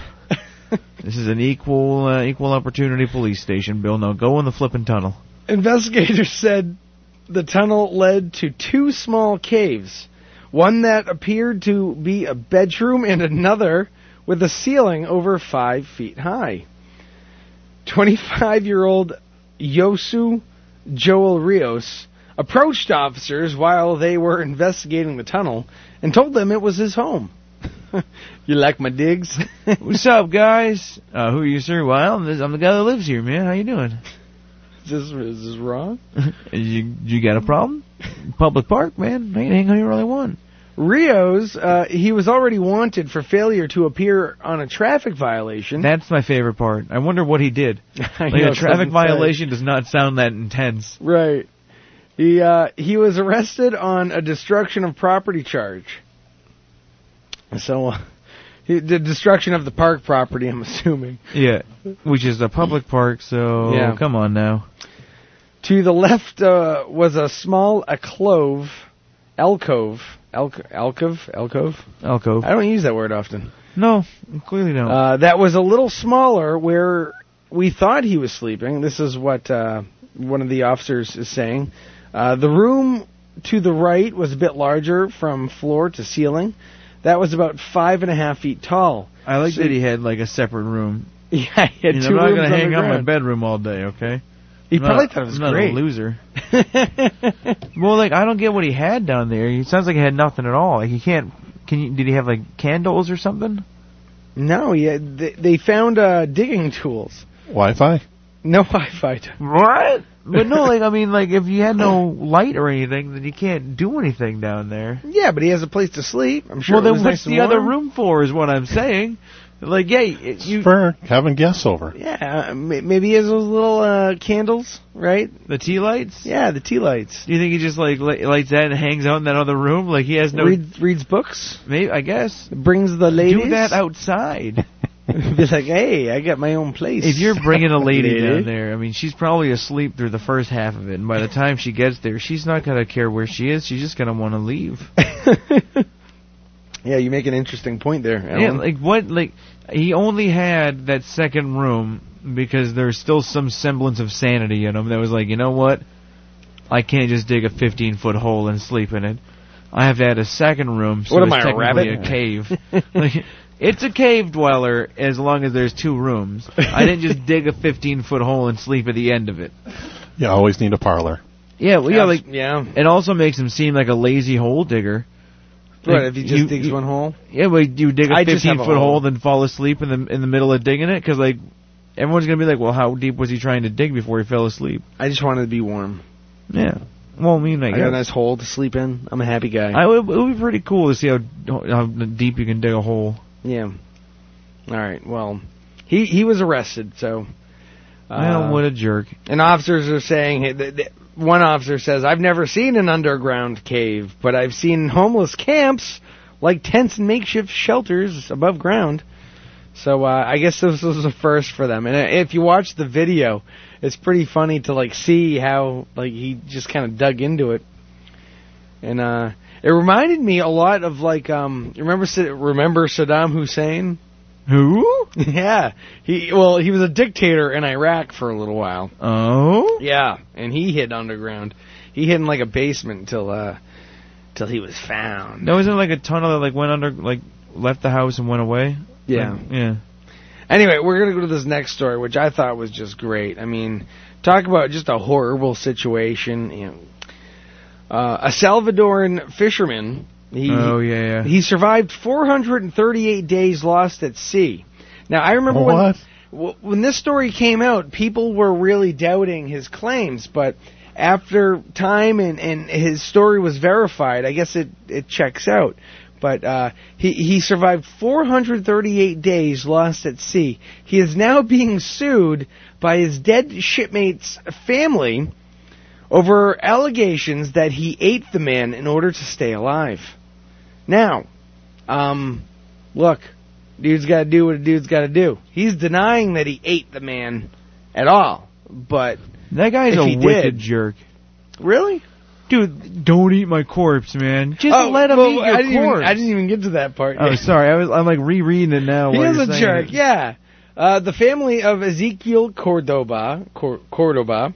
[SPEAKER 9] this is an equal uh, equal opportunity police station, Bill. Now go in the flipping tunnel.
[SPEAKER 3] Investigators said the tunnel led to two small caves, one that appeared to be a bedroom and another with a ceiling over five feet high. 25 year old Yosu Joel Rios approached officers while they were investigating the tunnel and told them it was his home. you like my digs?
[SPEAKER 9] What's up, guys? Uh, who are you, sir? Well, I'm, the- I'm the guy that lives here, man. How you doing?
[SPEAKER 3] Is this, is this wrong?
[SPEAKER 9] you you got a problem? Public park, man. I can hang out here all I want.
[SPEAKER 3] Rios, uh, he was already wanted for failure to appear on a traffic violation.
[SPEAKER 9] That's my favorite part. I wonder what he did.
[SPEAKER 3] I
[SPEAKER 9] Like
[SPEAKER 3] know,
[SPEAKER 9] a
[SPEAKER 3] it
[SPEAKER 9] traffic
[SPEAKER 3] doesn't
[SPEAKER 9] violation does not sound that intense.
[SPEAKER 3] right. He uh, he was arrested on a destruction of property charge. So, uh, he, the destruction of the park property, I'm assuming.
[SPEAKER 9] Yeah, which is a public park. So
[SPEAKER 3] Yeah.
[SPEAKER 9] come on now.
[SPEAKER 3] To the left uh, was a small alcove, alcove, alc- alcove, alcove.
[SPEAKER 9] Alcove.
[SPEAKER 3] I don't use that word often.
[SPEAKER 9] No, clearly don't.
[SPEAKER 3] Uh, that was a little smaller where we thought he was sleeping. This is what uh, one of the officers is saying. Uh, the room to the right was a bit larger from floor to ceiling. That was about five and a half feet tall.
[SPEAKER 9] I like
[SPEAKER 3] so-
[SPEAKER 9] that he had like a separate room.
[SPEAKER 3] Yeah, he had
[SPEAKER 9] You know,
[SPEAKER 3] two
[SPEAKER 9] I'm not
[SPEAKER 3] rooms
[SPEAKER 9] gonna
[SPEAKER 3] on
[SPEAKER 9] hang
[SPEAKER 3] the
[SPEAKER 9] out in my
[SPEAKER 3] ground.
[SPEAKER 9] bedroom all day, okay?
[SPEAKER 3] He
[SPEAKER 9] I'm not-
[SPEAKER 3] probably thought it was
[SPEAKER 9] I'm not
[SPEAKER 3] great.
[SPEAKER 9] a loser. well, like I don't get what he had down there. He sounds like he had nothing at all. Like he can't. Can you? Did he have like candles or something?
[SPEAKER 3] No, he had, they, they found uh, digging tools.
[SPEAKER 8] Wi-Fi.
[SPEAKER 3] No Wi-Fi.
[SPEAKER 9] What? But no, like I mean, like if you had no light or anything, then you can't do anything down there.
[SPEAKER 3] Yeah, but he has a place to sleep. I'm sure.
[SPEAKER 9] well,
[SPEAKER 3] it
[SPEAKER 9] then
[SPEAKER 3] was nice
[SPEAKER 9] what's
[SPEAKER 3] and
[SPEAKER 9] the other
[SPEAKER 3] warm.
[SPEAKER 9] room for? Is what I'm saying. Like, yeah, it- you
[SPEAKER 8] For having guests over.
[SPEAKER 3] Yeah, uh, may- maybe he has those little uh, candles, right?
[SPEAKER 9] the tea lights.
[SPEAKER 3] Yeah, the tea lights.
[SPEAKER 9] Do you think he just like li- lights that and hangs out in that other room? Like he has no.
[SPEAKER 3] Reads reads books.
[SPEAKER 9] maybe I guess
[SPEAKER 3] brings the ladies.
[SPEAKER 9] do that outside.
[SPEAKER 3] Be like, hey, I got my own place.
[SPEAKER 9] If you're bringing a lady down
[SPEAKER 3] Lady.
[SPEAKER 9] there, I mean, she's probably asleep through the first half of it, and by the time she gets there, she's not gonna care where she is. She's just gonna want to leave.
[SPEAKER 3] yeah, you make an interesting point there. Alan.
[SPEAKER 9] Yeah, like what? Like he only had that second room because there's still some semblance of sanity in him. That was like, you know what? I can't just dig a 15 foot hole and sleep in it. I have to add a second room. So
[SPEAKER 3] What am
[SPEAKER 9] it's
[SPEAKER 3] I, a
[SPEAKER 9] technically
[SPEAKER 3] rabbit?
[SPEAKER 9] A cave. like, it's a cave dweller as long as there's two rooms. I didn't just dig a 15 foot hole and sleep at the end of it.
[SPEAKER 8] You always need a parlor.
[SPEAKER 9] Yeah, well, yeah,
[SPEAKER 3] Abs-
[SPEAKER 9] like
[SPEAKER 3] yeah.
[SPEAKER 9] It also makes him seem like a lazy hole digger.
[SPEAKER 3] Right,
[SPEAKER 9] Like,
[SPEAKER 3] if he just digs one hole.
[SPEAKER 9] Yeah, well, you dig a
[SPEAKER 3] I just have
[SPEAKER 9] fifteen
[SPEAKER 3] a
[SPEAKER 9] foot
[SPEAKER 3] hole.
[SPEAKER 9] hole, then fall asleep in the in the middle of digging it, because like everyone's gonna be like, well, how deep was he trying to dig before he fell asleep?
[SPEAKER 3] I just wanted to be warm.
[SPEAKER 9] Yeah. Well, I mean, I,
[SPEAKER 3] I
[SPEAKER 9] guess.
[SPEAKER 3] got a nice hole to sleep in. I'm a happy guy.
[SPEAKER 9] I would, it would be pretty cool to see how how deep you can dig a hole.
[SPEAKER 3] yeah. All right. Well, he he was arrested. So.
[SPEAKER 9] well,
[SPEAKER 3] uh,
[SPEAKER 9] what a jerk!
[SPEAKER 3] And officers are saying hey, th- th- one officer says, "I've never seen an underground cave, but I've seen homeless camps like tents and makeshift shelters above ground." So uh, I guess this was a first for them. And uh, if you watch the video, it's pretty funny to like see how like he just kind of dug into it. And uh, it reminded me a lot of like um, remember Sa- remember Saddam Hussein?
[SPEAKER 9] Who?
[SPEAKER 3] Yeah, he well he was a dictator in Iraq for a little while.
[SPEAKER 9] Oh,
[SPEAKER 3] Yeah, and he hid underground. He hid in like a basement until uh till he was found.
[SPEAKER 9] that wasn't it like a tunnel that like went under, like left the house and went away.
[SPEAKER 3] Yeah.
[SPEAKER 9] Like, yeah.
[SPEAKER 3] Anyway, we're gonna go to this next story, which I thought was just great. I mean, talk about just a horrible situation. You know, uh, a Salvadoran fisherman. He,
[SPEAKER 9] oh yeah, yeah.
[SPEAKER 3] He survived 438 days lost at sea. Now I remember
[SPEAKER 8] What?
[SPEAKER 3] when wh- when this story came out, people were really doubting his claims, but after time and, and his story was verified, I guess it it checks out. But uh, he he survived 438 days lost at sea. He is now being sued by his dead shipmate's family over allegations that he ate the man in order to stay alive. Now, um, look, dude's got to do what a dude's got to do. He's denying that he ate the man at all, but
[SPEAKER 9] that guy's
[SPEAKER 3] if
[SPEAKER 9] a
[SPEAKER 3] he
[SPEAKER 9] wicked
[SPEAKER 3] did-
[SPEAKER 9] jerk.
[SPEAKER 3] really,
[SPEAKER 9] Dude, don't eat my corpse, man. Just
[SPEAKER 3] Oh,
[SPEAKER 9] let him
[SPEAKER 3] well,
[SPEAKER 9] eat your
[SPEAKER 3] I didn't
[SPEAKER 9] corpse.
[SPEAKER 3] Even, I didn't even get to that part.
[SPEAKER 9] Oh, sorry. I was. I'm like rereading it now.
[SPEAKER 3] He
[SPEAKER 9] while
[SPEAKER 3] is
[SPEAKER 9] you're
[SPEAKER 3] a
[SPEAKER 9] saying
[SPEAKER 3] jerk.
[SPEAKER 9] it.
[SPEAKER 3] Yeah. Uh, the family of Ezekiel Cordoba, Cor- Cordoba,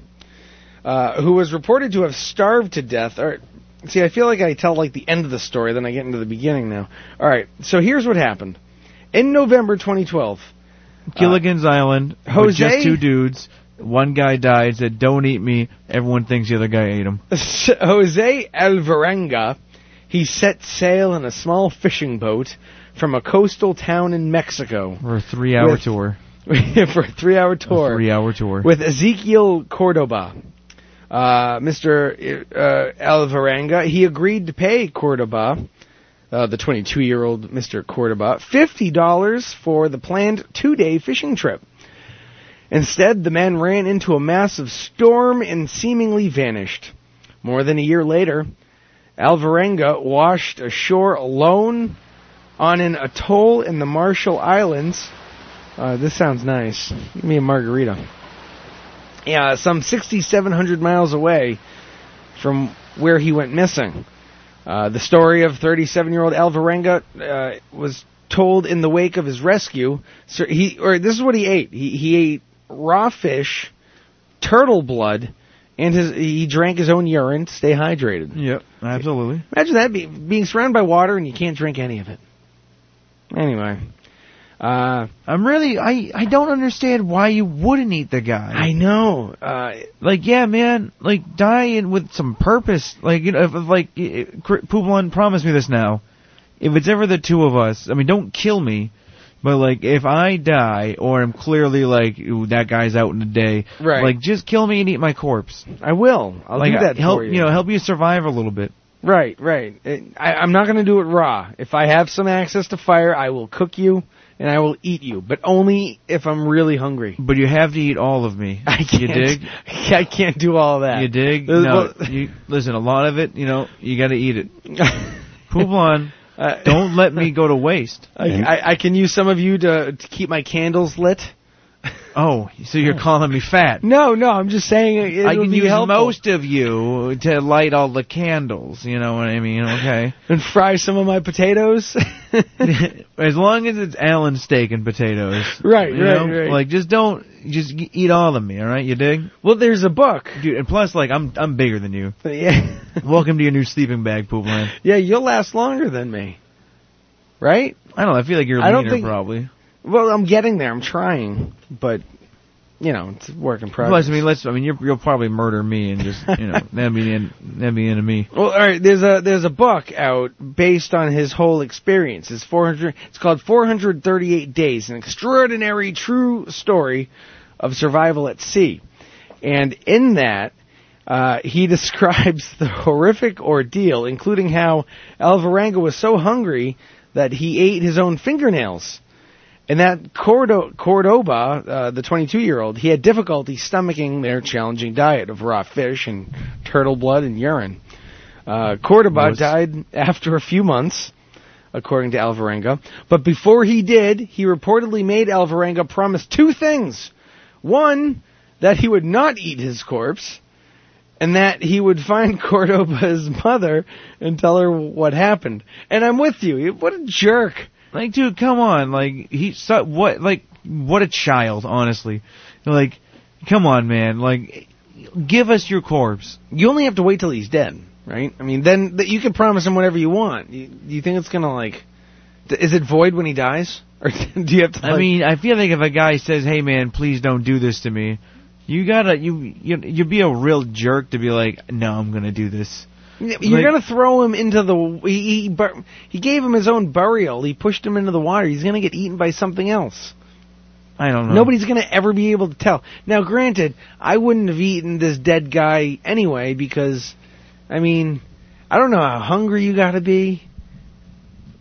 [SPEAKER 3] uh, who was reported to have starved to death. Or, see, I feel like I tell like the end of the story, then I get into the beginning now. All right. So here's what happened. In November 2012,
[SPEAKER 9] Gilligan's Island. with
[SPEAKER 3] Jose-
[SPEAKER 9] just two dudes. One guy died. Said, "Don't eat me." Everyone thinks the other guy ate him.
[SPEAKER 3] Jose Alvarenga, he set sail in a small fishing boat from a coastal town in Mexico
[SPEAKER 9] For a three-hour
[SPEAKER 3] With-
[SPEAKER 9] tour.
[SPEAKER 3] for a three-hour tour.
[SPEAKER 9] A three-hour tour.
[SPEAKER 3] with Ezekiel Cordoba. Uh, Mr. Uh, Alvarenga, he agreed to pay Cordoba, uh, the 22-year-old Mr. Cordoba, $50 for the planned two-day fishing trip. Instead, the man ran into a massive storm and seemingly vanished. More than a year later, Alvarenga washed ashore alone on an atoll in the Marshall Islands. Uh, this sounds nice. Give me a margarita yeah, some 6,700 miles away from where he went missing. Uh, the story of 37-year-old Alvarenga uh, was told in the wake of his rescue. So he, or this is what he ate. He, he ate raw fish, turtle blood, and his, he drank his own urine to stay hydrated.
[SPEAKER 9] Yep, absolutely.
[SPEAKER 3] Imagine that be, being surrounded by water and you can't drink any of it. Anyway, uh,
[SPEAKER 9] I'm really. I I don't understand why you wouldn't eat the guy.
[SPEAKER 3] I know. Uh,
[SPEAKER 9] like yeah, man, like dying with some purpose. Like you know, if, if, like Pooblan, promise me this now. If it's ever the two of us, I mean, don't kill me. But like, if I die or I'm clearly like Ooh, that guy's out in the day,
[SPEAKER 3] Right.
[SPEAKER 9] Like, just kill me and eat my corpse.
[SPEAKER 3] I will. I'll
[SPEAKER 9] like,
[SPEAKER 3] do that
[SPEAKER 9] I- help
[SPEAKER 3] for uh, you.
[SPEAKER 9] know, help you survive a little bit.
[SPEAKER 3] Right, right. It- I, I'm not going to do it raw. If I have some access to fire, I will cook you and I will eat you, but only if I'm really hungry.
[SPEAKER 9] But you have to eat all of me.
[SPEAKER 3] I can't.
[SPEAKER 9] You dig?
[SPEAKER 3] I can't do all that.
[SPEAKER 9] You dig?
[SPEAKER 3] Uh,
[SPEAKER 9] No.
[SPEAKER 3] well-
[SPEAKER 9] you, listen, a lot of it, you know, you got to eat it. Pooblan,
[SPEAKER 3] Uh,
[SPEAKER 9] don't let me go to waste.
[SPEAKER 3] I, I, I can use some of you to, to keep my candles lit.
[SPEAKER 9] Oh, so you're calling me fat?
[SPEAKER 3] No, no. I'm just saying it, it'll
[SPEAKER 9] I can
[SPEAKER 3] be
[SPEAKER 9] use
[SPEAKER 3] helpful.
[SPEAKER 9] most of you to light all the candles. You know what I mean? Okay.
[SPEAKER 3] and fry some of my potatoes.
[SPEAKER 9] as long as it's Allen steak and potatoes.
[SPEAKER 3] Right,
[SPEAKER 9] you
[SPEAKER 3] right,
[SPEAKER 9] know?
[SPEAKER 3] right.
[SPEAKER 9] Like just don't just g- eat all of me. All right, you dig?
[SPEAKER 3] well, there's a book.
[SPEAKER 9] Dude, and plus, like I'm I'm bigger than you.
[SPEAKER 3] Yeah,
[SPEAKER 9] Welcome to your new sleeping bag, poop man.
[SPEAKER 3] yeah. You'll last longer than me, right?
[SPEAKER 9] I don't. know, I feel like you're
[SPEAKER 3] I
[SPEAKER 9] leaner
[SPEAKER 3] don't think-
[SPEAKER 9] probably.
[SPEAKER 3] Well, I'm getting there. I'm trying, but you know, it's a work in progress.
[SPEAKER 9] Plus, I mean, let's. I mean, you're, you'll probably murder me and just, you know, that'd be the end. That'd be the end of me.
[SPEAKER 3] Well, all right. There's a there's a book out based on his whole experience. It's 400. It's called 438 Days: An Extraordinary True Story of Survival at Sea. And in that, uh, he describes the horrific ordeal, including how Alvarenga was so hungry that he ate his own fingernails. And that Cordo- Cordoba, uh, the 22 year old, he had difficulty stomaching their challenging diet of raw fish and turtle blood and urine. Uh, Cordoba
[SPEAKER 9] Gross.
[SPEAKER 3] died after a few months, according to Alvarenga. But before he did, he reportedly made Alvarenga promise two things. One, that he would not eat his corpse, and that he would find Cordoba's mother and tell her what happened. And I'm with you. What a jerk.
[SPEAKER 9] Like, dude, come on. Like, he, so, what, like, what a child, honestly. Like, come on, man. Like, give us your corpse.
[SPEAKER 3] You only have to wait till he's dead, right? I mean, then th- you can promise him whatever you want. You, you think it's gonna like, th- is it void when he dies, or do you have to? Like,
[SPEAKER 9] I mean, I feel like if a guy says, "Hey, man, please don't do this to me," you gotta, you, you, you'd be a real jerk to be like, "No, I'm gonna do this."
[SPEAKER 3] you're
[SPEAKER 9] like-
[SPEAKER 3] gonna throw him into the he he, bur- he gave him his own burial. He pushed him into the water. He's gonna get eaten by something else.
[SPEAKER 9] I don't know.
[SPEAKER 3] Nobody's going to ever be able to tell. Now, granted, I wouldn't have eaten this dead guy anyway because, I mean, I don't know how hungry you got to be,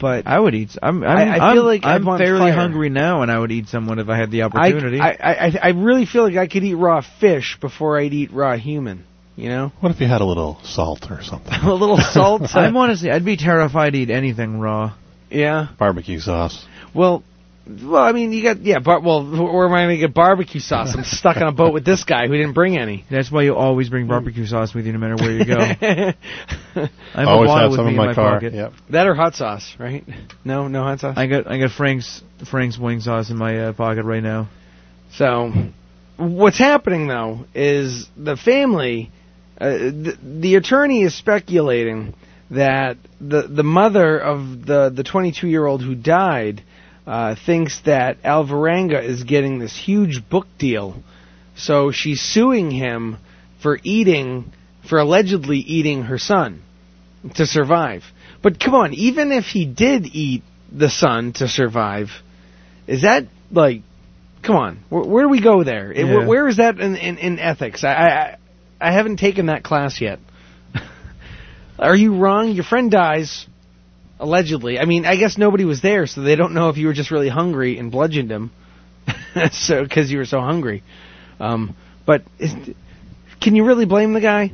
[SPEAKER 3] but
[SPEAKER 9] I would eat. I'm. I'm
[SPEAKER 3] I- I
[SPEAKER 9] am
[SPEAKER 3] feel like I'd
[SPEAKER 9] I'm
[SPEAKER 3] want
[SPEAKER 9] fairly
[SPEAKER 3] fire.
[SPEAKER 9] hungry now, and I would eat someone if I had the
[SPEAKER 3] I,
[SPEAKER 9] opportunity.
[SPEAKER 3] I, I, I really feel like I could eat raw fish before I'd eat raw human. You know,
[SPEAKER 8] What if you had a little salt or something?
[SPEAKER 3] a little salt. uh,
[SPEAKER 9] I'm honestly, I'd be terrified to eat anything raw.
[SPEAKER 3] yeah.
[SPEAKER 8] Barbecue sauce.
[SPEAKER 3] Well, well, I mean, you got yeah. Bar- well, wh- where am I going to get barbecue sauce? I'm stuck on a boat with this guy who didn't bring any.
[SPEAKER 9] That's why you always bring barbecue sauce with you, no matter where you go. I have
[SPEAKER 8] always
[SPEAKER 9] a bottle
[SPEAKER 8] have
[SPEAKER 9] with
[SPEAKER 8] some
[SPEAKER 9] me
[SPEAKER 8] in my, car.
[SPEAKER 9] pocket.
[SPEAKER 8] Yep.
[SPEAKER 3] that or hot sauce, right? No, no hot sauce.
[SPEAKER 9] I got I got Frank's Frank's wing sauce in my uh, pocket right now.
[SPEAKER 3] So, what's happening though is the family, uh, the, the attorney is speculating that the the mother of the the 22 year old who died uh, thinks that Alvarenga is getting this huge book deal, so she's suing him for eating for allegedly eating her son to survive. But come on, even if he did eat the son to survive, is that like come on, where, where do we go there? It- where-
[SPEAKER 9] Yeah.
[SPEAKER 3] where is that in, in, in ethics? I, I I- I haven't taken that class yet. Are you wrong? Your friend dies, allegedly. I mean, I guess nobody was there, so they don't know if you were just really hungry and bludgeoned him, so because you were so hungry. Um, but is, can you really blame the guy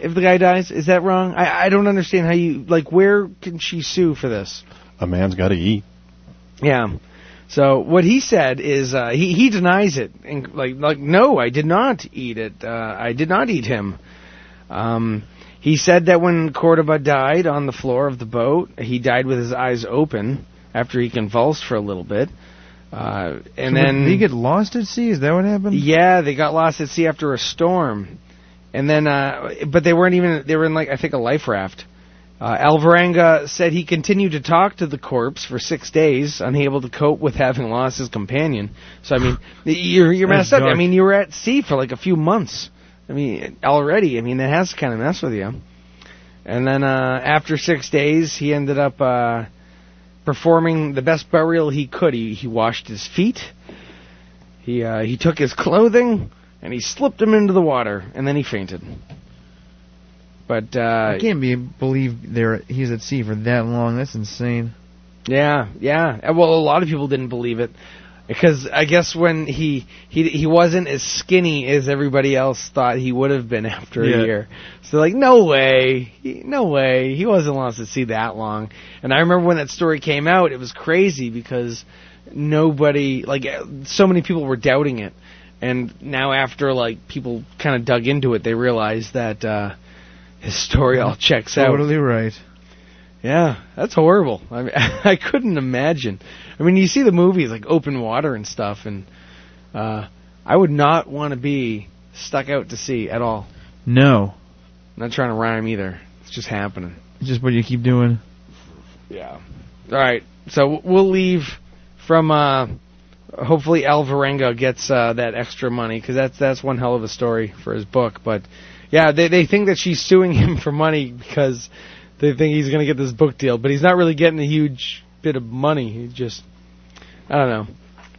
[SPEAKER 3] if the guy dies? Is that wrong? I, I don't understand how you like. Where can she sue for this?
[SPEAKER 8] A man's got to eat.
[SPEAKER 3] Yeah. So what he said is uh, he he denies it and like like no I did not eat it uh, I did not eat him. Um, he said that when Cordoba died on the floor of the boat, he died with his eyes open after he convulsed for a little bit, uh, and
[SPEAKER 9] So
[SPEAKER 3] then
[SPEAKER 9] did he get lost at sea? Is that what happened?
[SPEAKER 3] yeah, they got lost at sea after a storm, and then uh, but they weren't even they were in like I think a life raft. Uh, Alvarenga said he continued to talk to the corpse for six days, unable to cope with having lost his companion. So I mean, you're you're
[SPEAKER 9] That's
[SPEAKER 3] messed up. I
[SPEAKER 9] dark.
[SPEAKER 3] mean, you were at sea for like a few months. I mean, already. I mean, that has to kind of mess with you. And then uh, after six days, he ended up uh, performing the best burial he could. He he washed his feet. He uh, he took his clothing and he slipped him into the water, and then he fainted. But uh,
[SPEAKER 9] I can't be, believe there he's at sea for that long. That's insane.
[SPEAKER 3] yeah, yeah. Uh, Well, a lot of people didn't believe it because I guess when he he he wasn't as skinny as everybody else thought he would have been after
[SPEAKER 9] Yeah.
[SPEAKER 3] a year. So like, no way, He- no way, he wasn't lost at sea that long. And I remember when that story came out, it was crazy because nobody like uh, so many people were doubting it. And now after like people kind of dug into it, they realized that uh, his story all checks out.
[SPEAKER 9] Totally right.
[SPEAKER 3] Yeah, that's horrible. I mean, I couldn't imagine. I mean, you see the movies like open water and stuff, and uh, I would not want to be stuck out to sea at all.
[SPEAKER 9] No,
[SPEAKER 3] not trying to rhyme either. It's just happening.
[SPEAKER 9] it's just what you keep doing.
[SPEAKER 3] Yeah. All right. So w- we'll leave from uh, hopefully Al Varenga gets uh, that extra money because that's that's one hell of a story for his book. But yeah, they they think that she's suing him for money because they think he's going to get this book deal, but he's not really getting a huge bit of money. He just I don't know.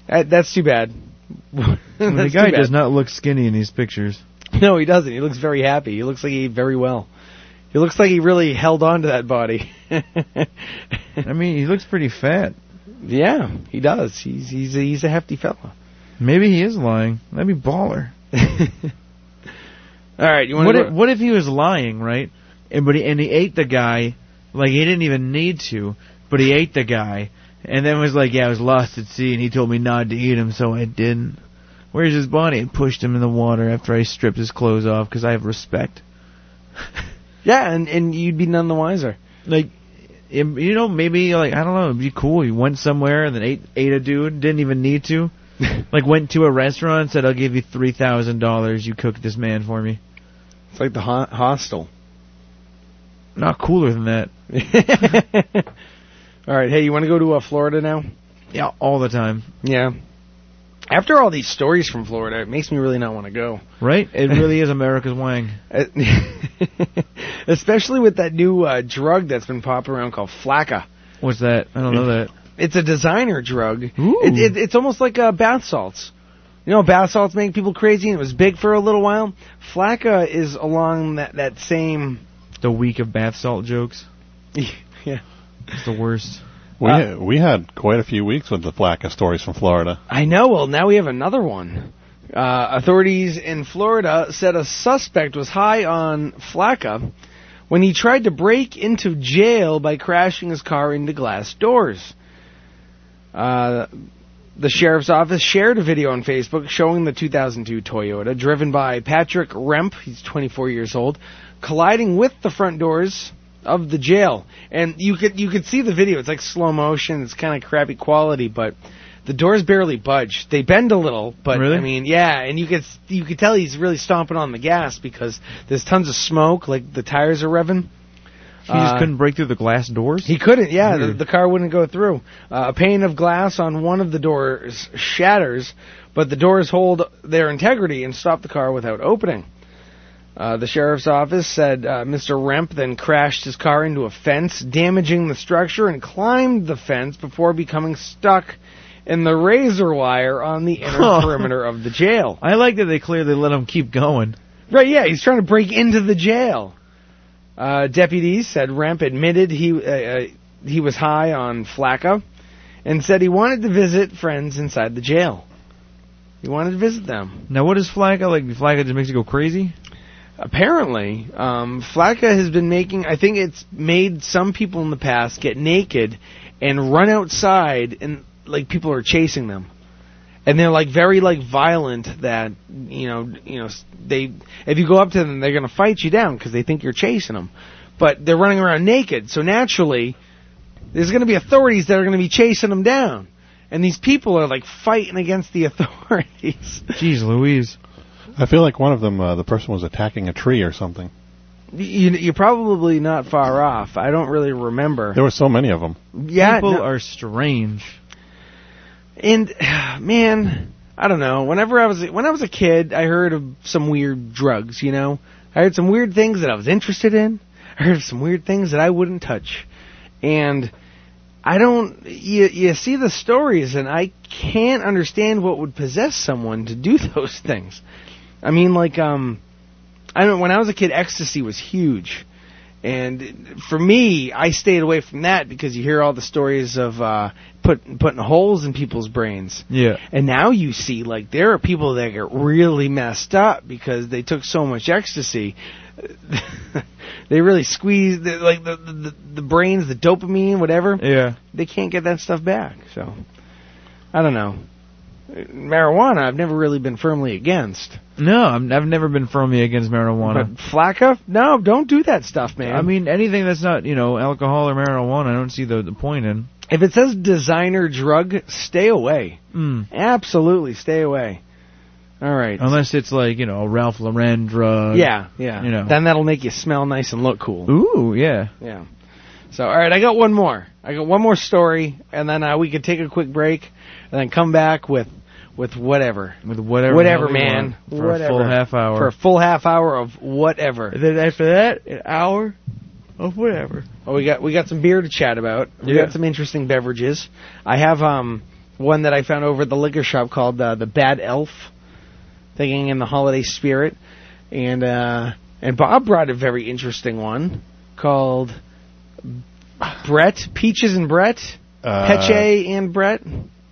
[SPEAKER 3] That, that's too bad.
[SPEAKER 9] the
[SPEAKER 3] That's
[SPEAKER 9] guy
[SPEAKER 3] too bad.
[SPEAKER 9] does not look skinny in these pictures.
[SPEAKER 3] No, he doesn't. He looks very happy. He looks like he ate very well. He looks like he really held on to that body.
[SPEAKER 9] I mean, he looks pretty fat.
[SPEAKER 3] Yeah, he does. He's he's a, he's a hefty fella.
[SPEAKER 9] Maybe he is lying. That'd be baller.
[SPEAKER 3] All right, you want
[SPEAKER 9] what
[SPEAKER 3] to?
[SPEAKER 9] if, what if he was lying, right? And but he, and he ate the guy like he didn't even need to, but he ate the guy, and then was like, "Yeah, I was lost at sea, and he told me not to eat him, so I didn't." Where's his body? And pushed him in the water after I stripped his clothes off because I have respect.
[SPEAKER 3] yeah, and and you'd be none the wiser.
[SPEAKER 9] Like, im- you know, maybe like I don't know, it'd be cool. You went somewhere and then ate ate a dude, didn't even need to. like went to a restaurant, said, "I'll give you three thousand dollars. You cook this man for me."
[SPEAKER 3] It's like the ho- hostel.
[SPEAKER 9] Not cooler than that.
[SPEAKER 3] All right, hey, you want to go to uh, Florida now?
[SPEAKER 9] Yeah, all the time.
[SPEAKER 3] Yeah. After all these stories from Florida, it makes me really not want to go.
[SPEAKER 9] Right? It really is America's wang.
[SPEAKER 3] Uh, Especially with that new uh, drug that's been popping around called Flacca.
[SPEAKER 9] What's that? I don't know that.
[SPEAKER 3] It's a designer drug. It,
[SPEAKER 9] Ooh.
[SPEAKER 3] it, it's almost like uh, bath salts. You know, bath salts make people crazy, and it was big for a little while. Flacca is along that, that same.
[SPEAKER 9] The week of bath salt jokes.
[SPEAKER 3] yeah.
[SPEAKER 9] It's the worst.
[SPEAKER 8] We
[SPEAKER 3] Uh,
[SPEAKER 8] we had quite a few weeks with the Flacca stories from Florida.
[SPEAKER 3] I know. Well, now we have another one. Uh, authorities in Florida said a suspect was high on Flacca when he tried to break into jail by crashing his car into glass doors. Uh, the sheriff's office shared a video on Facebook showing the 2002 Toyota, driven by Patrick Remp, he's 24 years old, colliding with the front doors of the jail. And you could you could see the video. It's like slow motion. It's kind of crappy quality, but the doors barely budge. They bend a little, but
[SPEAKER 9] Really?
[SPEAKER 3] I mean, yeah. And you could s- you could tell he's really stomping on the gas because there's tons of smoke. Like the tires are revving.
[SPEAKER 9] He just
[SPEAKER 3] Uh,
[SPEAKER 9] couldn't break through the glass doors?
[SPEAKER 3] he couldn't. Yeah, the,
[SPEAKER 9] Weird.
[SPEAKER 3] the car wouldn't go through. Uh, a pane of glass on one of the doors shatters, but the doors hold their integrity and stop the car without opening. Uh, the sheriff's office said uh, Mr. Remp then crashed his car into a fence, damaging the structure, and climbed the fence before becoming stuck in the razor wire on the
[SPEAKER 9] Oh.
[SPEAKER 3] inner perimeter of the jail.
[SPEAKER 9] I like that they clearly let him keep going.
[SPEAKER 3] Right, yeah, he's trying to break into the jail. Uh, deputies said Remp admitted he uh, uh, he was high on Flacca, and said he wanted to visit friends inside the jail. He wanted to visit them.
[SPEAKER 9] Now, what is Flacco like? Flacco just makes you go crazy?
[SPEAKER 3] Apparently, um, Flacca has been making. I think it's made some people in the past get naked and run outside, and like people are chasing them. And they're like very like violent that you know you know s- they if you go up to them they're gonna fight you down because they think you're chasing them, but they're running around naked so naturally there's gonna be authorities that are gonna be chasing them down, and these people are like fighting against the authorities.
[SPEAKER 9] Jeez Louise.
[SPEAKER 8] I feel like one of them, uh, the person was attacking a tree or something.
[SPEAKER 3] You, you're probably not far off. I don't really remember.
[SPEAKER 8] There were so many of them.
[SPEAKER 3] yeah,
[SPEAKER 9] People
[SPEAKER 3] no-
[SPEAKER 9] are strange.
[SPEAKER 3] and man, I don't know. Whenever I was when I was a kid, I heard of some weird drugs. You know, I heard some weird things that I was interested in. I heard of some weird things that I wouldn't touch, and I don't. You you see the stories, and I can't understand what would possess someone to do those things. I mean, like um, I don't. When I was a kid, ecstasy was huge. And for me, I stayed away from that because you hear all the stories of uh, put, putting holes in people's brains.
[SPEAKER 9] Yeah.
[SPEAKER 3] And now you see, like, there are people that get really messed up because they took so much ecstasy. they really squeeze, the, like, the, the, the- the brains, the dopamine, whatever.
[SPEAKER 9] Yeah.
[SPEAKER 3] They can't get that stuff back. So, I don't know. Marijuana, I've never really been firmly against.
[SPEAKER 9] No, I'm, I've never been firmly against marijuana.
[SPEAKER 3] But Flacca, no, don't do that stuff, man.
[SPEAKER 9] I mean, anything that's not, you know, alcohol or marijuana, I don't see the, the point in.
[SPEAKER 3] If it says designer drug, stay away.
[SPEAKER 9] Mm.
[SPEAKER 3] Absolutely, stay away. All right.
[SPEAKER 9] Unless it's like, you know, a Ralph Lauren drug.
[SPEAKER 3] yeah, yeah.
[SPEAKER 9] you know.
[SPEAKER 3] Then that'll make you smell nice and look cool.
[SPEAKER 9] Ooh, yeah.
[SPEAKER 3] Yeah. So, all right, I got one more. I got one more story, and then uh, we could take a quick break, and then come back with with whatever,
[SPEAKER 9] with whatever,
[SPEAKER 3] whatever,
[SPEAKER 9] we
[SPEAKER 3] man,
[SPEAKER 9] want for
[SPEAKER 3] whatever.
[SPEAKER 9] a full half hour.
[SPEAKER 3] for a full half hour of whatever.
[SPEAKER 9] And then after that, an hour of whatever.
[SPEAKER 3] Well, Oh, we got we got some beer to chat about. We
[SPEAKER 9] Yeah.
[SPEAKER 3] got some interesting beverages. I have um one that I found over at the liquor shop called uh, the Bad Elf, thinking in the holiday spirit, and uh, and Bob brought a very interesting one called Brett Peaches and Brett
[SPEAKER 8] Uh,
[SPEAKER 3] Peche and Brett.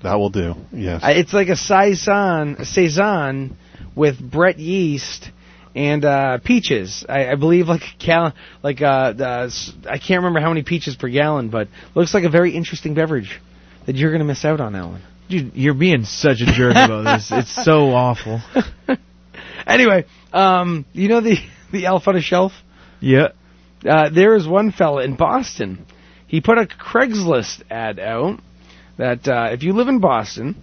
[SPEAKER 8] That will do. Yes.
[SPEAKER 3] Uh, It's like a saison, a saison with Brett yeast and uh, peaches. I, I believe like a gal, like uh, the, s- I can't remember how many peaches per gallon, but looks like a very interesting beverage that you're gonna miss out on, Alan.
[SPEAKER 9] Dude, you're being such a jerk about this. It's so awful.
[SPEAKER 3] Anyway, um, you know the the elf on a shelf.
[SPEAKER 9] Yeah.
[SPEAKER 3] Uh, there is one fella in Boston. He put a Craigslist ad out that uh, if you live in Boston,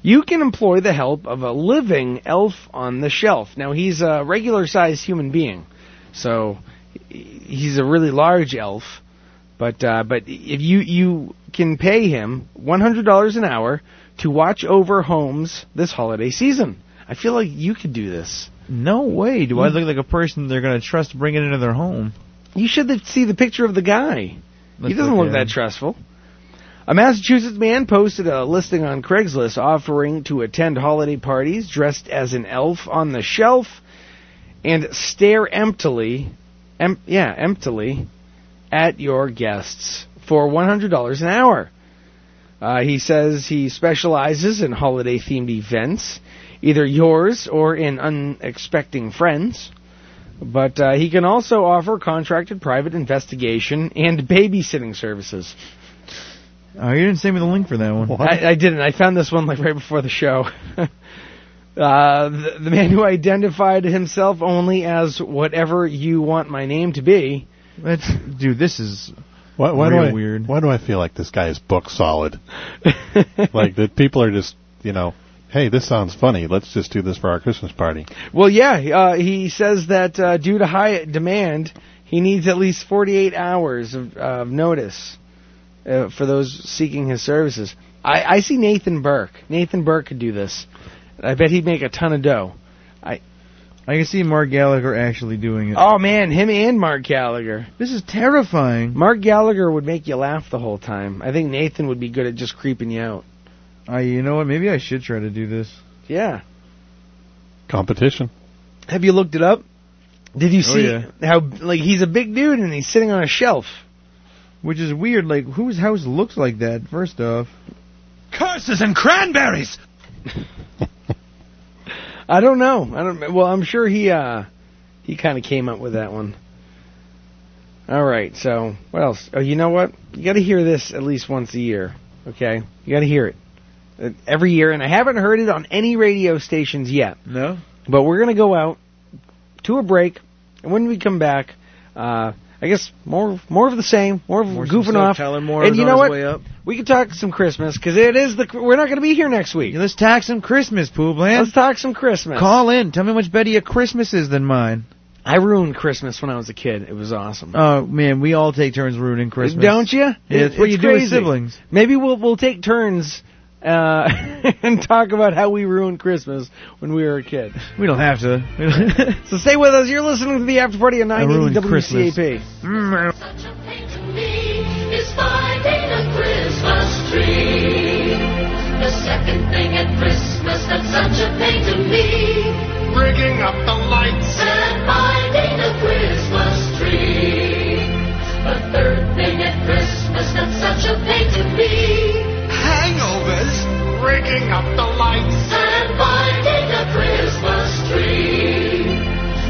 [SPEAKER 3] you can employ the help of a living elf on the shelf. Now he's a regular sized human being, so he- he's a really large elf. But uh, but if you you can pay him one hundred dollars an hour to watch over homes this holiday season. I feel like you could do this.
[SPEAKER 9] No way. Do I look like a person they're gonna trust bringing into their home?
[SPEAKER 3] You should see the picture of the guy.
[SPEAKER 9] Let's
[SPEAKER 3] he doesn't
[SPEAKER 9] look
[SPEAKER 3] look
[SPEAKER 9] at
[SPEAKER 3] that
[SPEAKER 9] him.
[SPEAKER 3] trustful. A Massachusetts man posted a listing on Craigslist offering to attend holiday parties dressed as an elf on the shelf and stare emptily, em- yeah, emptily at your guests for $100 an hour. Uh, he says he specializes in holiday themed events, either yours or in unexpecting friends. But uh, he can also offer contracted private investigation and babysitting services.
[SPEAKER 9] Oh, you didn't send me the link for that one.
[SPEAKER 3] I, I didn't. I found this one like right before the show. uh, the, the man who identified himself only as whatever you want my name to be.
[SPEAKER 9] That's dude. This is
[SPEAKER 8] Why, why do
[SPEAKER 9] Real
[SPEAKER 8] I,
[SPEAKER 9] weird.
[SPEAKER 8] Why do I feel like this guy is book solid? like that people are just, you know, hey, this sounds funny. Let's just do this for our Christmas party.
[SPEAKER 3] Well, yeah, uh, he says that uh, due to high demand, he needs at least 48 hours of, of notice uh, for those seeking his services. I, I see Nathan Burke. Nathan Burke could do this. I bet he'd make a ton of dough.
[SPEAKER 9] I can see Mark Gallagher actually doing it.
[SPEAKER 3] Oh man, him and Mark Gallagher.
[SPEAKER 9] This is terrifying.
[SPEAKER 3] Mark Gallagher would make you laugh the whole time. I think Nathan would be good at just creeping you out.
[SPEAKER 9] I, you know what? Maybe I should try to do this.
[SPEAKER 3] Yeah.
[SPEAKER 8] Competition.
[SPEAKER 3] Have you looked it up? Did you
[SPEAKER 9] Oh,
[SPEAKER 3] see
[SPEAKER 9] yeah.
[SPEAKER 3] how like he's a big dude and he's sitting on a shelf?
[SPEAKER 9] Which is weird. Like, whose house looks like that? First off,
[SPEAKER 12] Curses and cranberries!
[SPEAKER 3] I don't know. I don't. Well, I'm sure he uh he kind of came up with that one. All right. So what else? Oh, you know what? You got to hear this at least once a year. Okay, you got to hear it Uh, every year, and I haven't heard it on any radio stations yet.
[SPEAKER 9] no.
[SPEAKER 3] But we're gonna go out to a break, and when we come back, uh, I guess more more of the same, more of
[SPEAKER 9] More some
[SPEAKER 3] goofing
[SPEAKER 9] stuff.
[SPEAKER 3] off.
[SPEAKER 9] Tyler Moore
[SPEAKER 3] and
[SPEAKER 9] is
[SPEAKER 3] you
[SPEAKER 9] on
[SPEAKER 3] know what?
[SPEAKER 9] his way up.
[SPEAKER 3] We can talk some Christmas because it is the we're not gonna be here next week.
[SPEAKER 9] Yeah, let's tax some Christmas, Poobland.
[SPEAKER 3] Let's talk some Christmas.
[SPEAKER 9] Call in. Tell me how much better your Christmas is than mine.
[SPEAKER 3] I ruined Christmas when I was a kid. It was awesome.
[SPEAKER 9] Oh man, we all take turns ruining Christmas,
[SPEAKER 3] Don't you?
[SPEAKER 9] Yeah, that's what you do with siblings.
[SPEAKER 3] Maybe we'll we'll take turns uh, and talk about how we ruined Christmas when we were a kid.
[SPEAKER 9] We don't have to. We don't-
[SPEAKER 3] So stay with us. You're listening to the After Party on
[SPEAKER 9] I
[SPEAKER 3] 980
[SPEAKER 9] ruined Christmas.
[SPEAKER 3] WCAP.
[SPEAKER 13] Such a pain to me is finding a Christmas tree. The second thing at Christmas that's such a pain to me. Rigging up the lights and finding a Christmas tree. The third thing at Christmas that's such a pain to me. Hangovers. Rigging up the lights and finding a Christmas tree.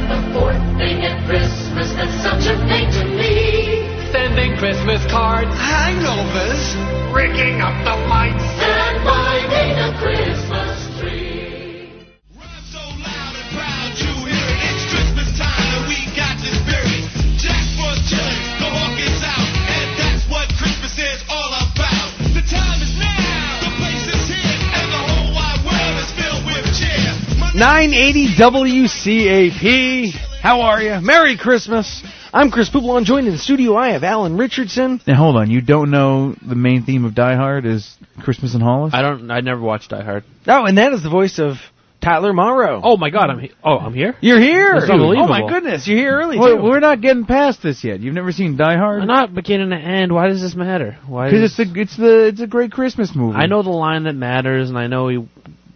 [SPEAKER 13] The fourth thing at Christmas that's such a pain to me. Sending Christmas cards. Hangovers. Rigging up the lights. And finding a Christmas tree.
[SPEAKER 3] Nine eighty WCAP. How are you? Merry Christmas. I'm Chris Poublon. Joined in the studio, I have Alan Richardson.
[SPEAKER 9] Now hold on, you don't know the main theme of Die Hard is Christmas in Hollis?
[SPEAKER 14] I don't. I never watched Die Hard.
[SPEAKER 3] Oh, and that is the voice of Tyler Morrow.
[SPEAKER 14] Oh my God, I'm he- oh I'm here.
[SPEAKER 3] You're here.
[SPEAKER 14] That's unbelievable.
[SPEAKER 3] Oh my goodness, you're here early.
[SPEAKER 9] Well,
[SPEAKER 3] too.
[SPEAKER 9] we're not getting past this yet. You've never seen Die Hard?
[SPEAKER 14] I'm not beginning to end. Why does this matter? Why?
[SPEAKER 9] Because
[SPEAKER 14] Does,
[SPEAKER 9] it's a it's the it's a great Christmas movie.
[SPEAKER 14] I know the line that matters, and I know he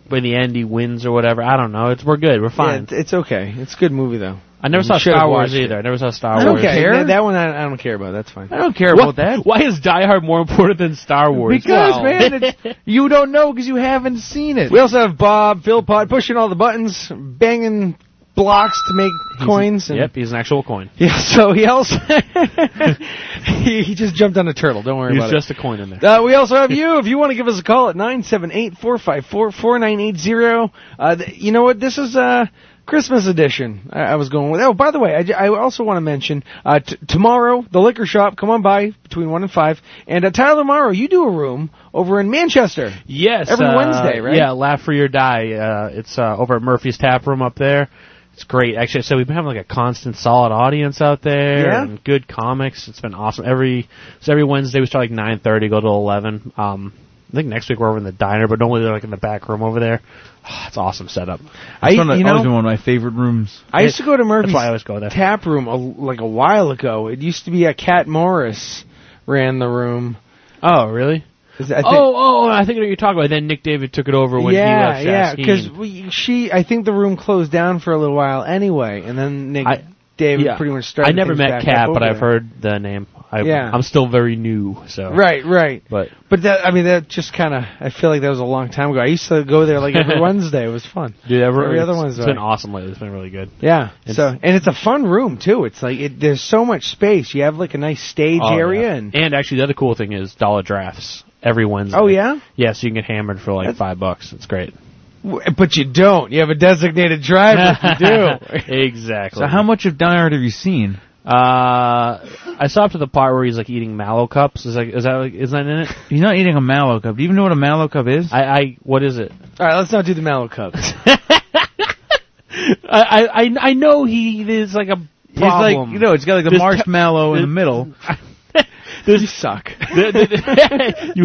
[SPEAKER 14] by the end he wins or whatever. I don't know. It's we're good. We're
[SPEAKER 3] Yeah,
[SPEAKER 14] fine.
[SPEAKER 3] it- it's okay. It's a good movie though.
[SPEAKER 14] I never
[SPEAKER 3] You
[SPEAKER 14] saw
[SPEAKER 3] should have
[SPEAKER 14] Star Wars
[SPEAKER 3] watched it.
[SPEAKER 14] either. I never saw Star
[SPEAKER 3] I don't
[SPEAKER 14] Wars.
[SPEAKER 3] care. That, that one I, I don't care about. That's fine.
[SPEAKER 9] I don't care
[SPEAKER 14] What-
[SPEAKER 9] about that.
[SPEAKER 14] Why is Die Hard more important than Star Wars?
[SPEAKER 9] Because
[SPEAKER 14] Wow.
[SPEAKER 9] man, it's, you don't know because you haven't seen it.
[SPEAKER 3] We also have Bob Philpott pushing all the buttons, banging blocks to make coins. And
[SPEAKER 14] yep, he's an actual coin.
[SPEAKER 3] Yeah, so he also he, he just jumped on a turtle. Don't worry
[SPEAKER 14] He's
[SPEAKER 3] about
[SPEAKER 14] just
[SPEAKER 3] it.
[SPEAKER 14] a coin in there.
[SPEAKER 3] Uh, we also have you. If you want to give us a call at nine seven eight four five four four nine eight zero. Uh, th- you know what? This is uh, Christmas edition. I, I was going with. Oh, by the way, I, j- I also want to mention uh, t- tomorrow the liquor shop. Come on by between one and five. And uh, Tyler Morrow, you do a room over in Manchester.
[SPEAKER 14] Yes,
[SPEAKER 3] every
[SPEAKER 14] uh,
[SPEAKER 3] Wednesday, right?
[SPEAKER 14] Yeah, Laugh Free or Die. Uh, it's uh, over at Murphy's Tap Room up there. It's great. Actually, so we've been having like a constant, solid audience out there.
[SPEAKER 3] Yeah?
[SPEAKER 14] And good comics. It's been awesome. Every so every Wednesday we start like nine thirty, go to eleven. Um, I think next week we're over in the diner, but normally they're like in the back room over there. it's awesome setup.
[SPEAKER 3] I-
[SPEAKER 9] It's one of-
[SPEAKER 14] oh,
[SPEAKER 3] you
[SPEAKER 9] always
[SPEAKER 3] know-
[SPEAKER 9] been one of my favorite rooms.
[SPEAKER 3] I used to go to Murphy's
[SPEAKER 14] why I always go there.
[SPEAKER 3] tap room a, like a while ago. It used to be a Cat Morris ran the room.
[SPEAKER 14] Oh, really?
[SPEAKER 3] Is that- I think-
[SPEAKER 14] oh, oh, I think I know what you're talking about. Then Nick David took it over when
[SPEAKER 3] yeah,
[SPEAKER 14] he
[SPEAKER 3] yeah,
[SPEAKER 14] left.
[SPEAKER 3] because she, I think the room closed down for a little while anyway, and then Nick
[SPEAKER 14] I-
[SPEAKER 3] David
[SPEAKER 14] yeah.
[SPEAKER 3] pretty much started.
[SPEAKER 14] I never
[SPEAKER 3] things
[SPEAKER 14] met
[SPEAKER 3] back
[SPEAKER 14] Kat,
[SPEAKER 3] up
[SPEAKER 14] but
[SPEAKER 3] over
[SPEAKER 14] I've
[SPEAKER 3] there.
[SPEAKER 14] heard the name. I,
[SPEAKER 3] Yeah.
[SPEAKER 14] I'm still very new, so
[SPEAKER 3] Right, right.
[SPEAKER 14] But
[SPEAKER 3] But that, I mean, that just kind of, I feel like that was a long time ago. I used to go there like every Wednesday. It was fun.
[SPEAKER 14] Dude, every,
[SPEAKER 3] every other
[SPEAKER 14] it's-
[SPEAKER 3] one's
[SPEAKER 14] it's been
[SPEAKER 3] right.
[SPEAKER 14] awesome lately. It's been really good.
[SPEAKER 3] Yeah.
[SPEAKER 14] It's-
[SPEAKER 3] so, and it's a fun room too. It's like it, there's so much space. You have like a nice stage
[SPEAKER 14] Oh,
[SPEAKER 3] area,
[SPEAKER 14] yeah.
[SPEAKER 3] and
[SPEAKER 14] actually, the other cool thing is dollar drafts every Wednesday.
[SPEAKER 3] Oh, yeah?
[SPEAKER 14] yeah. So you can get hammered for like five bucks. It's great.
[SPEAKER 3] w- but you don't. You have a designated driver. if you do.
[SPEAKER 14] exactly.
[SPEAKER 9] So how much of Die Hard have you seen?
[SPEAKER 14] Uh, I saw up to the part where he's like eating mallow cups. Is like is that like, is that in it?
[SPEAKER 9] He's not eating a mallow cup. Do you even know what a mallow cup is?
[SPEAKER 14] I, I what is it?
[SPEAKER 3] All right, let's not do the mallow cups.
[SPEAKER 14] I I I- I know he is like a
[SPEAKER 9] It's like
[SPEAKER 14] problem.
[SPEAKER 9] you know, it's got like the
[SPEAKER 14] There's te-
[SPEAKER 9] marshmallow in the middle.
[SPEAKER 3] you suck.
[SPEAKER 14] you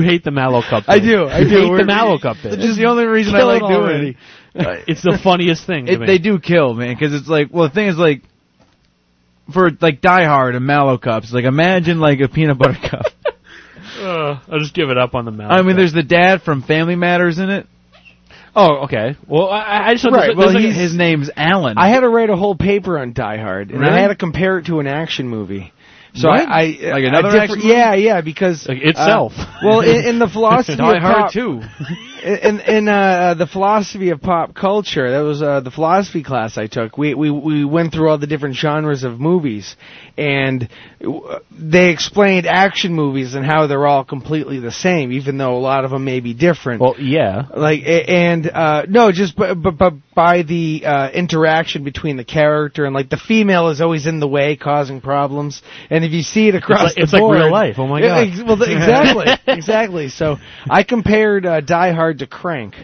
[SPEAKER 14] hate the mallow cup.
[SPEAKER 3] I
[SPEAKER 14] thing.
[SPEAKER 3] do, I
[SPEAKER 14] You
[SPEAKER 3] do.
[SPEAKER 14] hate
[SPEAKER 3] We're-
[SPEAKER 14] the mallow cup. thing.
[SPEAKER 9] This is the only reason I
[SPEAKER 14] Kill
[SPEAKER 9] like
[SPEAKER 14] it
[SPEAKER 9] doing
[SPEAKER 14] already. Uh,
[SPEAKER 9] it.
[SPEAKER 14] It's the funniest thing. To
[SPEAKER 9] It-
[SPEAKER 14] me.
[SPEAKER 9] They do kill, man, because it's like, well, the thing is, like, for like Die Hard and Mallow cups, like imagine like a peanut butter cup.
[SPEAKER 14] Uh, I'll just give it up on the mallow.
[SPEAKER 9] I mean,
[SPEAKER 14] cup.
[SPEAKER 9] there's the dad from Family Matters in it.
[SPEAKER 14] Oh, okay. Well, I, I just thought
[SPEAKER 3] Right,
[SPEAKER 14] There's,
[SPEAKER 3] well,
[SPEAKER 14] there's like
[SPEAKER 3] he's-
[SPEAKER 14] a-
[SPEAKER 9] His name's Alan.
[SPEAKER 3] I had to write a whole paper on Die Hard, and I
[SPEAKER 9] Really?
[SPEAKER 3] had to compare it to an action movie. So
[SPEAKER 9] What?
[SPEAKER 3] I, I
[SPEAKER 9] Like
[SPEAKER 3] a
[SPEAKER 9] another
[SPEAKER 3] different-
[SPEAKER 9] action movie?
[SPEAKER 3] Yeah, yeah, because
[SPEAKER 14] Like itself.
[SPEAKER 3] uh, well, in, in the philosophy
[SPEAKER 9] Die
[SPEAKER 3] of
[SPEAKER 9] Hard
[SPEAKER 3] pop,
[SPEAKER 9] too.
[SPEAKER 3] in in uh, the philosophy of pop culture, that was uh, the philosophy class I took. We we we went through all the different genres of movies, and uh, they explained action movies and how they're all completely the same, even though a lot of them may be different
[SPEAKER 14] well, yeah.
[SPEAKER 3] like a- and uh no just but but but by the uh interaction between the character and like the female is always in the way causing problems and if you see it across
[SPEAKER 14] like- it's
[SPEAKER 3] the
[SPEAKER 14] like
[SPEAKER 3] board,
[SPEAKER 14] real life. Oh my
[SPEAKER 3] Yeah,
[SPEAKER 14] God.
[SPEAKER 3] ex- well th- exactly exactly so i compared uh, die hard to crank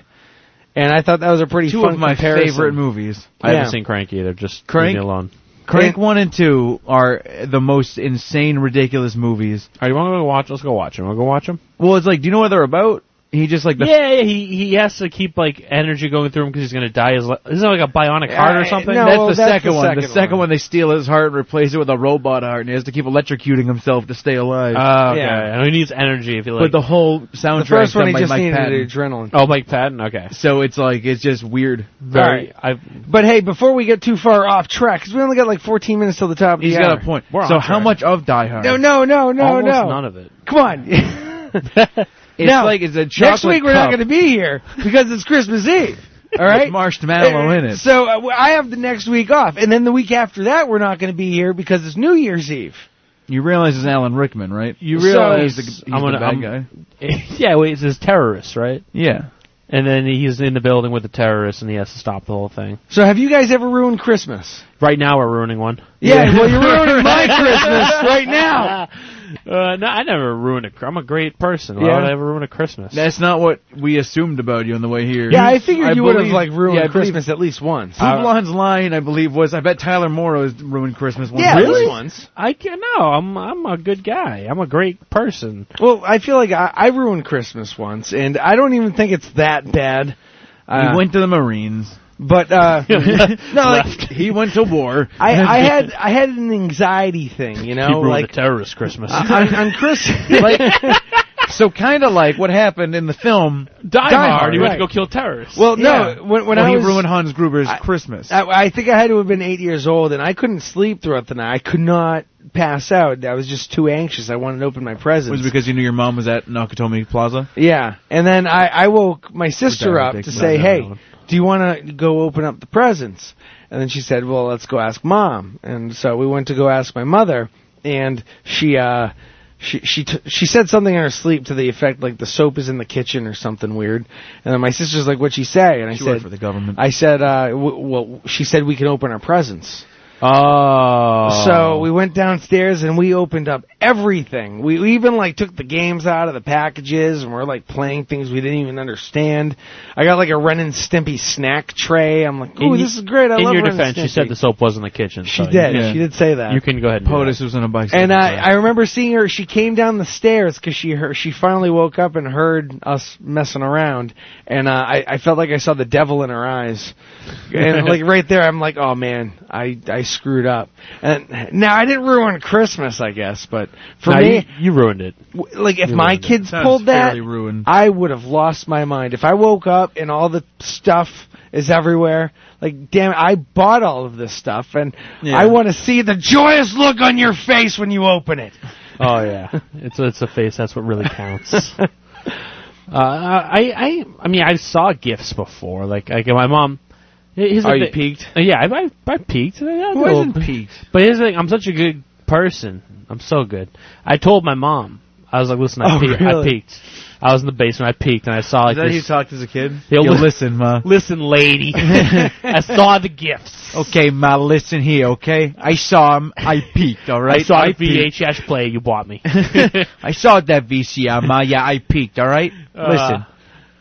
[SPEAKER 3] and i thought that was a pretty
[SPEAKER 9] Two
[SPEAKER 3] fun
[SPEAKER 9] of my
[SPEAKER 3] comparison.
[SPEAKER 9] favorite movies.
[SPEAKER 14] I
[SPEAKER 3] Yeah.
[SPEAKER 14] haven't seen Crank either. Just
[SPEAKER 9] Crank?
[SPEAKER 14] leave me alone.
[SPEAKER 9] Crank
[SPEAKER 3] And-
[SPEAKER 9] one and two are the most insane, ridiculous movies.
[SPEAKER 14] All right, you want to go watch? Let's go watch him. Want to go watch him?
[SPEAKER 9] Well, it's like, do you know what they're about? He just like the
[SPEAKER 14] yeah, yeah, he he has to keep like energy going through him because he's gonna die. His le- isn't it like a bionic heart or
[SPEAKER 3] Uh,
[SPEAKER 14] something?
[SPEAKER 3] no.
[SPEAKER 9] that's
[SPEAKER 3] well,
[SPEAKER 9] the
[SPEAKER 3] that's
[SPEAKER 9] second
[SPEAKER 3] the
[SPEAKER 9] one. the
[SPEAKER 3] second
[SPEAKER 9] second
[SPEAKER 3] one.
[SPEAKER 9] one. they steal his heart and replace it with a robot heart, and he has to keep electrocuting himself to stay alive.
[SPEAKER 14] Oh, okay.
[SPEAKER 3] Yeah.
[SPEAKER 14] And he needs energy if he like.
[SPEAKER 9] but the whole
[SPEAKER 3] the
[SPEAKER 9] soundtrack.
[SPEAKER 3] first one he
[SPEAKER 9] by
[SPEAKER 3] just
[SPEAKER 9] Mike
[SPEAKER 3] needed
[SPEAKER 9] Patton.
[SPEAKER 3] adrenaline
[SPEAKER 14] oh, Mike Patton. Okay.
[SPEAKER 9] So it's like it's just weird.
[SPEAKER 14] Very. I've,
[SPEAKER 3] but hey before we get too far off track because we only got like 14 minutes till the top of
[SPEAKER 9] He's
[SPEAKER 3] the
[SPEAKER 9] got
[SPEAKER 3] hour.
[SPEAKER 9] a point.
[SPEAKER 14] We're on
[SPEAKER 9] so how
[SPEAKER 14] track.
[SPEAKER 9] much of Die Hard?
[SPEAKER 3] no no no no
[SPEAKER 14] almost
[SPEAKER 3] no
[SPEAKER 14] none of it.
[SPEAKER 3] come on
[SPEAKER 9] It's
[SPEAKER 3] No.
[SPEAKER 9] like it's a
[SPEAKER 3] Next week
[SPEAKER 9] chocolate
[SPEAKER 3] we're not
[SPEAKER 9] cup
[SPEAKER 3] going to be here because it's Christmas Eve. All right,
[SPEAKER 9] with marshmallow in it.
[SPEAKER 3] So uh, w- I have the next week off, and then the week after that we're not going to be here because it's New Year's Eve.
[SPEAKER 9] You realize it's Alan Rickman, right? You
[SPEAKER 14] So- realize-
[SPEAKER 9] he's the, he's
[SPEAKER 14] I'm
[SPEAKER 9] the
[SPEAKER 14] gonna-
[SPEAKER 9] bad
[SPEAKER 14] I'm-
[SPEAKER 9] guy.
[SPEAKER 14] yeah. Wait, it's his terrorists, right?
[SPEAKER 9] Yeah.
[SPEAKER 14] And then he's in the building with the terrorists, and he has to stop the whole thing.
[SPEAKER 3] So have you guys ever ruined Christmas?
[SPEAKER 14] Right now, we're ruining one.
[SPEAKER 3] Yeah, well you're ruining my Christmas right now.
[SPEAKER 14] Uh, no, I never ruin a. I'm a great person. Why
[SPEAKER 9] Yeah.
[SPEAKER 14] would I ever ruin a Christmas?
[SPEAKER 9] That's not what we assumed about you on the way here.
[SPEAKER 3] Yeah, I figured you would have
[SPEAKER 9] believe-
[SPEAKER 3] like ruined
[SPEAKER 9] yeah, I believe-
[SPEAKER 3] Christmas at least once.
[SPEAKER 9] Food Blonde's line, I believe, was I bet Tyler Morrow has ruined Christmas once.
[SPEAKER 3] Uh, Yeah,
[SPEAKER 9] or
[SPEAKER 3] at least
[SPEAKER 9] twice."
[SPEAKER 3] once.
[SPEAKER 14] I can no. I'm I'm a good guy. I'm a great person.
[SPEAKER 3] Well, I feel like I, I ruined Christmas once, and I don't even think it's that bad. Uh,
[SPEAKER 9] went to the Marines,
[SPEAKER 3] but uh, no, like,
[SPEAKER 9] he went to war.
[SPEAKER 3] I, I had I had an anxiety thing, you know, like
[SPEAKER 14] terrorist Christmas.
[SPEAKER 3] uh, on, on Chris,
[SPEAKER 9] like so kind of like what happened in the film
[SPEAKER 14] Die, Hard. He went
[SPEAKER 3] right.
[SPEAKER 14] to go kill terrorists.
[SPEAKER 3] Well, no, when, when I
[SPEAKER 9] he
[SPEAKER 3] was,
[SPEAKER 9] ruined Hans Gruber's
[SPEAKER 3] I-
[SPEAKER 9] Christmas.
[SPEAKER 3] I, I think I had to have been eight years old, and I couldn't sleep throughout the night. I could not pass out. I was just too anxious. I wanted to open my presents.
[SPEAKER 9] was because you knew your mom was at Nakatomi Plaza.
[SPEAKER 3] yeah, and then I, I woke my sister up to
[SPEAKER 9] ridiculous.
[SPEAKER 3] say,
[SPEAKER 9] No,
[SPEAKER 3] "Hey,
[SPEAKER 9] no, no.
[SPEAKER 3] do you want to go open up the presents?" And then she said, "Well, let's go ask mom." And so we went to go ask my mother, and she uh, she she t- she said something in her sleep to the effect like the soap is in the kitchen or something weird. And then my sister's like, "What'd she say?" And I
[SPEAKER 9] She
[SPEAKER 3] said,
[SPEAKER 9] worked for the government.
[SPEAKER 3] I said, uh, w- well, she said we can open our presents.
[SPEAKER 14] Oh.
[SPEAKER 3] So we went downstairs and we opened up everything. We, we even like took the games out of the packages and we're like playing things we didn't even understand. I got like a Ren and Stimpy snack tray. I'm like, ooh,
[SPEAKER 14] In-
[SPEAKER 3] this is great. I
[SPEAKER 14] in
[SPEAKER 3] love
[SPEAKER 14] your
[SPEAKER 3] Ren and
[SPEAKER 14] defense, she
[SPEAKER 3] Stimpy.
[SPEAKER 14] said the soap was in the kitchen.
[SPEAKER 3] She did. She did say that.
[SPEAKER 14] You can go ahead. And do
[SPEAKER 9] POTUS was on a bike.
[SPEAKER 3] And I, I remember seeing her. She came down the stairs because she heard, she finally woke up and heard us messing around, and uh, I, I felt like I saw the devil in her eyes, and like right there, I'm like, oh man, I I screwed up. And now I didn't ruin Christmas, I guess, but for
[SPEAKER 14] No,
[SPEAKER 3] me,
[SPEAKER 14] you, you ruined it.
[SPEAKER 3] w- like if
[SPEAKER 14] You
[SPEAKER 3] my
[SPEAKER 14] ruined it.
[SPEAKER 3] kids
[SPEAKER 9] Sounds
[SPEAKER 3] pulled that,
[SPEAKER 9] fairly ruined.
[SPEAKER 3] I would have lost my mind. If I woke up and all the stuff is everywhere, like damn, it, I bought all of this stuff, and
[SPEAKER 9] Yeah.
[SPEAKER 3] I want to see the joyous look on your face when you open it.
[SPEAKER 14] Oh yeah, it's it's a face. That's what really counts. uh, I I I mean I saw gifts before. Like like my mom. Here's the
[SPEAKER 9] Are you
[SPEAKER 14] thi-
[SPEAKER 9] peaked?
[SPEAKER 14] Uh, Yeah, I I, I peaked. I- I
[SPEAKER 9] Who
[SPEAKER 14] was
[SPEAKER 9] isn't peaked?
[SPEAKER 14] But here's the thing. I'm such a good person. I'm so good. I told my mom. I was like, listen, I,
[SPEAKER 9] Oh,
[SPEAKER 14] peaked. I
[SPEAKER 9] really?
[SPEAKER 14] peaked. I was in the basement. I peaked, and I saw like
[SPEAKER 9] Is that how you
[SPEAKER 14] this.
[SPEAKER 9] talked as a kid?
[SPEAKER 14] Yo,
[SPEAKER 9] Yo,
[SPEAKER 14] li-
[SPEAKER 9] listen, ma.
[SPEAKER 14] listen, lady. I saw the gifts.
[SPEAKER 9] Okay, ma, listen here, okay? I saw him. I peeked, all right?
[SPEAKER 14] I saw the
[SPEAKER 9] peeked.
[SPEAKER 14] VHS player you bought
[SPEAKER 3] Uh,
[SPEAKER 14] me.
[SPEAKER 9] I saw that VCR, ma. Yeah, I peeked, all right? Listen.
[SPEAKER 14] Uh,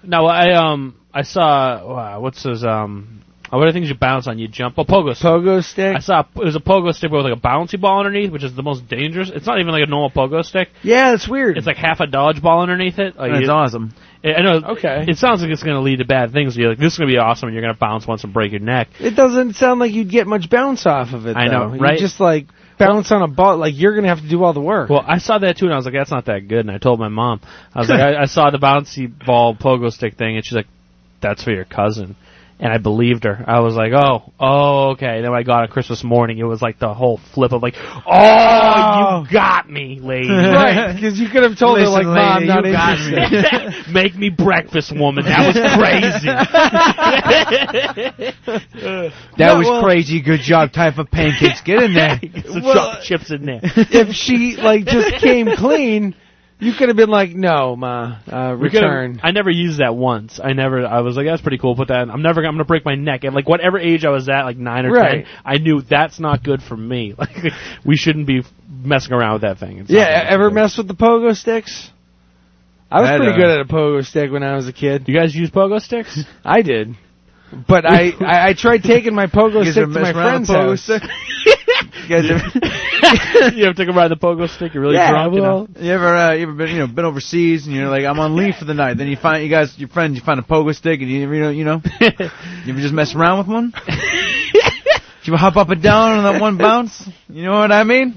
[SPEAKER 14] no, I um I saw uh, what's those um what are the things you bounce on? You jump a pogo stick.
[SPEAKER 3] Pogo stick.
[SPEAKER 14] I saw it was a pogo stick with like a bouncy ball underneath, which is the most dangerous. It's not even like a normal pogo stick.
[SPEAKER 3] Yeah, it's weird.
[SPEAKER 14] It's like half a dodgeball underneath it. Like,
[SPEAKER 9] That's
[SPEAKER 14] you-
[SPEAKER 9] awesome.
[SPEAKER 14] I I know.
[SPEAKER 3] Okay.
[SPEAKER 14] It sounds like it's going to lead to bad things. You're like, this is going to be awesome, and you're going to bounce once and break your neck.
[SPEAKER 3] it doesn't sound like you'd get much bounce off of it.
[SPEAKER 14] I know,
[SPEAKER 3] though.
[SPEAKER 14] right?
[SPEAKER 3] You just like bounce on a ball. Like you're gonna have to do all the work.
[SPEAKER 14] Well, I saw that too, and I was like, that's not that good. And I told my mom, I was like, I, I saw the bouncy ball pogo stick thing, and she's like, that's for your cousin. And I believed her. I was like, oh, oh, okay. And then when I got on Christmas morning, it was like the whole flip of like, oh, you got me, lady.
[SPEAKER 3] right? Because you could have told her like,
[SPEAKER 9] Oh. Listen,
[SPEAKER 3] "Mom,
[SPEAKER 9] lady,
[SPEAKER 3] not
[SPEAKER 9] you got
[SPEAKER 3] interested."
[SPEAKER 14] Make me breakfast, woman. That was crazy.
[SPEAKER 9] That
[SPEAKER 3] No,
[SPEAKER 9] was
[SPEAKER 3] well-
[SPEAKER 9] crazy. Good job. Time for pancakes. Get in there.
[SPEAKER 14] Get some
[SPEAKER 3] Well-
[SPEAKER 14] chocolate chips in there.
[SPEAKER 3] if she like just came clean, you could have been like, "No, ma, uh,
[SPEAKER 14] We could've-
[SPEAKER 3] return."
[SPEAKER 14] I never used that once. I never. I was like, that's pretty cool. Put that. In. I'm never. I'm gonna break my neck. And like whatever age I was at, like nine or
[SPEAKER 3] Right.
[SPEAKER 14] ten, I knew that's not good for me. Like we shouldn't be messing around with that thing. It's not
[SPEAKER 3] Yeah, e-,
[SPEAKER 14] good.
[SPEAKER 3] ever mess with the pogo sticks? I was
[SPEAKER 9] That,
[SPEAKER 3] pretty
[SPEAKER 9] uh,
[SPEAKER 3] good at a pogo stick when I was a kid.
[SPEAKER 14] You guys use pogo sticks?
[SPEAKER 3] I did, but I I, I tried taking my pogo
[SPEAKER 9] You guys
[SPEAKER 3] stick to
[SPEAKER 9] ever
[SPEAKER 3] my
[SPEAKER 9] mess around
[SPEAKER 3] friend's
[SPEAKER 9] with pogo
[SPEAKER 3] house.
[SPEAKER 9] stick? You guys ever-
[SPEAKER 14] you ever took a ride the pogo stick? You're really
[SPEAKER 3] Yeah,
[SPEAKER 14] drunk. you know?
[SPEAKER 3] well-
[SPEAKER 9] You ever uh, you ever been you know been overseas and you're like I'm on leave for the night. Then you find you guys your friends you find a pogo stick and you never you know you know you ever just mess around with one. you ever hop up and down on that one bounce. You know what I mean?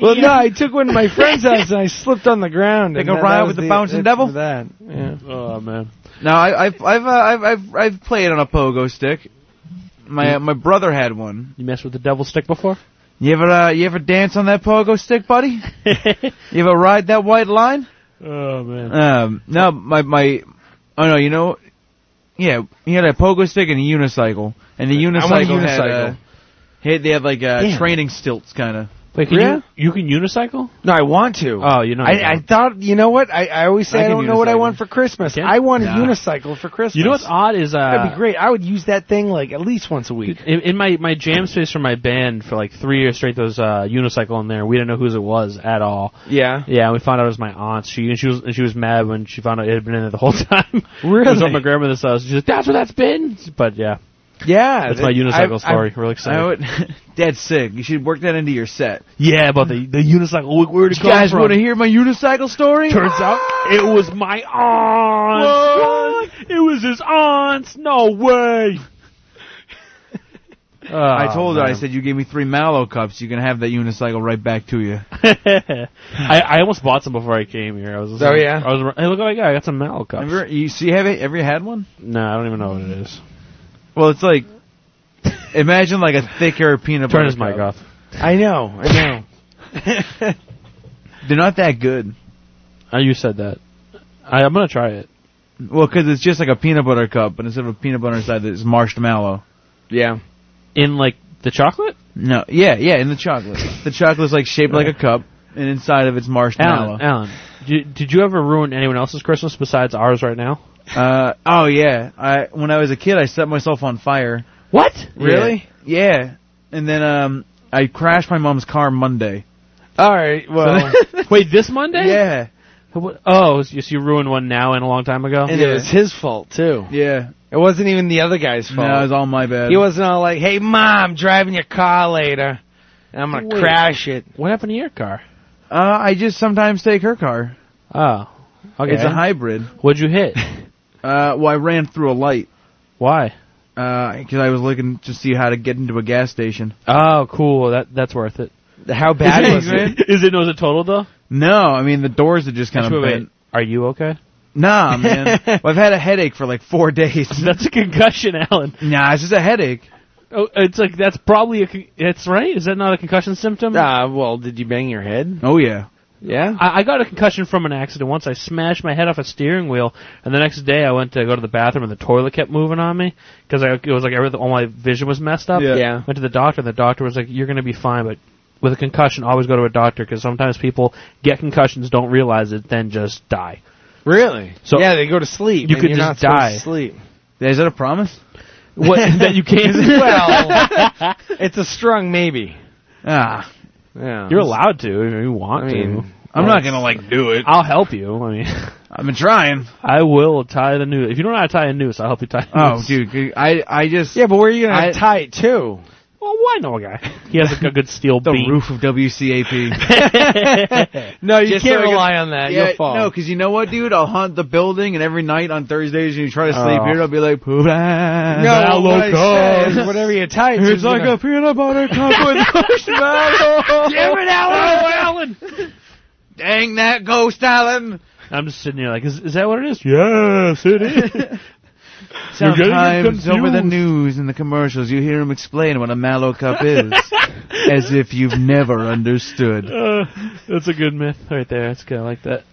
[SPEAKER 3] Well, no, I took one to my friend's house and I slipped on the ground.
[SPEAKER 9] Take
[SPEAKER 3] and
[SPEAKER 9] a
[SPEAKER 3] that-
[SPEAKER 9] ride
[SPEAKER 3] that
[SPEAKER 9] with
[SPEAKER 3] was
[SPEAKER 9] the bouncing
[SPEAKER 3] it
[SPEAKER 9] devil?
[SPEAKER 3] for That yeah.
[SPEAKER 14] Oh man.
[SPEAKER 9] Now I, I've I've, uh, I've I've I've played on a pogo stick. My uh, my brother had one.
[SPEAKER 14] You messed with the devil stick before?
[SPEAKER 9] You ever uh, you ever dance on that pogo stick, buddy? You ever ride that white line?
[SPEAKER 14] oh man.
[SPEAKER 9] Um, no, my my. Oh no, you know, yeah, he had a pogo stick and a unicycle, and the
[SPEAKER 3] I want a
[SPEAKER 9] unicycle, had,
[SPEAKER 3] unicycle.
[SPEAKER 9] uh, had- they had like uh,
[SPEAKER 3] Damn.
[SPEAKER 9] training stilts, kind of.
[SPEAKER 3] Wait, can
[SPEAKER 13] Yeah.
[SPEAKER 3] you you can unicycle?
[SPEAKER 13] No, I want to.
[SPEAKER 3] Oh, you know, you
[SPEAKER 13] I, I thought, you know what? I, I always
[SPEAKER 3] I
[SPEAKER 13] say I,
[SPEAKER 3] can
[SPEAKER 13] don't know what I
[SPEAKER 3] unicycle.
[SPEAKER 13] want for Christmas. I want a
[SPEAKER 3] Nah.
[SPEAKER 13] unicycle for Christmas.
[SPEAKER 3] You know what's odd is uh,
[SPEAKER 13] That'd be great. I would use that thing like at least once a week.
[SPEAKER 3] In, in my my jam space for my band for like three years straight, there was uh, unicycle in there. We didn't know whose it was at all.
[SPEAKER 13] Yeah.
[SPEAKER 3] Yeah, we found out it was my aunt's. She and she was and she was mad when she found out it had been in there the whole time.
[SPEAKER 13] Really?
[SPEAKER 3] it was on my grandmother's house. She's like, "That's where that's been." But yeah,
[SPEAKER 13] Yeah,
[SPEAKER 3] that's my
[SPEAKER 9] that-
[SPEAKER 3] unicycle
[SPEAKER 9] I- I-
[SPEAKER 3] story. Really excited.
[SPEAKER 9] I would- That's sick. You should work that into your set.
[SPEAKER 3] yeah, about the the unicycle. Where- Where'd it
[SPEAKER 9] You
[SPEAKER 3] come
[SPEAKER 9] guys
[SPEAKER 3] from?
[SPEAKER 9] want to hear my unicycle story?
[SPEAKER 3] Turns out it was my aunt. It was his aunt's. No way. Oh,
[SPEAKER 9] I told her.
[SPEAKER 3] Ah,
[SPEAKER 9] I
[SPEAKER 3] man.
[SPEAKER 9] said you gave me three Mallow cups. You can have that unicycle right back to you.
[SPEAKER 3] I, I almost bought some before I came here. I was.
[SPEAKER 9] Oh, yeah?
[SPEAKER 3] I was. Hey, look what I got! I got some Mallow cups.
[SPEAKER 9] Ever, you see, have it, ever had one?
[SPEAKER 3] No, I don't even know what it is.
[SPEAKER 9] Well, it's like imagine like a thicker peanut
[SPEAKER 3] Turn
[SPEAKER 9] butter.
[SPEAKER 3] his mic
[SPEAKER 9] cup.
[SPEAKER 3] off.
[SPEAKER 13] I know. I know.
[SPEAKER 9] They're not that good.
[SPEAKER 3] Oh, you said that. I, I'm gonna try it.
[SPEAKER 9] Well, because it's just like a peanut butter cup, but instead of a peanut butter inside, it's marshmallow.
[SPEAKER 13] Yeah.
[SPEAKER 3] In like the chocolate?
[SPEAKER 9] No. Yeah, yeah, in the chocolate. the chocolate's like shaped like a cup, and inside of it's marshmallow.
[SPEAKER 3] Alan, Alan, did, did you ever ruin anyone else's Christmas besides ours right now?
[SPEAKER 9] Uh, oh yeah. I when I was a kid, I set myself on fire.
[SPEAKER 3] What?
[SPEAKER 13] Really?
[SPEAKER 9] Yeah. Yeah. And then um, I crashed my mom's car Monday.
[SPEAKER 13] All right. Well,
[SPEAKER 3] Wait, this Monday?
[SPEAKER 9] Yeah.
[SPEAKER 3] What- Oh, so you- so you ruined one now and a long time ago.
[SPEAKER 13] and it was his fault too.
[SPEAKER 9] Yeah.
[SPEAKER 13] It wasn't even the other guy's fault.
[SPEAKER 9] No, it was all my bad.
[SPEAKER 3] Um,
[SPEAKER 13] He wasn't all like, "Hey, mom, driving your car later, and I'm gonna
[SPEAKER 9] Wait.
[SPEAKER 13] crash it."
[SPEAKER 3] What happened to your car?
[SPEAKER 9] Uh, I just sometimes take her car.
[SPEAKER 3] Oh. Okay.
[SPEAKER 9] It's a hybrid.
[SPEAKER 3] What'd you hit?
[SPEAKER 9] Uh, well, I ran through a light.
[SPEAKER 3] Why?
[SPEAKER 9] Because I was looking to see how to get into a gas station.
[SPEAKER 3] Oh, cool. That that's worth it.
[SPEAKER 13] How bad was
[SPEAKER 9] man.
[SPEAKER 13] it?
[SPEAKER 3] Is it was it total though?
[SPEAKER 9] No, I mean the doors are just kind
[SPEAKER 3] Actually,
[SPEAKER 9] of
[SPEAKER 3] wait,
[SPEAKER 9] bent.
[SPEAKER 3] Are you okay?
[SPEAKER 9] Nah, man. well, I've had a headache for like four days.
[SPEAKER 3] That's a concussion, Alan.
[SPEAKER 9] Nah, it's just a headache.
[SPEAKER 3] Oh, it's like that's probably a. Con- it's right. Is that not a concussion symptom?
[SPEAKER 13] Uh, well, did you bang your head?
[SPEAKER 9] Oh yeah.
[SPEAKER 13] Yeah.
[SPEAKER 3] I, I got a concussion from an accident once. I smashed my head off a steering wheel, and the next day I went to go to the bathroom, and the toilet kept moving on me because it was like everything, all my vision was messed up.
[SPEAKER 13] Yeah. Yeah.
[SPEAKER 3] Went to the doctor, and the doctor was like, "You're gonna be fine, but with a concussion, always go to a doctor because sometimes people get concussions, don't realize it, then just die.
[SPEAKER 13] Really?
[SPEAKER 3] So-
[SPEAKER 13] yeah, they go to sleep.
[SPEAKER 3] You
[SPEAKER 13] and
[SPEAKER 3] could
[SPEAKER 13] you're not
[SPEAKER 3] just
[SPEAKER 13] supposed
[SPEAKER 3] die.
[SPEAKER 13] to sleep.
[SPEAKER 9] Is that a promise?
[SPEAKER 3] What that you can't?
[SPEAKER 13] well, it's a strong maybe.
[SPEAKER 9] Ah,
[SPEAKER 13] Yeah.
[SPEAKER 3] You're allowed to if you want
[SPEAKER 13] I mean,
[SPEAKER 3] to.
[SPEAKER 9] I'm not gonna like do it.
[SPEAKER 3] I'll help you. I mean,
[SPEAKER 9] I've been trying.
[SPEAKER 3] I will tie the noose. If you don't know how to tie a noose, I'll help you tie. A
[SPEAKER 9] Oh,
[SPEAKER 3] noose.
[SPEAKER 9] dude, I I just
[SPEAKER 13] Yeah, but where are you gonna
[SPEAKER 9] I-
[SPEAKER 13] tie it to?
[SPEAKER 3] Well, why know a guy? He has a good steel
[SPEAKER 9] the
[SPEAKER 3] beam.
[SPEAKER 9] roof of WCAP.
[SPEAKER 13] No, you
[SPEAKER 9] Just
[SPEAKER 13] can't
[SPEAKER 9] so I can-
[SPEAKER 13] rely on that.
[SPEAKER 9] Yeah,
[SPEAKER 13] You'll fall.
[SPEAKER 9] No, because you know what, dude? I'll haunt the building, and every night on Thursdays, when you try to sleep
[SPEAKER 3] Oh.
[SPEAKER 9] here, I'll be like, "Pooh, ah,
[SPEAKER 13] No,
[SPEAKER 9] now
[SPEAKER 13] what I
[SPEAKER 9] look
[SPEAKER 13] said
[SPEAKER 9] up."
[SPEAKER 13] is whatever you tie it to
[SPEAKER 9] It's
[SPEAKER 13] is
[SPEAKER 9] like
[SPEAKER 13] gonna-
[SPEAKER 9] a peanut butter cup with marshmallow.
[SPEAKER 3] Damn it, Alan!
[SPEAKER 9] Dang that ghost, Alan!
[SPEAKER 3] I'm just sitting here like, is, is that what it is? Yes, it is. You're getting it
[SPEAKER 9] Sometimes over the
[SPEAKER 3] confused.
[SPEAKER 9] news and the commercials, you hear him explain what a mallow cup is, as if you've never understood.
[SPEAKER 3] Uh, that's a good myth right there. That's good. I like that.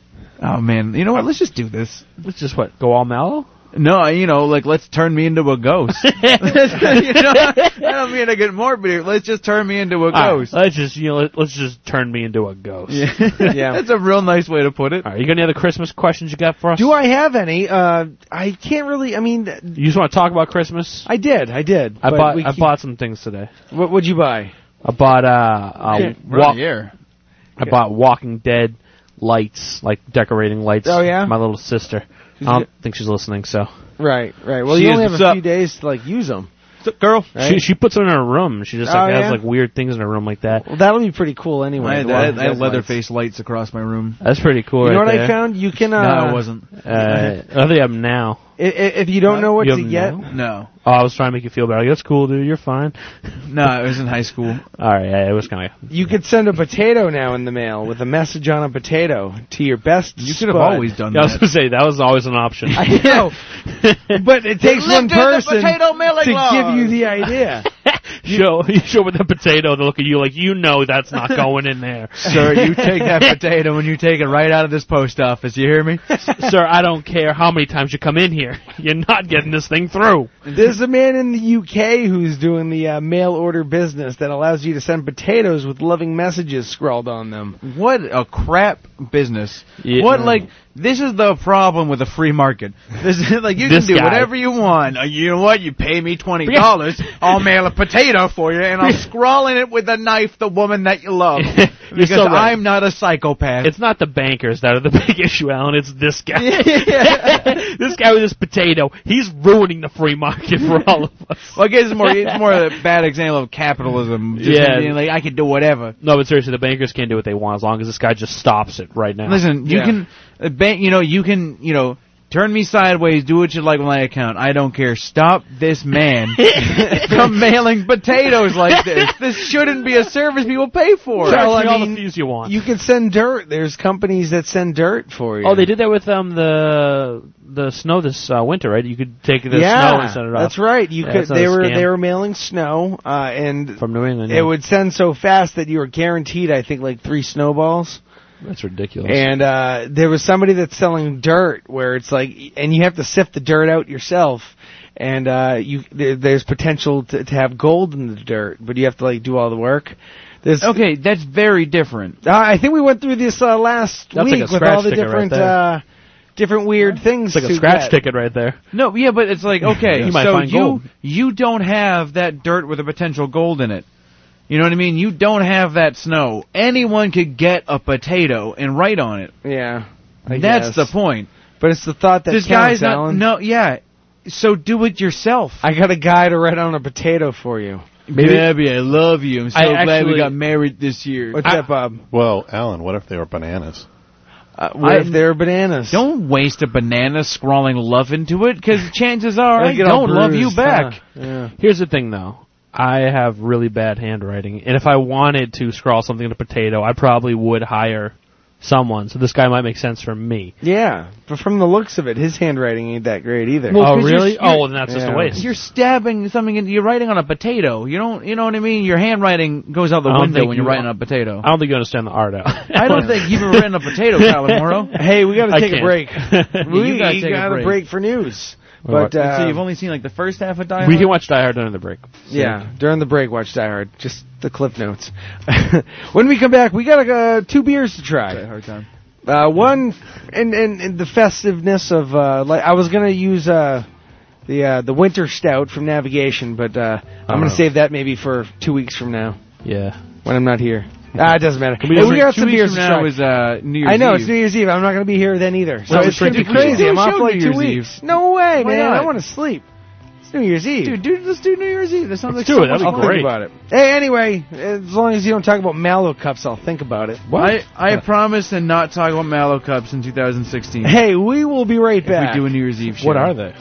[SPEAKER 9] Oh man, you know what? Let's just do this.
[SPEAKER 3] It's just what go all mallow.
[SPEAKER 9] No, you know, like let's turn me into a ghost. you know, I don't mean to get morbid. here. Let's just turn me into a
[SPEAKER 3] All
[SPEAKER 9] ghost.
[SPEAKER 3] right, let's just you know let, let's just turn me into a ghost.
[SPEAKER 13] Yeah.
[SPEAKER 9] That's a real nice way to put it.
[SPEAKER 3] All right, you got any other Christmas questions you got for us?
[SPEAKER 13] Do I have any? Uh, I can't really. I mean,
[SPEAKER 3] You just want to talk about Christmas?
[SPEAKER 13] I did. I did.
[SPEAKER 3] I
[SPEAKER 13] but
[SPEAKER 3] bought
[SPEAKER 13] we
[SPEAKER 3] I
[SPEAKER 13] keep-
[SPEAKER 3] bought some things today.
[SPEAKER 13] What would you buy?
[SPEAKER 3] I bought uh, uh
[SPEAKER 9] We're on
[SPEAKER 3] walk,
[SPEAKER 9] the air.
[SPEAKER 3] I bought Walking Dead lights, like decorating lights.
[SPEAKER 13] Oh, yeah?
[SPEAKER 3] for my little sister. I don't think she's listening, so
[SPEAKER 13] Right, right. Well,
[SPEAKER 3] She
[SPEAKER 13] you
[SPEAKER 3] is-
[SPEAKER 13] only have
[SPEAKER 3] what's
[SPEAKER 13] a
[SPEAKER 3] up?
[SPEAKER 13] few days to like use them.
[SPEAKER 9] girl?
[SPEAKER 3] she she puts them in her room. She just
[SPEAKER 13] Oh,
[SPEAKER 3] like has
[SPEAKER 13] yeah?
[SPEAKER 3] like weird things in her room like that.
[SPEAKER 13] Well, that'll be pretty cool anyway.
[SPEAKER 9] I had, I
[SPEAKER 13] the Walking
[SPEAKER 9] had- I had
[SPEAKER 13] Dead
[SPEAKER 9] leather
[SPEAKER 13] lights.
[SPEAKER 9] face lights across my room.
[SPEAKER 3] That's pretty cool.
[SPEAKER 13] You know
[SPEAKER 3] right
[SPEAKER 13] what I
[SPEAKER 3] there.
[SPEAKER 13] found? You can.
[SPEAKER 9] no,
[SPEAKER 13] Uh,
[SPEAKER 9] it wasn't.
[SPEAKER 3] Uh, I think I'm now.
[SPEAKER 13] i- i- If you don't know what
[SPEAKER 3] You
[SPEAKER 13] to
[SPEAKER 3] have
[SPEAKER 13] get,
[SPEAKER 3] now?
[SPEAKER 9] No,
[SPEAKER 3] Oh, I was trying to make you feel better. Like, That's cool, dude. You're fine.
[SPEAKER 9] no, it was in high school.
[SPEAKER 3] All right, yeah, it was kind of.
[SPEAKER 13] you could send a potato Oh, now in the mail with a message on a potato to your best.
[SPEAKER 9] You could have
[SPEAKER 13] spud.
[SPEAKER 9] always done
[SPEAKER 3] Yeah, I was
[SPEAKER 9] that.
[SPEAKER 3] gonna say that was always an option.
[SPEAKER 13] I know, but it takes one person
[SPEAKER 9] mailing
[SPEAKER 13] to give you the idea.
[SPEAKER 3] show you show with the potato. They look at you like you know that's not going in there,
[SPEAKER 15] Sir, you take that potato and you take it right out of this post office. You hear me?
[SPEAKER 3] Sir, I don't care how many times you come in here. You're not getting this thing through.
[SPEAKER 9] There's a man in the UK who's doing the uh, mail order business that allows you to send potatoes with loving messages scrawled on them.
[SPEAKER 15] What a crap business. What like this is the problem with the free market. This is like you
[SPEAKER 3] This
[SPEAKER 15] can do
[SPEAKER 3] guy.
[SPEAKER 15] whatever you want. Uh, You know what? You pay me twenty dollars, I'll mail a potato for you, and I'll scrawl in it with a knife the woman that you love. because
[SPEAKER 3] so right.
[SPEAKER 15] I'm not a psychopath.
[SPEAKER 3] It's not the bankers that are the big issue, Alan. It's this guy. this guy with this potato. He's ruining the free market for all of us.
[SPEAKER 15] Well, I guess it's more it's more a bad example of capitalism. Just
[SPEAKER 3] Yeah.
[SPEAKER 15] being like I can do whatever.
[SPEAKER 3] No, but seriously, the bankers can do what they want as long as this guy just stops it right now.
[SPEAKER 15] Listen, you
[SPEAKER 3] Yeah.
[SPEAKER 15] can uh, bank. You know, you can. You know, turn me sideways. Do what you like with my account. I don't care. Stop this man from mailing potatoes like this. This shouldn't be a service people pay for.
[SPEAKER 9] Well, I
[SPEAKER 3] all the
[SPEAKER 9] mean,
[SPEAKER 3] fees you want.
[SPEAKER 9] You can send dirt. There's companies that send dirt for you.
[SPEAKER 3] Oh, they did that with um the the snow this uh, winter, right? You could take the
[SPEAKER 9] yeah,
[SPEAKER 3] snow and send it off.
[SPEAKER 9] That's right. You
[SPEAKER 3] Yeah,
[SPEAKER 9] could.
[SPEAKER 3] that's
[SPEAKER 9] They
[SPEAKER 3] another
[SPEAKER 9] were
[SPEAKER 3] scam.
[SPEAKER 9] they were mailing snow, uh, and
[SPEAKER 3] from New England.
[SPEAKER 9] it
[SPEAKER 3] yeah.
[SPEAKER 9] would send so fast that you were guaranteed, I think, like three snowballs.
[SPEAKER 3] That's ridiculous.
[SPEAKER 9] And uh, there was somebody that's selling dirt, where it's like, and you have to sift the dirt out yourself. And uh, you, there, there's potential to, to have gold in the dirt, but you have to like do all the work. There's,
[SPEAKER 15] Okay, that's very different.
[SPEAKER 9] Uh, I think we went through this uh, last
[SPEAKER 3] That's like
[SPEAKER 9] week
[SPEAKER 3] a
[SPEAKER 9] with
[SPEAKER 3] scratch
[SPEAKER 9] all the
[SPEAKER 3] ticket right
[SPEAKER 9] different,
[SPEAKER 3] there.
[SPEAKER 9] uh, different weird things.
[SPEAKER 3] it's like a
[SPEAKER 9] to
[SPEAKER 3] scratch
[SPEAKER 9] get.
[SPEAKER 3] ticket right there.
[SPEAKER 15] No, yeah, but it's like okay,
[SPEAKER 3] You might
[SPEAKER 15] so
[SPEAKER 3] find
[SPEAKER 15] you
[SPEAKER 3] gold.
[SPEAKER 15] you don't have that dirt with a potential gold in it. You know what I mean? You don't have that snow. Anyone could get a potato and write on it.
[SPEAKER 9] Yeah, I
[SPEAKER 15] That's
[SPEAKER 9] guess.
[SPEAKER 15] the point.
[SPEAKER 9] But it's the thought that
[SPEAKER 15] this guy's
[SPEAKER 9] counts,
[SPEAKER 15] not.
[SPEAKER 9] Alan.
[SPEAKER 15] No, yeah. So do it yourself.
[SPEAKER 9] I got a guy to write on a potato for you.
[SPEAKER 15] Baby, I love you. I'm so
[SPEAKER 9] I
[SPEAKER 15] glad
[SPEAKER 9] actually-
[SPEAKER 15] we got married this year.
[SPEAKER 9] What's that, Bob?
[SPEAKER 8] Well, Alan, what if they were bananas?
[SPEAKER 9] Uh, what
[SPEAKER 15] I-
[SPEAKER 9] if they're bananas?
[SPEAKER 15] Don't waste a banana scrawling love into it, because chances are
[SPEAKER 9] They'll
[SPEAKER 15] I
[SPEAKER 9] get all
[SPEAKER 15] don't love you
[SPEAKER 9] bruised,
[SPEAKER 15] back.
[SPEAKER 9] huh? Yeah.
[SPEAKER 3] Here's the thing, though. I have really bad handwriting, and if I wanted to scrawl something in a potato, I probably would hire someone. So this guy might make sense for me.
[SPEAKER 9] Yeah, but from the looks of it, his handwriting ain't that great either.
[SPEAKER 3] oh, really? oh, well, then that's just a
[SPEAKER 9] Yeah.
[SPEAKER 3] waste.
[SPEAKER 15] You're stabbing something. In, you're writing on a potato. You don't. You know what I mean? Your handwriting goes out
[SPEAKER 3] I
[SPEAKER 15] the
[SPEAKER 3] don't
[SPEAKER 15] window
[SPEAKER 3] think
[SPEAKER 15] when you're
[SPEAKER 3] you-
[SPEAKER 15] writing on a potato.
[SPEAKER 3] I don't think you understand the art. Out.
[SPEAKER 15] I don't think you've ever written a potato, Calamoro.
[SPEAKER 9] Hey, we got to
[SPEAKER 3] I
[SPEAKER 9] take a
[SPEAKER 3] can't.
[SPEAKER 9] break. we
[SPEAKER 15] You gotta
[SPEAKER 9] we
[SPEAKER 15] take a
[SPEAKER 9] gotta
[SPEAKER 15] break.
[SPEAKER 9] for news.
[SPEAKER 3] Well,
[SPEAKER 9] But uh,
[SPEAKER 15] so you've only seen like the first half of Die
[SPEAKER 3] we
[SPEAKER 15] Hard?
[SPEAKER 3] can watch Die Hard during the break.
[SPEAKER 9] yeah, during the break, watch Die Hard. Just the cliff notes. when we come back, we got uh, two beers to try.
[SPEAKER 15] Die Hard time.
[SPEAKER 9] Uh, one, and, and and the festiveness of uh, like I was gonna use uh, the uh, the winter stout from Navigation, but uh, I'm gonna
[SPEAKER 15] Uh-huh.
[SPEAKER 3] know.
[SPEAKER 9] save that maybe for two weeks from now
[SPEAKER 3] Yeah.
[SPEAKER 9] when I'm not here. Ah, it doesn't matter.
[SPEAKER 15] Can we
[SPEAKER 9] Hey,
[SPEAKER 15] just
[SPEAKER 9] we
[SPEAKER 15] drink-
[SPEAKER 9] got
[SPEAKER 15] two
[SPEAKER 9] some
[SPEAKER 15] weeks
[SPEAKER 9] beers
[SPEAKER 15] from
[SPEAKER 9] to
[SPEAKER 15] now
[SPEAKER 9] try.
[SPEAKER 15] is, uh, New Year's
[SPEAKER 9] I know it's
[SPEAKER 15] Eve.
[SPEAKER 9] New Year's Eve. I'm not going to be here then either. So
[SPEAKER 15] Well,
[SPEAKER 9] it's
[SPEAKER 15] we
[SPEAKER 9] going to be
[SPEAKER 15] should do- we should
[SPEAKER 9] crazy.
[SPEAKER 15] do a
[SPEAKER 9] I'm off
[SPEAKER 15] show
[SPEAKER 9] for like
[SPEAKER 15] New
[SPEAKER 9] two
[SPEAKER 15] Year's
[SPEAKER 9] weeks.
[SPEAKER 15] Eve.
[SPEAKER 9] No
[SPEAKER 15] Why
[SPEAKER 9] way, man.
[SPEAKER 15] not?
[SPEAKER 9] I want to sleep. It's New Year's Eve.
[SPEAKER 15] Dude, dude, let's do New Year's Eve. That sounds
[SPEAKER 3] Let's
[SPEAKER 15] like
[SPEAKER 3] do
[SPEAKER 15] so
[SPEAKER 3] it.
[SPEAKER 15] much
[SPEAKER 3] That'd be
[SPEAKER 9] I'll
[SPEAKER 15] fun.
[SPEAKER 9] think
[SPEAKER 3] great.
[SPEAKER 9] about it. Hey, anyway, as long as you don't talk about Mallow cups, I'll think about it.
[SPEAKER 15] I, I promise to not talk about Mallow Cups in 2016.
[SPEAKER 9] Hey, we will be right
[SPEAKER 15] if
[SPEAKER 9] back.
[SPEAKER 15] we do a New Year's Eve show.
[SPEAKER 3] they?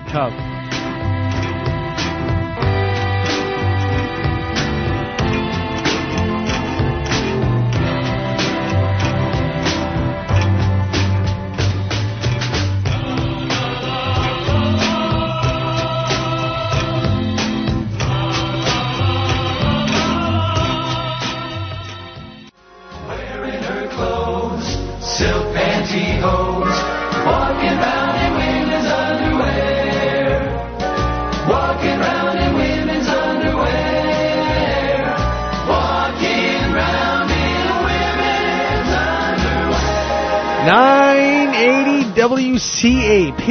[SPEAKER 15] The cup.
[SPEAKER 10] Wearing her clothes, silk pantyhose, walking round in women's underwear. Walking round in women's underwear. Walking round in women's underwear.
[SPEAKER 9] 980 WCAP.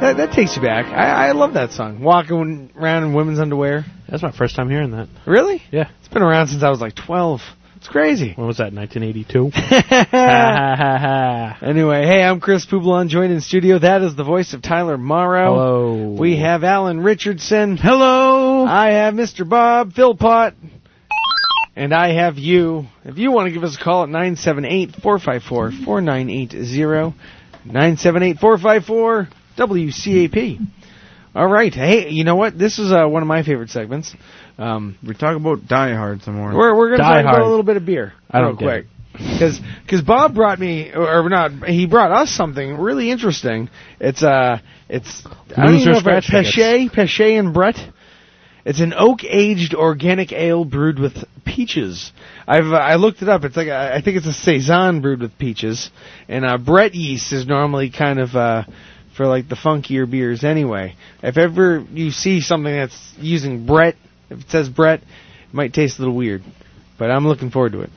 [SPEAKER 9] That, that takes you back. I, I love that song. Walking around in women's underwear.
[SPEAKER 3] That's my first time hearing that.
[SPEAKER 9] Really?
[SPEAKER 3] Yeah.
[SPEAKER 9] It's been around since I was like 12. It's crazy.
[SPEAKER 3] When was that? 1982.
[SPEAKER 9] Anyway, hey, I'm Chris Poublon, joined in studio. That is the voice of Tyler Morrow.
[SPEAKER 3] Hello.
[SPEAKER 9] We have Alan Richardson.
[SPEAKER 15] Hello.
[SPEAKER 9] I have Mr. Bob Philpott. And I have you. If you want to give us a call at 978-454-4980, 978-454-WCAP. All right. Hey, you know what? This is uh, one of my favorite segments. Um,
[SPEAKER 15] We talk about Die Hard some more.
[SPEAKER 9] we're we're going to
[SPEAKER 3] Die
[SPEAKER 9] talk about
[SPEAKER 3] Hard.
[SPEAKER 9] a little bit of beer
[SPEAKER 3] I
[SPEAKER 9] real
[SPEAKER 3] don't get
[SPEAKER 9] quick.
[SPEAKER 3] it.
[SPEAKER 9] because Bob brought me or or not he brought us something really interesting. It's uh it's I don't
[SPEAKER 3] Loser
[SPEAKER 9] even know if I-
[SPEAKER 3] scratch tickets.
[SPEAKER 9] Pesce Pesce and Brett. It's an oak aged organic ale brewed with peaches. I've uh, I looked it up. It's like a, I think it's a saison brewed with peaches, and uh, Brett yeast is normally kind of uh, for like the funkier beers anyway. If ever you see something that's using Brett, if it says Brett, it might taste a little weird, but I'm looking forward to it.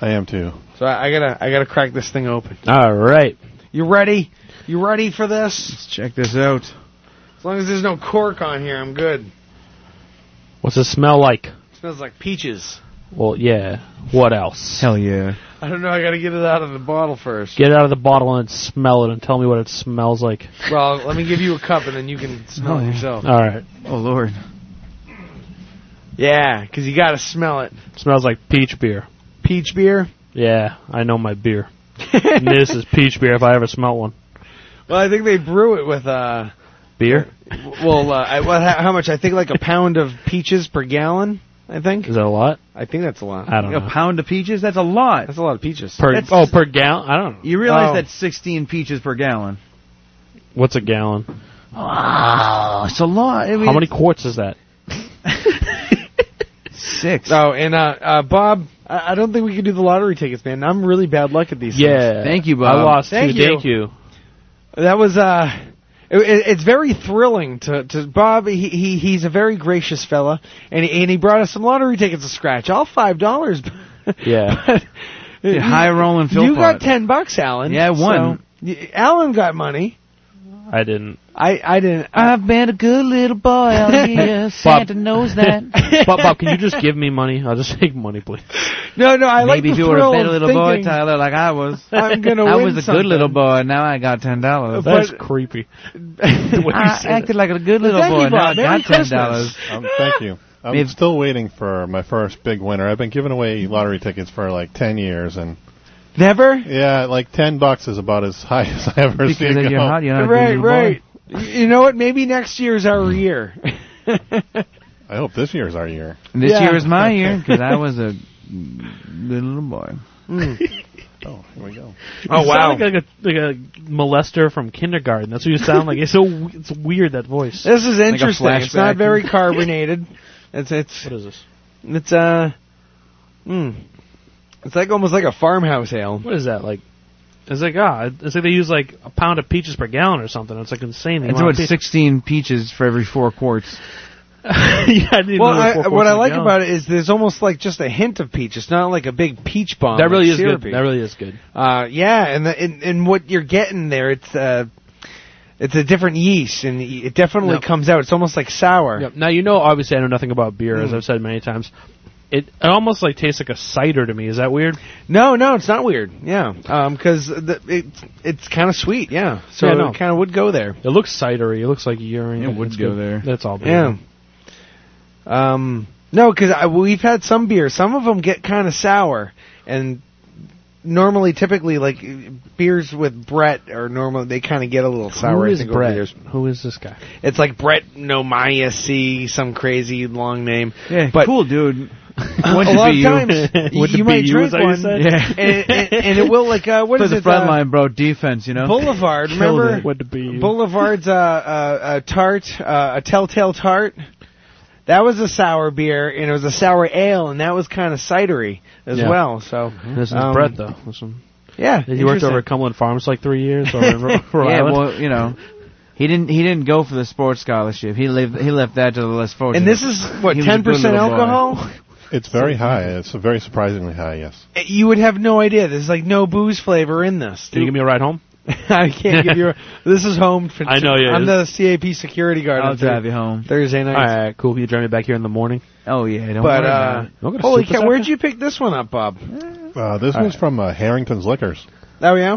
[SPEAKER 8] I am too.
[SPEAKER 9] So I, I gotta I gotta crack this thing open.
[SPEAKER 3] All right.
[SPEAKER 9] You ready? You ready for this? Let's
[SPEAKER 10] check this out.
[SPEAKER 9] As long as there's no cork on here, I'm good.
[SPEAKER 3] What's it smell like?
[SPEAKER 9] smells like peaches.
[SPEAKER 3] Well, yeah. What else?
[SPEAKER 10] Hell yeah.
[SPEAKER 9] I don't know. I gotta get it out of the bottle first.
[SPEAKER 3] Get it out of the bottle and smell it and tell me what it smells like.
[SPEAKER 9] Well, let me give you a cup and then you can smell it yourself.
[SPEAKER 3] All right.
[SPEAKER 10] Oh lord.
[SPEAKER 9] Yeah, because you gotta smell it.
[SPEAKER 3] Smells like peach beer.
[SPEAKER 9] Peach beer.
[SPEAKER 3] Yeah, I know my beer. And this is peach beer if I ever smelt one.
[SPEAKER 9] Well, I think they brew it with uh.
[SPEAKER 3] Beer?
[SPEAKER 9] Well, uh, I, well, how, how much? I think like a pound of peaches per gallon. I think.
[SPEAKER 3] Is that a lot?
[SPEAKER 9] I think that's a lot.
[SPEAKER 3] I don't
[SPEAKER 9] A
[SPEAKER 3] know.
[SPEAKER 10] pound of peaches? That's a lot.
[SPEAKER 9] That's a lot of peaches.
[SPEAKER 3] Per,
[SPEAKER 10] That's-
[SPEAKER 3] oh, per gallon? I don't know.
[SPEAKER 10] You realize
[SPEAKER 3] Oh.
[SPEAKER 10] that's 16 peaches per gallon.
[SPEAKER 3] What's a gallon?
[SPEAKER 10] Wow, it's a lot. I mean,
[SPEAKER 3] How many
[SPEAKER 10] it's
[SPEAKER 3] quarts is that?
[SPEAKER 10] Six.
[SPEAKER 9] Oh, and uh, uh Bob, I, I don't think we can do the lottery tickets, man. I'm really bad luck at these.
[SPEAKER 3] Yeah.
[SPEAKER 9] things.
[SPEAKER 10] Thank you, Bob.
[SPEAKER 3] I lost
[SPEAKER 9] Thank
[SPEAKER 3] two.
[SPEAKER 9] you.
[SPEAKER 3] Thank you.
[SPEAKER 9] That was uh, it, it- it's very thrilling to to Bob. He, he he's a very gracious fella, and and he brought us some lottery tickets to scratch, all five dollars.
[SPEAKER 3] Yeah.
[SPEAKER 10] Yeah, high rolling
[SPEAKER 9] You
[SPEAKER 10] Philpott.
[SPEAKER 9] got ten bucks, Alan.
[SPEAKER 10] Yeah, I won.
[SPEAKER 9] So, y- Alan got money.
[SPEAKER 3] I didn't.
[SPEAKER 9] I I didn't.
[SPEAKER 10] I've been a good little boy out here. Santa knows that.
[SPEAKER 3] Bob, Bob, can you just give me money? I'll just take money, please.
[SPEAKER 9] No, no. I
[SPEAKER 10] Maybe
[SPEAKER 9] like
[SPEAKER 10] if
[SPEAKER 9] the
[SPEAKER 10] you were
[SPEAKER 9] thrill
[SPEAKER 10] a better
[SPEAKER 9] of
[SPEAKER 10] little boy,
[SPEAKER 9] thinking,
[SPEAKER 10] Tyler, like I was.
[SPEAKER 9] I'm gonna
[SPEAKER 10] I
[SPEAKER 9] win
[SPEAKER 10] was a
[SPEAKER 9] something.
[SPEAKER 10] good little boy. Now I got ten dollars.
[SPEAKER 3] That's
[SPEAKER 9] But-
[SPEAKER 3] creepy.
[SPEAKER 10] I acted like a good little
[SPEAKER 9] Thank you,
[SPEAKER 10] boy. Now I
[SPEAKER 9] Bob. Merry
[SPEAKER 10] got ten
[SPEAKER 9] Christmas.
[SPEAKER 10] dollars.
[SPEAKER 8] Um, thank you. I'm
[SPEAKER 10] Maybe-
[SPEAKER 8] still waiting for my first big winner. I've been giving away lottery tickets for like ten years, and
[SPEAKER 9] Never.
[SPEAKER 8] yeah, like ten bucks is about as high as I ever see
[SPEAKER 10] Because
[SPEAKER 8] it
[SPEAKER 10] if you're
[SPEAKER 8] go.
[SPEAKER 10] hot, you're not a
[SPEAKER 9] right,
[SPEAKER 10] good little
[SPEAKER 9] right.
[SPEAKER 10] boy.
[SPEAKER 9] Y- You know what? Maybe next year's our year.
[SPEAKER 8] I hope this year's our year.
[SPEAKER 10] And This
[SPEAKER 9] Yeah.
[SPEAKER 10] year was my year because I was a little boy.
[SPEAKER 8] Oh, here we go.
[SPEAKER 9] Hmm. Oh,
[SPEAKER 3] you
[SPEAKER 9] wow.
[SPEAKER 3] Sound like, a, like a molester from kindergarten. That's what you sound like. It's so it's weird that voice.
[SPEAKER 9] This is interesting. it's not
[SPEAKER 10] flashback.
[SPEAKER 9] very carbonated. It's it's
[SPEAKER 3] What is this?
[SPEAKER 9] it's uh, mm, it's like almost like a farmhouse ale.
[SPEAKER 3] What is that like? It's like ah, it's like they use like a pound of peaches per gallon or something. It's like insane. the
[SPEAKER 10] It's
[SPEAKER 3] amount
[SPEAKER 10] about
[SPEAKER 3] of peach-
[SPEAKER 10] sixteen peaches for every four quarts.
[SPEAKER 3] yeah, I didn't
[SPEAKER 9] Well,
[SPEAKER 3] know
[SPEAKER 9] I, what I like about
[SPEAKER 3] it.
[SPEAKER 9] it is there's almost like just a hint of peach. It's not like a big peach bomb.
[SPEAKER 3] That really
[SPEAKER 9] It's
[SPEAKER 3] is
[SPEAKER 9] syrupy.
[SPEAKER 3] good. That really is good.
[SPEAKER 9] uh, yeah, and, the, and and what you're getting there, it's uh, it's a different yeast, and it definitely
[SPEAKER 3] No.
[SPEAKER 9] comes out. It's almost like sour.
[SPEAKER 3] Yep. Now you know, obviously, I know nothing about beer, as
[SPEAKER 9] Mm.
[SPEAKER 3] I've said many times. It, it almost like tastes like a cider to me. Is that weird?
[SPEAKER 9] No, no, it's not weird. Yeah, because the it's it's kind of sweet. Yeah, so
[SPEAKER 3] Yeah, I know.
[SPEAKER 9] it kind of would go there.
[SPEAKER 3] It looks cidery. It looks like urine.
[SPEAKER 10] It would
[SPEAKER 3] It's
[SPEAKER 10] go
[SPEAKER 3] good.
[SPEAKER 10] there.
[SPEAKER 3] That's all.
[SPEAKER 9] Yeah. Um, no, because we've had some beers. Some of them get kind of sour, and normally, typically, like beers with Brett are normally they kind of get a little sour.
[SPEAKER 3] Who
[SPEAKER 9] I
[SPEAKER 3] is
[SPEAKER 9] think, over the
[SPEAKER 3] Brett?
[SPEAKER 9] years.
[SPEAKER 3] Who is this guy?
[SPEAKER 9] It's like Brett Nomaya C, some crazy long name.
[SPEAKER 10] Yeah,
[SPEAKER 9] but
[SPEAKER 10] cool dude.
[SPEAKER 9] A
[SPEAKER 10] Wouldn't it be
[SPEAKER 9] lot of
[SPEAKER 10] you?
[SPEAKER 9] times
[SPEAKER 3] Would it
[SPEAKER 9] you
[SPEAKER 3] be
[SPEAKER 9] might
[SPEAKER 3] you,
[SPEAKER 9] drink
[SPEAKER 3] is that what you
[SPEAKER 9] one,
[SPEAKER 3] said?
[SPEAKER 10] Yeah.
[SPEAKER 9] and, and, and it will like uh, what
[SPEAKER 10] For
[SPEAKER 9] is
[SPEAKER 10] the
[SPEAKER 9] it?
[SPEAKER 10] front
[SPEAKER 9] uh,
[SPEAKER 10] line, bro, defense. You know.
[SPEAKER 9] Boulevard,
[SPEAKER 10] Killed
[SPEAKER 9] remember?
[SPEAKER 10] it.
[SPEAKER 3] Would it be?
[SPEAKER 9] Boulevard's uh, uh, uh, tart, uh, a telltale tart. That was a sour beer, and it was a sour ale, and that was kind of cidery as
[SPEAKER 3] Yeah.
[SPEAKER 9] well. So
[SPEAKER 10] Mm-hmm.
[SPEAKER 3] this is
[SPEAKER 9] um,
[SPEAKER 3] Brett though. This one.
[SPEAKER 9] Yeah,
[SPEAKER 3] He worked
[SPEAKER 9] interesting.
[SPEAKER 3] over at Cumberland Farms like three years. Over in Rhode
[SPEAKER 10] Yeah,
[SPEAKER 3] Island.
[SPEAKER 10] well, you know, he didn't he didn't go for the sports scholarship. He left he left that to the less fortunate.
[SPEAKER 9] And this is what
[SPEAKER 10] He was a
[SPEAKER 9] ten
[SPEAKER 10] good
[SPEAKER 9] percent
[SPEAKER 10] little boy.
[SPEAKER 9] alcohol. Eh,
[SPEAKER 8] It's very high. It's very surprisingly high. Yes.
[SPEAKER 9] You would have no idea. There's like no booze flavor in this.
[SPEAKER 3] Can you give me a ride home?
[SPEAKER 9] I can't give you. A, this is home. For,
[SPEAKER 3] I know, yeah,
[SPEAKER 9] I'm the
[SPEAKER 3] this-
[SPEAKER 9] CAP security guard.
[SPEAKER 10] I'll
[SPEAKER 9] on Thur-
[SPEAKER 10] drive you home.
[SPEAKER 9] Thursday night.
[SPEAKER 3] All right, cool. Can you drive me back here in the morning?
[SPEAKER 10] Oh yeah, don't
[SPEAKER 9] But
[SPEAKER 10] worry
[SPEAKER 9] uh,
[SPEAKER 10] about it.
[SPEAKER 3] Don't go to
[SPEAKER 9] holy
[SPEAKER 3] Super
[SPEAKER 9] cow,
[SPEAKER 3] Sucker.
[SPEAKER 9] where'd you pick this one up, Bob?
[SPEAKER 8] Uh, this one's from uh, Harrington's Liquors.
[SPEAKER 9] Oh yeah.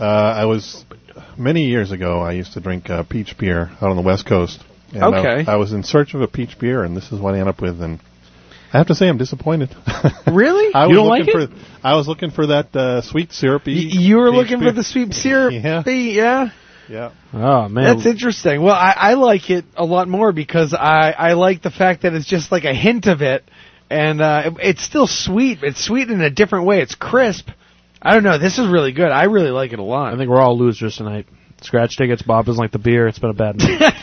[SPEAKER 8] Uh, I was many years ago. I used to drink uh, peach beer out on the West Coast. And I-
[SPEAKER 9] Okay.
[SPEAKER 8] I, was in search of a peach beer, and this is what I ended up with. And I have to say, I'm disappointed.
[SPEAKER 9] Really?
[SPEAKER 8] I
[SPEAKER 3] You
[SPEAKER 8] was
[SPEAKER 3] don't
[SPEAKER 8] looking
[SPEAKER 3] like it?
[SPEAKER 8] for I was looking for that uh, sweet syrupy.
[SPEAKER 9] Y- you were
[SPEAKER 8] peach
[SPEAKER 9] looking
[SPEAKER 8] beer.
[SPEAKER 9] for the sweet syrup.
[SPEAKER 8] Yeah.
[SPEAKER 9] Yeah.
[SPEAKER 8] Yeah.
[SPEAKER 3] Oh man,
[SPEAKER 9] That's interesting. Well, I, I like it a lot more because I, I like the fact that it's just like a hint of it, and uh, it- it's still sweet. It's sweet in a different way. It's crisp. I don't know. This is really good. I really like it a lot.
[SPEAKER 3] I think we're all losers tonight. Scratch tickets. Bob doesn't like the beer. It's been a bad night.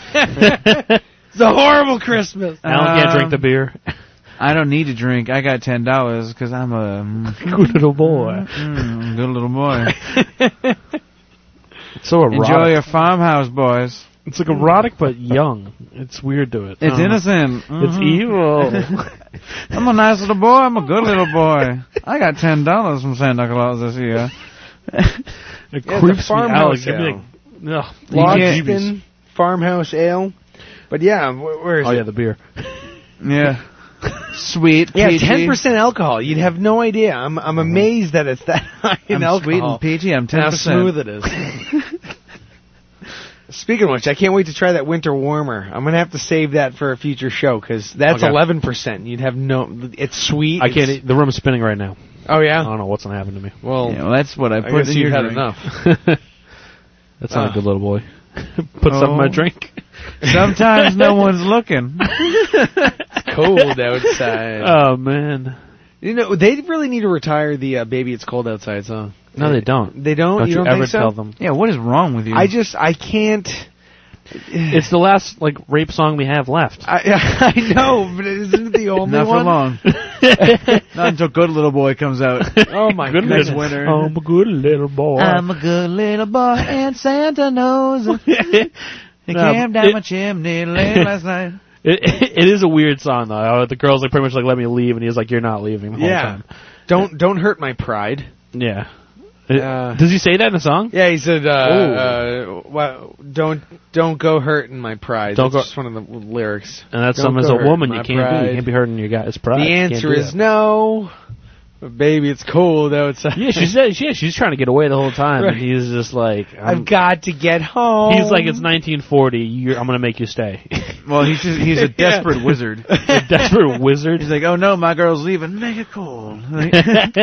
[SPEAKER 9] It's a horrible Christmas. Um,
[SPEAKER 3] Alan can't drink the beer.
[SPEAKER 8] I don't need to drink. I got ten dollars because I'm a
[SPEAKER 3] good little boy.
[SPEAKER 8] Mm, good little boy.
[SPEAKER 3] so erotic.
[SPEAKER 8] Enjoy your farmhouse, boys.
[SPEAKER 3] It's like erotic, but young. It's weird to it.
[SPEAKER 9] Uh-huh.
[SPEAKER 8] It's
[SPEAKER 3] Uh,
[SPEAKER 8] innocent.
[SPEAKER 9] Mm-hmm.
[SPEAKER 3] It's
[SPEAKER 8] Mhm.
[SPEAKER 9] Oh.
[SPEAKER 3] evil.
[SPEAKER 8] I'm a nice little boy. I'm a good little boy. I got ten dollars from Santa Claus this year.
[SPEAKER 3] it
[SPEAKER 9] Yeah,
[SPEAKER 3] creeps
[SPEAKER 9] the
[SPEAKER 3] me
[SPEAKER 9] farmhouse
[SPEAKER 3] out. Give me
[SPEAKER 9] ale.
[SPEAKER 3] No,
[SPEAKER 9] Logston farmhouse ale. But yeah, wh- where is
[SPEAKER 3] Oh
[SPEAKER 9] it?
[SPEAKER 3] yeah, the beer.
[SPEAKER 8] Yeah. Sweet.
[SPEAKER 9] Yeah,
[SPEAKER 8] peachy.
[SPEAKER 9] ten percent alcohol. You'd have no idea. I'm I'm amazed that it's that high in
[SPEAKER 8] I'm
[SPEAKER 9] alcohol.
[SPEAKER 8] sweet and peachy. I'm
[SPEAKER 9] And How
[SPEAKER 8] 10%.
[SPEAKER 9] smooth it is. Speaking of which, I can't wait to try that winter warmer. I'm gonna have to save that for a future show because that's
[SPEAKER 3] Okay.
[SPEAKER 9] eleven percent. You'd have no. It's sweet.
[SPEAKER 3] I can't.
[SPEAKER 9] it's-
[SPEAKER 3] Eat, the room's spinning right now.
[SPEAKER 9] Oh yeah.
[SPEAKER 3] I don't know what's gonna happen to me.
[SPEAKER 9] Well,
[SPEAKER 8] Yeah, well, that's what I put
[SPEAKER 9] guess
[SPEAKER 8] in
[SPEAKER 9] you've
[SPEAKER 8] your
[SPEAKER 9] had
[SPEAKER 8] drink.
[SPEAKER 9] enough.
[SPEAKER 3] That's not
[SPEAKER 8] Ah.
[SPEAKER 3] a good little boy. Put some in my
[SPEAKER 8] Oh.
[SPEAKER 3] drink.
[SPEAKER 8] Sometimes no one's looking.
[SPEAKER 9] cold outside.
[SPEAKER 3] Oh man.
[SPEAKER 9] You know they really need to retire the uh, "Baby It's Cold Outside" song.
[SPEAKER 3] No, they don't.
[SPEAKER 9] They don't.
[SPEAKER 3] Don't you
[SPEAKER 9] you don't
[SPEAKER 3] ever
[SPEAKER 9] think so?
[SPEAKER 3] tell them.
[SPEAKER 8] Yeah, what is wrong with you?
[SPEAKER 9] I just I can't.
[SPEAKER 3] It's the last like rape song we have left.
[SPEAKER 9] I, I know, but isn't it the only
[SPEAKER 8] Not
[SPEAKER 9] one?
[SPEAKER 8] for long. Not until Good Little Boy comes out.
[SPEAKER 9] Oh my goodness,
[SPEAKER 8] Next winter.
[SPEAKER 3] I'm a good little boy.
[SPEAKER 8] I'm a good little boy and Santa knows it. He
[SPEAKER 3] No,
[SPEAKER 8] came down
[SPEAKER 3] it-
[SPEAKER 8] my chimney late last night.
[SPEAKER 3] It, it is a weird song though. Uh, The girls like pretty much like let me leave, and he's like, "You're not leaving." The whole
[SPEAKER 9] Yeah.
[SPEAKER 3] Time.
[SPEAKER 9] Don't don't hurt my pride.
[SPEAKER 3] Yeah. It- Does he say that in the song?
[SPEAKER 9] Uh, Yeah, he said, uh,
[SPEAKER 3] Oh.
[SPEAKER 9] uh, well, "Don't don't go hurting my pride."
[SPEAKER 3] Don't
[SPEAKER 9] That's
[SPEAKER 3] go-
[SPEAKER 9] just one of the lyrics.
[SPEAKER 3] And that's
[SPEAKER 9] Don't
[SPEAKER 3] something as
[SPEAKER 9] go
[SPEAKER 3] a
[SPEAKER 9] hurting
[SPEAKER 3] woman
[SPEAKER 9] my
[SPEAKER 3] you can't be.
[SPEAKER 9] pride.
[SPEAKER 3] You can't be hurting your guy's pride.
[SPEAKER 9] The
[SPEAKER 3] You can't
[SPEAKER 9] answer
[SPEAKER 3] do
[SPEAKER 9] is
[SPEAKER 3] that.
[SPEAKER 9] no. Baby, it's cold outside.
[SPEAKER 3] Yeah, she said. Yeah, she's trying to get away the whole time,
[SPEAKER 9] Right.
[SPEAKER 3] and he's just like, I'm-
[SPEAKER 9] I've got to get home.
[SPEAKER 3] He's like, it's 1940. You're, I'm gonna make you stay.
[SPEAKER 8] Well, he's just, he's a desperate wizard.
[SPEAKER 3] a desperate wizard.
[SPEAKER 8] He's like, oh no, my girl's leaving. Make it cold. Like-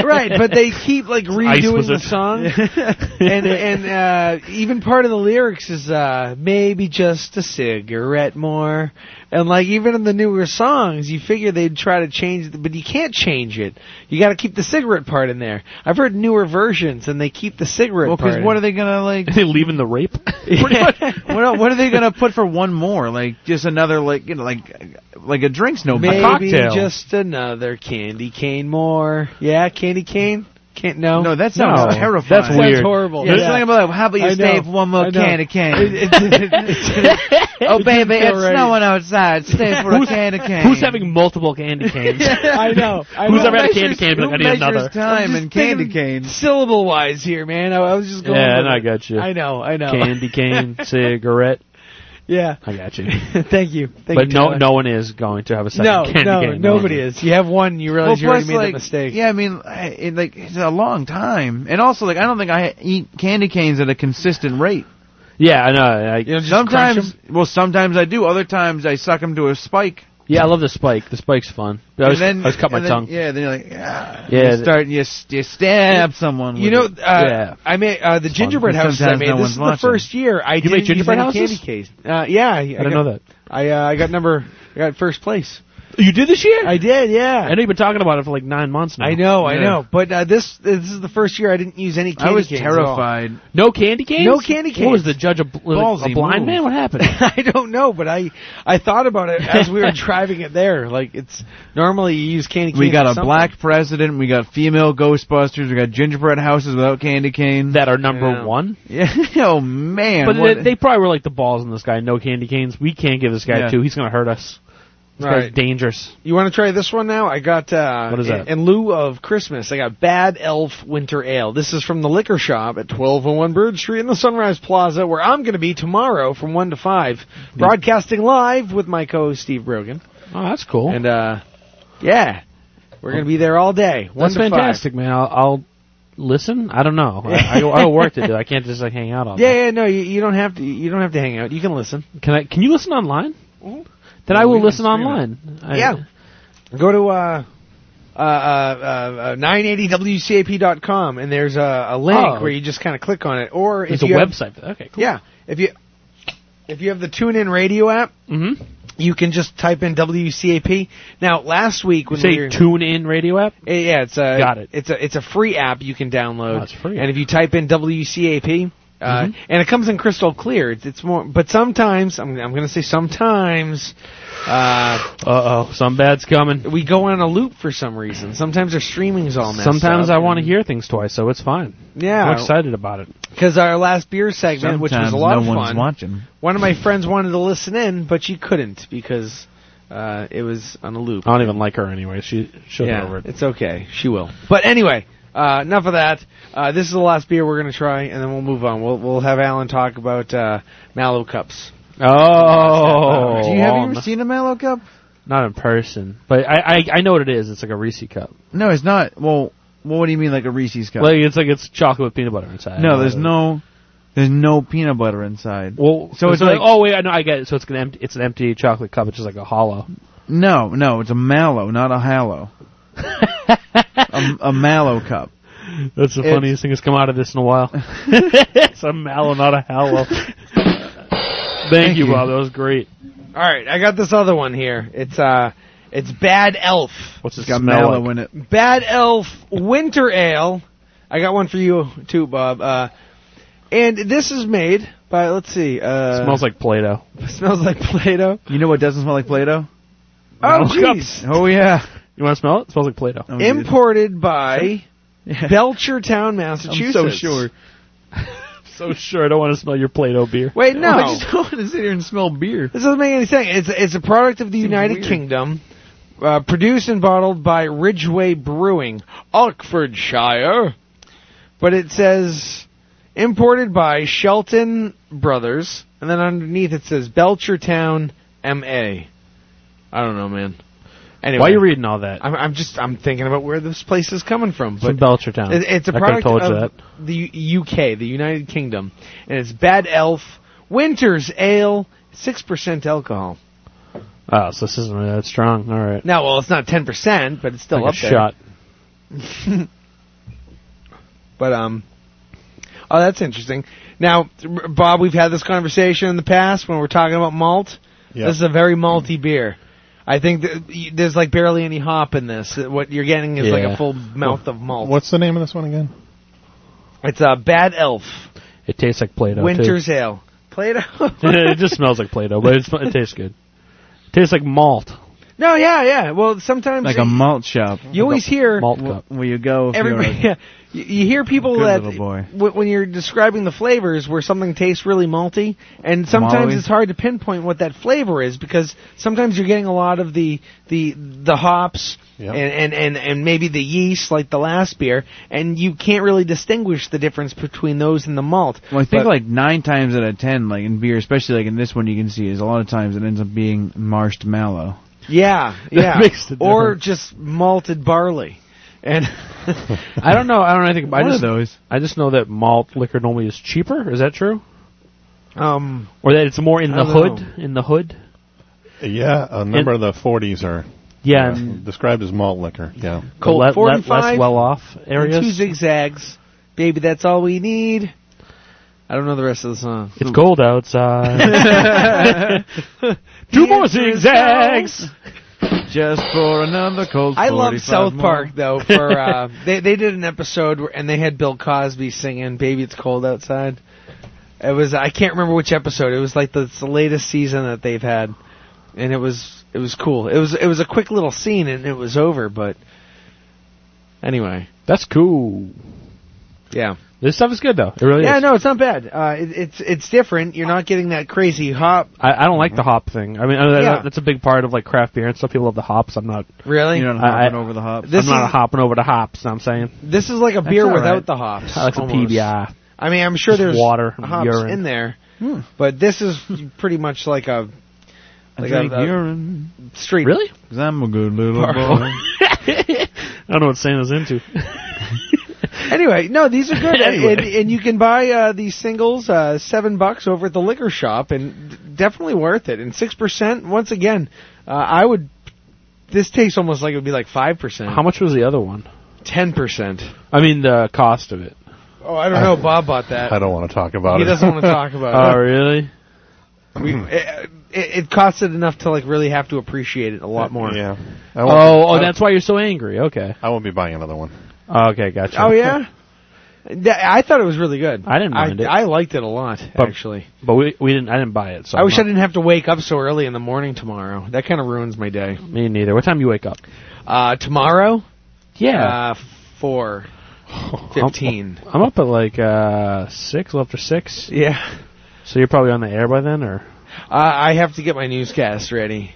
[SPEAKER 9] right, but they keep like
[SPEAKER 3] Ice
[SPEAKER 9] redoing the
[SPEAKER 3] Wizard.
[SPEAKER 9] song, and and uh, even part of the lyrics is uh, maybe just a cigarette more, and like even in the newer songs, you figure they'd try to change, it, but you can't change it. You got to keep the cigarette part in there. I've heard newer versions, and they keep the cigarette.
[SPEAKER 8] well,
[SPEAKER 9] part
[SPEAKER 8] because what are they gonna like?
[SPEAKER 3] Is he leaving the rape?
[SPEAKER 8] Pretty much- what, el- what are they gonna put for one more? Like just another like you know like like a drinks no
[SPEAKER 9] Maybe
[SPEAKER 8] a cocktail.
[SPEAKER 9] just another candy cane more. Yeah, candy cane. Can't no.
[SPEAKER 8] no, that sounds
[SPEAKER 3] No,
[SPEAKER 8] terrifying.
[SPEAKER 3] that's
[SPEAKER 9] Sounds
[SPEAKER 3] weird.
[SPEAKER 9] horrible.
[SPEAKER 8] There's
[SPEAKER 9] Yeah.
[SPEAKER 8] something about like, how about
[SPEAKER 9] I
[SPEAKER 8] you
[SPEAKER 9] know.
[SPEAKER 8] stay for one
[SPEAKER 9] I
[SPEAKER 8] more
[SPEAKER 9] know.
[SPEAKER 8] candy
[SPEAKER 9] It-
[SPEAKER 8] cane?
[SPEAKER 9] it's- it's-
[SPEAKER 8] oh baby,
[SPEAKER 9] feel
[SPEAKER 8] it's
[SPEAKER 9] right.
[SPEAKER 8] snowing outside. Stay for a
[SPEAKER 3] Who's-
[SPEAKER 8] candy cane.
[SPEAKER 3] Who's having multiple candy canes?
[SPEAKER 9] I know. I
[SPEAKER 3] Who's
[SPEAKER 9] know.
[SPEAKER 3] ever had a candy
[SPEAKER 8] measures-
[SPEAKER 3] cane? Be Like, I
[SPEAKER 8] who
[SPEAKER 3] need
[SPEAKER 8] measures
[SPEAKER 3] another.
[SPEAKER 8] time
[SPEAKER 9] I'm just
[SPEAKER 8] and candy
[SPEAKER 9] thinking
[SPEAKER 8] canes?
[SPEAKER 9] syllable wise here, man. I, I was just going.
[SPEAKER 3] Yeah,
[SPEAKER 9] with
[SPEAKER 3] and I
[SPEAKER 9] it.
[SPEAKER 3] got you.
[SPEAKER 9] I know. I know.
[SPEAKER 3] Candy cane, cigarette.
[SPEAKER 9] yeah.
[SPEAKER 3] I got you.
[SPEAKER 9] Thank you. Thank
[SPEAKER 3] but
[SPEAKER 9] you,
[SPEAKER 3] no,
[SPEAKER 9] Tyler.
[SPEAKER 3] no one is going to have a second
[SPEAKER 9] no,
[SPEAKER 3] candy
[SPEAKER 9] no,
[SPEAKER 3] cane.
[SPEAKER 9] nobody is. You have one. You realize you already made
[SPEAKER 8] like,
[SPEAKER 9] a mistake.
[SPEAKER 8] Yeah, I mean, I, it, like it's a long time, and also like I don't think I eat candy canes at a consistent rate.
[SPEAKER 3] Yeah, I know. I,
[SPEAKER 9] You know, just
[SPEAKER 8] Sometimes,
[SPEAKER 9] crunch 'em.
[SPEAKER 8] well, sometimes I do. Other times I suck them to a spike.
[SPEAKER 3] yeah, I love the spike. The spike's fun. I
[SPEAKER 8] and
[SPEAKER 3] always,
[SPEAKER 8] then,
[SPEAKER 3] I always cut my
[SPEAKER 8] and then-
[SPEAKER 3] tongue.
[SPEAKER 8] Yeah, then you're like, ah,
[SPEAKER 3] Yeah,
[SPEAKER 8] yeah, you
[SPEAKER 3] the-
[SPEAKER 8] start you s- you stab someone.
[SPEAKER 9] You
[SPEAKER 8] with
[SPEAKER 9] know, uh,
[SPEAKER 8] it.
[SPEAKER 3] Yeah.
[SPEAKER 9] I made uh, the gingerbread
[SPEAKER 8] fun.
[SPEAKER 9] house I
[SPEAKER 8] Sometimes
[SPEAKER 9] made.
[SPEAKER 8] no
[SPEAKER 9] this
[SPEAKER 8] one's
[SPEAKER 9] is the
[SPEAKER 8] watching.
[SPEAKER 9] first year I didn't
[SPEAKER 3] make
[SPEAKER 9] use
[SPEAKER 3] gingerbread
[SPEAKER 9] any
[SPEAKER 3] houses?
[SPEAKER 9] candy case. Uh, yeah, I,
[SPEAKER 3] I didn't
[SPEAKER 9] got-
[SPEAKER 3] know that.
[SPEAKER 9] I uh, I got number. I got first place.
[SPEAKER 3] You did this year?
[SPEAKER 9] I did. Yeah.
[SPEAKER 3] I know you've been talking about it for like nine months now.
[SPEAKER 9] I know, I
[SPEAKER 8] Yeah.
[SPEAKER 9] know, but uh, this this is the first year I didn't use any candy
[SPEAKER 8] I was
[SPEAKER 9] canes at all.
[SPEAKER 8] terrified.
[SPEAKER 3] No candy canes?
[SPEAKER 9] No candy canes.
[SPEAKER 3] What was the judge a, bl-
[SPEAKER 8] Ballsy
[SPEAKER 3] a blind
[SPEAKER 8] move.
[SPEAKER 3] man? What happened?
[SPEAKER 9] I don't know, but I I thought about it as we were driving it there. Like it's normally you use candy canes.
[SPEAKER 8] We got
[SPEAKER 9] or
[SPEAKER 8] a
[SPEAKER 9] something.
[SPEAKER 8] black president. We got female Ghostbusters. We got gingerbread houses without candy canes.
[SPEAKER 3] that are number
[SPEAKER 9] Yeah.
[SPEAKER 3] one.
[SPEAKER 8] yeah. oh man.
[SPEAKER 3] But
[SPEAKER 8] what-
[SPEAKER 3] they, they probably were like the balls in this guy. No candy canes. We can't give this guy
[SPEAKER 8] Yeah.
[SPEAKER 3] two. He's gonna hurt us. This
[SPEAKER 9] Right.
[SPEAKER 3] guy's dangerous.
[SPEAKER 9] You want to try this one now? I got uh,
[SPEAKER 3] What is that?
[SPEAKER 9] In, in lieu of Christmas, I got Bad Elf Winter Ale. This is from the liquor shop at 1201 Bridge Street in the Sunrise Plaza, where I'm going to be tomorrow from one to five,
[SPEAKER 3] Mm-hmm.
[SPEAKER 9] broadcasting live with my co-host Steve Brogan.
[SPEAKER 3] Oh, that's cool.
[SPEAKER 9] And uh, yeah, we're going to be there all day. One
[SPEAKER 3] that's
[SPEAKER 9] to five.
[SPEAKER 3] fantastic, man. I'll, I'll listen. I don't know. I, I, I got work to do. I can't just like hang out all day.
[SPEAKER 9] Yeah, yeah, no, you, you don't have to. You don't have to hang out. You can listen.
[SPEAKER 3] Can I? Can you listen online? Then I
[SPEAKER 8] Yeah, we
[SPEAKER 3] will
[SPEAKER 8] can
[SPEAKER 3] listen
[SPEAKER 8] stream it.
[SPEAKER 3] online. I-
[SPEAKER 9] Yeah. Go to uh, uh, uh, uh, 980wcap.com and there's a, a link
[SPEAKER 3] Oh.
[SPEAKER 9] where you just kind of click on it. Or
[SPEAKER 3] There's
[SPEAKER 9] if
[SPEAKER 3] a
[SPEAKER 9] you have-
[SPEAKER 3] website. for that. okay. Cool.
[SPEAKER 9] yeah, if you if you have the TuneIn Radio app,
[SPEAKER 3] Mm-hmm.
[SPEAKER 9] you You can just type in WCAP. Now, last week when
[SPEAKER 3] Say
[SPEAKER 9] we were,
[SPEAKER 3] tune in radio app.
[SPEAKER 9] yeah, it's a
[SPEAKER 3] Got it.
[SPEAKER 9] It's a it's a free app you can download.
[SPEAKER 3] Oh, it's free. Mm-hmm.
[SPEAKER 9] And if you type in WCAP, uh, and it comes in crystal clear. It's, it's more, but sometimes I'm I'm gonna say sometimes. Uh
[SPEAKER 3] oh, some bad's coming.
[SPEAKER 9] We go on a loop for some reason. Sometimes our streaming's all messed
[SPEAKER 3] Sometimes
[SPEAKER 9] up.
[SPEAKER 3] I want to hear things twice, so it's fine.
[SPEAKER 9] Yeah.
[SPEAKER 3] I'm excited about it.
[SPEAKER 9] Because our last beer segment, which
[SPEAKER 16] Sometimes
[SPEAKER 9] was a lot
[SPEAKER 16] no
[SPEAKER 9] of fun,
[SPEAKER 16] one's watching.
[SPEAKER 9] one of my friends wanted to listen in, but she couldn't because uh, it was on a loop.
[SPEAKER 3] I don't even like her anyway. She she'll
[SPEAKER 9] Yeah,
[SPEAKER 3] get over it.
[SPEAKER 9] It's okay. She will. But anyway, uh, enough of that. Uh, this is the last beer we're going to try, and then we'll move on. We'll we'll have Alan talk about uh, Mallow Cups.
[SPEAKER 3] Oh,
[SPEAKER 16] Do you have you
[SPEAKER 3] um,
[SPEAKER 16] ever seen a Mallow Cup?
[SPEAKER 3] not in person, but I, I I know what it is. It's like a Reese cup.
[SPEAKER 16] No, it's not. Well, well, what do you mean like a Reese's cup?
[SPEAKER 3] Like it's like it's chocolate with peanut butter inside.
[SPEAKER 16] no, there's no, there's no peanut butter inside.
[SPEAKER 3] Well,
[SPEAKER 16] so it's like,
[SPEAKER 3] oh wait, I know, I get it. So it's an empty, it's an empty chocolate cup. It's just like a hollow.
[SPEAKER 16] no, no, it's a mallow, not a hallow. a, a mallow cup.
[SPEAKER 3] That's the
[SPEAKER 16] It's-
[SPEAKER 3] funniest thing that's come out of this in a while. it's a mallow, not a hallow. Thank, you, Bob. That was great.
[SPEAKER 9] All right, I got this other one here. It's uh, it's Bad Elf.
[SPEAKER 3] What's this
[SPEAKER 16] Got
[SPEAKER 3] smell
[SPEAKER 16] mallow
[SPEAKER 3] like?
[SPEAKER 16] in it.
[SPEAKER 9] Bad Elf Winter Ale. I got one for you too, Bob. Uh, and this is made by let's see. Uh,
[SPEAKER 3] smells like Play-Doh.
[SPEAKER 9] smells like Play-Doh.
[SPEAKER 16] You know what doesn't smell like Play-Doh?
[SPEAKER 9] Oh,
[SPEAKER 3] Mallow
[SPEAKER 9] jeez.
[SPEAKER 16] Oh yeah.
[SPEAKER 3] You want to smell it? It smells like Play-Doh.
[SPEAKER 16] Oh, dude.
[SPEAKER 9] Imported by
[SPEAKER 16] Yeah.
[SPEAKER 9] Belchertown,
[SPEAKER 16] I'm
[SPEAKER 9] Massachusetts.
[SPEAKER 16] so sure.
[SPEAKER 3] so sure, I don't want to smell your Play-Doh beer.
[SPEAKER 9] Wait, no.
[SPEAKER 16] I just don't want to sit here and smell beer.
[SPEAKER 9] This doesn't make any sense. It's it's a product of the United
[SPEAKER 16] weird.
[SPEAKER 9] Kingdom, uh, produced and bottled by Ridgeway Brewing, Oxfordshire. But it says imported by Shelton Brothers, and then underneath it says Belchertown, MA. I don't know, man. Anyway,
[SPEAKER 3] Why are you reading all that?
[SPEAKER 9] I'm, I'm just I'm thinking about where this place is coming from.
[SPEAKER 3] It's from
[SPEAKER 9] But
[SPEAKER 3] Belchertown.
[SPEAKER 9] it- it's a
[SPEAKER 3] I could have
[SPEAKER 9] product
[SPEAKER 3] told you
[SPEAKER 9] of
[SPEAKER 3] that.
[SPEAKER 9] the U- UK, the United Kingdom, and it's Bad Elf Winter's Ale, six percent alcohol.
[SPEAKER 3] Oh, so this isn't really that strong. All right.
[SPEAKER 9] Now, well, it's not ten percent, but it's still
[SPEAKER 3] Like
[SPEAKER 9] up
[SPEAKER 3] a
[SPEAKER 9] there.
[SPEAKER 3] shot.
[SPEAKER 9] But um, oh, that's interesting. Now, r- Bob, we've had this conversation in the past when we're talking about malt.
[SPEAKER 8] Yeah.
[SPEAKER 9] This is a very malty beer. I think that y- there's like barely any hop in this. What you're getting is like
[SPEAKER 3] Yeah.
[SPEAKER 9] a full mouth of malt.
[SPEAKER 8] What's the name of this one again?
[SPEAKER 9] It's a Bad Elf
[SPEAKER 3] It tastes like Play-Doh. too.
[SPEAKER 9] Winter's Ale. Play-Doh.
[SPEAKER 3] it just smells like Play-Doh, but it's, it tastes good. It tastes like malt.
[SPEAKER 9] No, yeah, yeah. Well, sometimes
[SPEAKER 16] Like a malt shop.
[SPEAKER 9] you always hear
[SPEAKER 3] Malt
[SPEAKER 16] Wh-
[SPEAKER 3] cup.
[SPEAKER 16] Where you go? If
[SPEAKER 9] everybody.
[SPEAKER 16] You're
[SPEAKER 9] Yeah, you, you hear people
[SPEAKER 16] Good
[SPEAKER 9] that
[SPEAKER 16] little boy.
[SPEAKER 9] w- when you're describing the flavors where something tastes really malty, and sometimes
[SPEAKER 16] Mallowy.
[SPEAKER 9] it's hard to pinpoint what that flavor is because sometimes you're getting a lot of the the the hops.
[SPEAKER 8] Yep.
[SPEAKER 9] And, and, and, and maybe the yeast, like the last beer, and you can't really distinguish the difference between those and the malt.
[SPEAKER 16] Well, I think
[SPEAKER 9] But-
[SPEAKER 16] like nine times out of ten, like in beer, especially like in this one, you can see is a lot of times it ends up being marshmallow.
[SPEAKER 9] Yeah,
[SPEAKER 3] That
[SPEAKER 9] yeah.
[SPEAKER 3] makes the
[SPEAKER 9] or
[SPEAKER 3] difference.
[SPEAKER 9] just malted barley. And
[SPEAKER 3] I don't know. I don't know anything. I
[SPEAKER 16] One
[SPEAKER 3] just
[SPEAKER 16] of those.
[SPEAKER 3] I just know that malt liquor normally is cheaper. Is that true?
[SPEAKER 9] um,
[SPEAKER 3] Or that it's more in
[SPEAKER 9] I
[SPEAKER 3] the
[SPEAKER 9] don't
[SPEAKER 3] hood? In the hood?
[SPEAKER 8] Yeah, a number of the 40s are
[SPEAKER 3] Yeah.
[SPEAKER 8] uh,
[SPEAKER 3] and
[SPEAKER 8] described as malt liquor. Yeah.
[SPEAKER 9] Colt
[SPEAKER 3] le- le-
[SPEAKER 9] 45
[SPEAKER 3] less well off
[SPEAKER 9] and two
[SPEAKER 3] areas.
[SPEAKER 9] zigzags. Baby, that's all we need. I don't know the rest of the song.
[SPEAKER 3] It's cold outside. two more zigzags.
[SPEAKER 16] Just for another cold.
[SPEAKER 9] I love
[SPEAKER 16] 45
[SPEAKER 9] South
[SPEAKER 16] more.
[SPEAKER 9] Park though. For uh, they they did an episode where, and they had Bill Cosby singing "Baby It's Cold Outside." It was I can't remember which episode. It was like the, it's the latest season that they've had, and it was it was cool. It was it was a quick little scene and it was over. But anyway,
[SPEAKER 3] That's cool.
[SPEAKER 9] yeah.
[SPEAKER 3] This stuff is good though. It really
[SPEAKER 9] Yeah,
[SPEAKER 3] is.
[SPEAKER 9] no, it's not bad. Uh, it, it's it's different. You're not getting that crazy hop.
[SPEAKER 3] I, I don't like the hop thing. I mean, I, I-
[SPEAKER 9] Yeah.
[SPEAKER 3] that's a big part of like craft beer and stuff. People love the hops. I'm not.
[SPEAKER 9] Really,
[SPEAKER 16] You're not
[SPEAKER 3] I-
[SPEAKER 16] hopping
[SPEAKER 3] I-
[SPEAKER 16] over the hops.
[SPEAKER 9] This
[SPEAKER 3] I'm not
[SPEAKER 9] is-
[SPEAKER 3] hopping over the hops. Know what I'm saying.
[SPEAKER 9] this is like a beer
[SPEAKER 16] all
[SPEAKER 9] without
[SPEAKER 16] right.
[SPEAKER 9] the hops.
[SPEAKER 3] I like some
[SPEAKER 9] almost.
[SPEAKER 3] PBI.
[SPEAKER 9] I mean, I'm sure
[SPEAKER 3] Just
[SPEAKER 9] there's
[SPEAKER 3] water and
[SPEAKER 9] hops
[SPEAKER 3] urine.
[SPEAKER 9] in there,
[SPEAKER 16] Hmm.
[SPEAKER 9] but this is pretty much like a
[SPEAKER 16] I
[SPEAKER 9] like
[SPEAKER 16] drink
[SPEAKER 9] a- a-
[SPEAKER 16] urine
[SPEAKER 9] street.
[SPEAKER 3] Really?
[SPEAKER 16] 'cause I'm a good little boy.
[SPEAKER 3] I don't know what Santa's into.
[SPEAKER 9] Anyway, no, these are good,
[SPEAKER 3] Anyway.
[SPEAKER 9] and, and you can buy uh, these singles uh, seven bucks over at the liquor shop, and d- definitely worth it. And six percent, once again, uh, I would. This tastes almost like it would be like five percent.
[SPEAKER 3] How much was the other one?
[SPEAKER 9] Ten percent.
[SPEAKER 3] I mean, the cost of it.
[SPEAKER 9] Oh, I don't know. Bob bought that.
[SPEAKER 8] I don't want to talk about
[SPEAKER 9] he
[SPEAKER 8] it.
[SPEAKER 9] doesn't want to talk
[SPEAKER 3] Oh,
[SPEAKER 9] about it.
[SPEAKER 3] really?
[SPEAKER 9] We it, it costed enough to like really have to appreciate it a lot more.
[SPEAKER 17] Yeah. I won't-
[SPEAKER 3] Oh,
[SPEAKER 17] I-
[SPEAKER 3] oh, that's why you're so angry. Okay.
[SPEAKER 17] I won't be buying another one.
[SPEAKER 3] Okay, gotcha.
[SPEAKER 9] Oh yeah. That- I thought it was really good.
[SPEAKER 3] I didn't mind
[SPEAKER 9] I,
[SPEAKER 3] it.
[SPEAKER 9] I liked it a lot
[SPEAKER 3] But-
[SPEAKER 9] actually.
[SPEAKER 3] But we we didn't. I didn't buy it. So
[SPEAKER 9] I wish I
[SPEAKER 3] I'm not-
[SPEAKER 9] didn't have to wake up so early in the morning tomorrow. That kind of ruins my day.
[SPEAKER 3] Me neither. What time you wake up?
[SPEAKER 9] Uh, tomorrow?
[SPEAKER 3] Yeah.
[SPEAKER 9] Uh, four. Fifteen.
[SPEAKER 3] I'm, I'm up at like uh six, well after six.
[SPEAKER 9] Yeah.
[SPEAKER 3] So you're probably on the air by then, or
[SPEAKER 9] Uh, I have to get my newscast ready.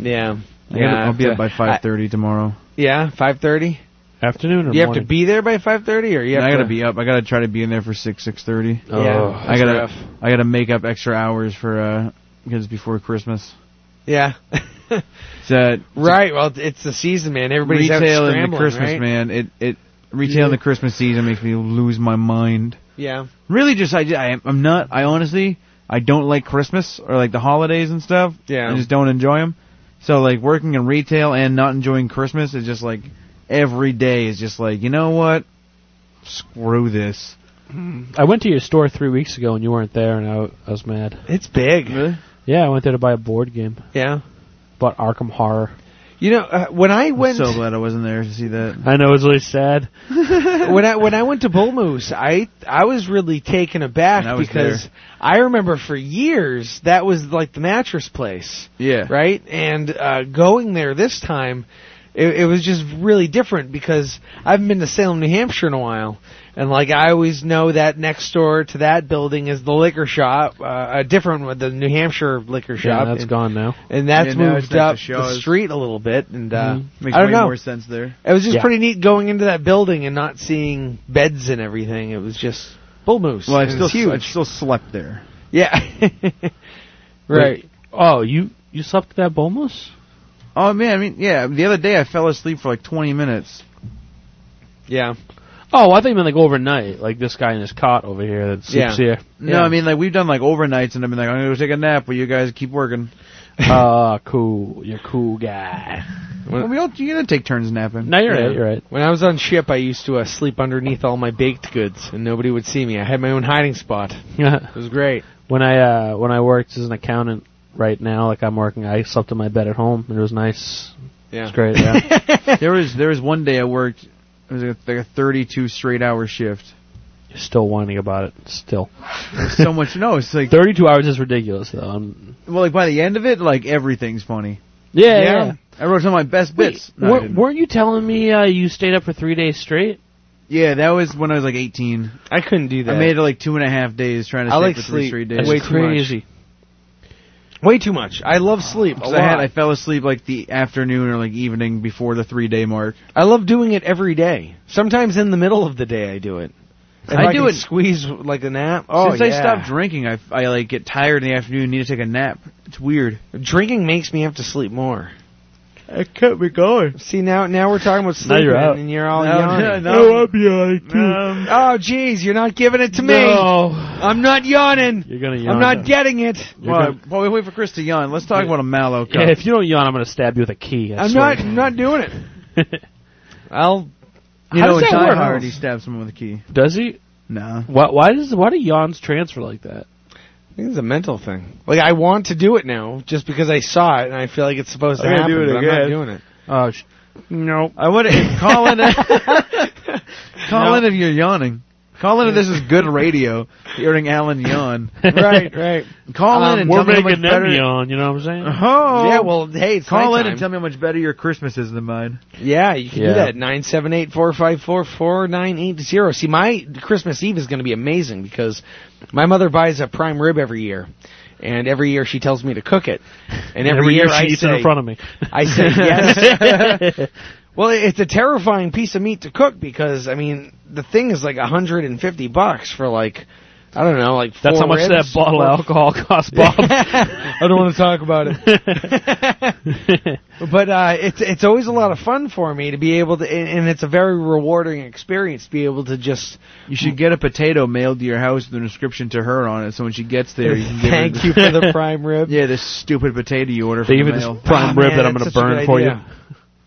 [SPEAKER 9] Yeah.
[SPEAKER 8] I
[SPEAKER 9] yeah,
[SPEAKER 8] gotta-
[SPEAKER 9] I
[SPEAKER 8] I'll
[SPEAKER 9] have
[SPEAKER 8] be
[SPEAKER 9] to-
[SPEAKER 8] up by
[SPEAKER 9] I-
[SPEAKER 8] five thirty tomorrow.
[SPEAKER 9] Yeah, five thirty.
[SPEAKER 3] Afternoon or
[SPEAKER 9] You have
[SPEAKER 3] morning?
[SPEAKER 9] to be there by five thirty, or you
[SPEAKER 8] And
[SPEAKER 9] have
[SPEAKER 8] I gotta
[SPEAKER 9] to
[SPEAKER 8] be up. I gotta try to be in there for six six thirty.
[SPEAKER 9] Yeah, Oh.
[SPEAKER 8] I
[SPEAKER 9] that's
[SPEAKER 8] gotta
[SPEAKER 9] rough.
[SPEAKER 8] I gotta make up extra hours for uh because it's before Christmas.
[SPEAKER 9] Yeah.
[SPEAKER 8] It's, uh,
[SPEAKER 9] right. Well, it's the season, man. Everybody's out
[SPEAKER 8] retail and the
[SPEAKER 9] scrambling,
[SPEAKER 8] Christmas
[SPEAKER 9] right?
[SPEAKER 8] man. It it retail in the Christmas season makes me lose my mind.
[SPEAKER 9] Yeah.
[SPEAKER 8] Really, just I, I I'm not. I honestly I don't like Christmas or like the holidays and stuff.
[SPEAKER 9] Yeah.
[SPEAKER 8] I just don't enjoy them. So like working in retail and not enjoying Christmas is just like every day is just like you know what, screw this.
[SPEAKER 3] I went to your store three weeks ago and you weren't there, and I, I was mad.
[SPEAKER 9] It's big.
[SPEAKER 3] Yeah, I went there to buy a board game.
[SPEAKER 9] Yeah.
[SPEAKER 3] Bought Arkham Horror.
[SPEAKER 9] You know, uh, when I
[SPEAKER 8] I'm
[SPEAKER 9] went
[SPEAKER 8] so glad I wasn't there to see that.
[SPEAKER 3] I know it's really sad.
[SPEAKER 9] when I when I went to Bull Moose, I I was really taken aback
[SPEAKER 8] And I was
[SPEAKER 9] because I remember for years that was like the mattress place.
[SPEAKER 8] Yeah.
[SPEAKER 9] Right? And uh going there this time it, it was just really different because I haven't been to Salem, New Hampshire in a while, and like I always know that next door to that building is the liquor shop, uh, a different one, the New Hampshire liquor
[SPEAKER 3] Yeah,
[SPEAKER 9] shop,
[SPEAKER 3] that's
[SPEAKER 9] and,
[SPEAKER 3] gone now.
[SPEAKER 9] and that's
[SPEAKER 8] Yeah, now it's
[SPEAKER 9] moved
[SPEAKER 8] next to
[SPEAKER 9] up the
[SPEAKER 8] Shaw's.
[SPEAKER 9] street a little bit, and uh,
[SPEAKER 8] Mhm.
[SPEAKER 3] Mm-hmm.
[SPEAKER 8] Makes
[SPEAKER 9] I don't
[SPEAKER 8] way
[SPEAKER 9] know.
[SPEAKER 8] more sense there.
[SPEAKER 9] It was just
[SPEAKER 3] Yeah.
[SPEAKER 9] pretty neat going into that building and not seeing beds and everything. It was just bull moose.
[SPEAKER 8] Well, I
[SPEAKER 9] and it
[SPEAKER 8] still
[SPEAKER 9] was huge.
[SPEAKER 8] I still slept there.
[SPEAKER 9] yeah. right.
[SPEAKER 3] Oh, you you slept at that Bomos?
[SPEAKER 8] Oh man, I mean, yeah. The other day I fell asleep for like 20 minutes.
[SPEAKER 9] Yeah.
[SPEAKER 3] Oh, I think meant like overnight, like this guy in his cot over here that sleeps
[SPEAKER 8] Yeah.
[SPEAKER 3] here.
[SPEAKER 8] No, I mean like we've done like overnights, and I've been like, I'm gonna go take a nap, but you guys keep working.
[SPEAKER 3] Ah, cool. You're a cool guy.
[SPEAKER 8] Well, we all you gonna take turns napping.
[SPEAKER 3] No, you're
[SPEAKER 9] Yeah.
[SPEAKER 3] right. You're right.
[SPEAKER 9] When I was on ship, I used to uh, sleep underneath all my baked goods, and nobody would see me. I had my own hiding spot. It was great.
[SPEAKER 3] when I uh, when I worked as an accountant right now, like I'm working, I slept in my bed at home. and It was nice.
[SPEAKER 9] Yeah.
[SPEAKER 3] It's great. Yeah.
[SPEAKER 8] there was there was one day I worked. It was like a, like a 32 straight hour shift.
[SPEAKER 3] You're still whining about it. Still.
[SPEAKER 8] So much no, it's like
[SPEAKER 3] 32 hours is ridiculous though. I'm,
[SPEAKER 8] well, like by the end of it, like everything's funny.
[SPEAKER 3] yeah, yeah.
[SPEAKER 8] I wrote some of my best bits. No, I
[SPEAKER 3] Wait,
[SPEAKER 8] didn't.
[SPEAKER 3] were, not you telling me uh, you stayed up for three days straight?
[SPEAKER 8] yeah, that was when I was like 18.
[SPEAKER 9] I couldn't do that.
[SPEAKER 8] I made it like two and a half days trying to
[SPEAKER 9] I
[SPEAKER 8] sleep
[SPEAKER 9] like
[SPEAKER 8] for
[SPEAKER 9] sleep.
[SPEAKER 8] three straight days.
[SPEAKER 9] That's Way too
[SPEAKER 3] crazy.
[SPEAKER 9] Way too much. I love sleep. A
[SPEAKER 8] 'Cause I had
[SPEAKER 9] lot.
[SPEAKER 8] I fell asleep like the afternoon or like evening before the three day mark.
[SPEAKER 9] I love doing it every day. Sometimes in the middle of the day, I do it. If
[SPEAKER 8] I
[SPEAKER 9] I,
[SPEAKER 8] do
[SPEAKER 9] can
[SPEAKER 8] it-
[SPEAKER 9] Squeeze like a nap. Oh
[SPEAKER 8] Since
[SPEAKER 9] yeah.
[SPEAKER 8] I stopped drinking, I, I like get tired in the afternoon, and need to take a nap. It's weird.
[SPEAKER 9] drinking makes me have to sleep more.
[SPEAKER 8] I kept me going.
[SPEAKER 9] See now, now we're talking about
[SPEAKER 3] Now
[SPEAKER 9] sleeping,
[SPEAKER 3] you're out. um,
[SPEAKER 9] and you're all
[SPEAKER 8] No,
[SPEAKER 9] yawning.
[SPEAKER 8] no, no. Oh, I'm
[SPEAKER 3] yawning
[SPEAKER 8] um,
[SPEAKER 9] Oh, jeez, you're not giving it to me.
[SPEAKER 3] No.
[SPEAKER 9] I'm not yawning.
[SPEAKER 3] You're gonna yawn.
[SPEAKER 9] I'm not getting it.
[SPEAKER 3] You're
[SPEAKER 8] Well,
[SPEAKER 3] gonna-
[SPEAKER 8] while we wait for Chris to yawn, let's talk about a Mallow cup.
[SPEAKER 3] Yeah, if you don't yawn, I'm gonna stab you with a key. I
[SPEAKER 9] I'm
[SPEAKER 3] swear.
[SPEAKER 9] not. I'm not doing it. I'll.
[SPEAKER 8] You
[SPEAKER 3] How
[SPEAKER 8] know,
[SPEAKER 3] does
[SPEAKER 8] in
[SPEAKER 3] that
[SPEAKER 8] Die
[SPEAKER 3] work?
[SPEAKER 8] Hard, he stabs someone with a key.
[SPEAKER 3] Does he?
[SPEAKER 8] No.
[SPEAKER 3] Why? Why does? Why do yawns transfer like that?
[SPEAKER 9] I think it's a mental thing. Like I want to do it now, just because I saw it and I feel like it's supposed to
[SPEAKER 8] I'm gonna
[SPEAKER 9] happen.
[SPEAKER 8] do it
[SPEAKER 9] but I'm not
[SPEAKER 8] again.
[SPEAKER 9] doing it.
[SPEAKER 3] Oh, sh- no.
[SPEAKER 8] I want to call in. call in if you're yawning. Call in if this is good radio. Hearing Alan yawn.
[SPEAKER 9] Right, right. Um,
[SPEAKER 8] Call in and
[SPEAKER 3] We're
[SPEAKER 8] tell me how much
[SPEAKER 3] making them
[SPEAKER 8] better.
[SPEAKER 3] yawn. You know what I'm saying?
[SPEAKER 8] Oh.
[SPEAKER 9] Yeah. Well, hey, it's
[SPEAKER 8] Call in
[SPEAKER 9] nighttime.
[SPEAKER 8] and tell me how much better your Christmas is than mine.
[SPEAKER 9] Yeah, you can
[SPEAKER 3] Yeah.
[SPEAKER 9] do that. Nine seven eight four five four four nine eight zero. See, my Christmas Eve is going to be amazing because my mother buys a prime rib every year, and every year she tells me to cook it, and every, year,
[SPEAKER 3] she
[SPEAKER 9] I
[SPEAKER 3] eats
[SPEAKER 9] say
[SPEAKER 3] it in front of me.
[SPEAKER 9] I say yes. well, it's a terrifying piece of meat to cook because I mean the thing is like a hundred and fifty bucks for like I don't know like
[SPEAKER 3] That's
[SPEAKER 9] four
[SPEAKER 3] how much
[SPEAKER 9] ribs,
[SPEAKER 3] that bottle
[SPEAKER 9] four-
[SPEAKER 3] of alcohol costs, Bob.
[SPEAKER 9] I don't want to talk about it. but uh, it's it's always a lot of fun for me to be able to, and, and it's a very rewarding experience to be able to just
[SPEAKER 8] You should get a potato mailed to your house with an inscription to her on it, so when she gets there, you can give her
[SPEAKER 9] thank you for the prime rib.
[SPEAKER 8] Yeah, this stupid potato you order
[SPEAKER 3] They
[SPEAKER 8] from
[SPEAKER 3] give
[SPEAKER 8] the
[SPEAKER 3] me this
[SPEAKER 8] mail.
[SPEAKER 3] prime
[SPEAKER 9] Ah,
[SPEAKER 3] rib
[SPEAKER 9] man,
[SPEAKER 3] that I'm
[SPEAKER 9] that's
[SPEAKER 3] going to
[SPEAKER 9] such a
[SPEAKER 3] burn
[SPEAKER 9] good
[SPEAKER 3] for
[SPEAKER 9] idea.
[SPEAKER 3] you.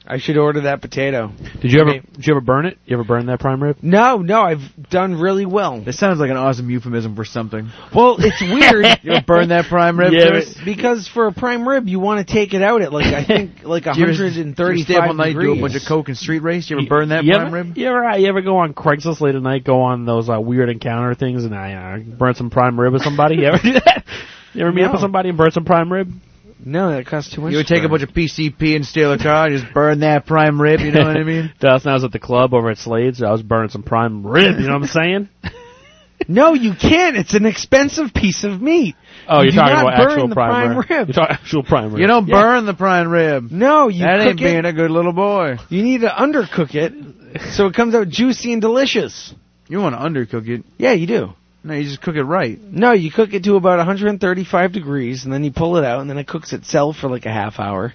[SPEAKER 9] I should order that potato.
[SPEAKER 3] Did you ever? Did you ever burn it? You ever burn that prime rib?
[SPEAKER 9] No, no. I've done really well.
[SPEAKER 14] This sounds like an awesome euphemism for something.
[SPEAKER 9] Well, it's weird.
[SPEAKER 14] You ever burn that prime rib,
[SPEAKER 9] Yeah,
[SPEAKER 14] Chris?
[SPEAKER 9] but- because for a prime rib, you want to take it out at like I think like
[SPEAKER 14] Do you ever- do you ever stay up
[SPEAKER 9] 135
[SPEAKER 14] all night,
[SPEAKER 9] degrees.
[SPEAKER 14] do a bunch of coke and street race. You ever burn that
[SPEAKER 3] you
[SPEAKER 14] prime
[SPEAKER 3] ever,
[SPEAKER 14] rib?
[SPEAKER 3] You ever, you ever go on Craigslist late at night, go on those uh, weird encounter things, and I uh, burn some prime rib with somebody? You ever do that? You ever meet up
[SPEAKER 14] No.
[SPEAKER 3] with somebody and burn some prime rib?
[SPEAKER 9] No, that costs too much.
[SPEAKER 14] You would take a bunch of PCP and steal a car and just burn that prime rib, you know what I mean?
[SPEAKER 3] Dustin, I was at the club over at Slade's. I was burning some prime rib. You know what I'm saying?
[SPEAKER 9] No, you can't. It's an expensive piece of meat.
[SPEAKER 3] Oh, you're
[SPEAKER 9] You do
[SPEAKER 3] talking
[SPEAKER 9] not
[SPEAKER 3] about
[SPEAKER 9] burn
[SPEAKER 3] actual
[SPEAKER 9] the
[SPEAKER 3] prime,
[SPEAKER 9] prime rib.
[SPEAKER 3] You're talking actual prime rib.
[SPEAKER 14] You don't
[SPEAKER 9] Yeah.
[SPEAKER 14] burn the prime rib.
[SPEAKER 9] No, you
[SPEAKER 14] That
[SPEAKER 9] cook
[SPEAKER 14] ain't
[SPEAKER 9] it.
[SPEAKER 14] being a good little boy.
[SPEAKER 9] You need to undercook it so it comes out juicy and delicious.
[SPEAKER 14] You want to undercook it.
[SPEAKER 9] Yeah, you do.
[SPEAKER 14] No, you just cook it right.
[SPEAKER 9] No, you cook it to about 135 degrees, and then you pull it out, and then it cooks itself for like a half hour,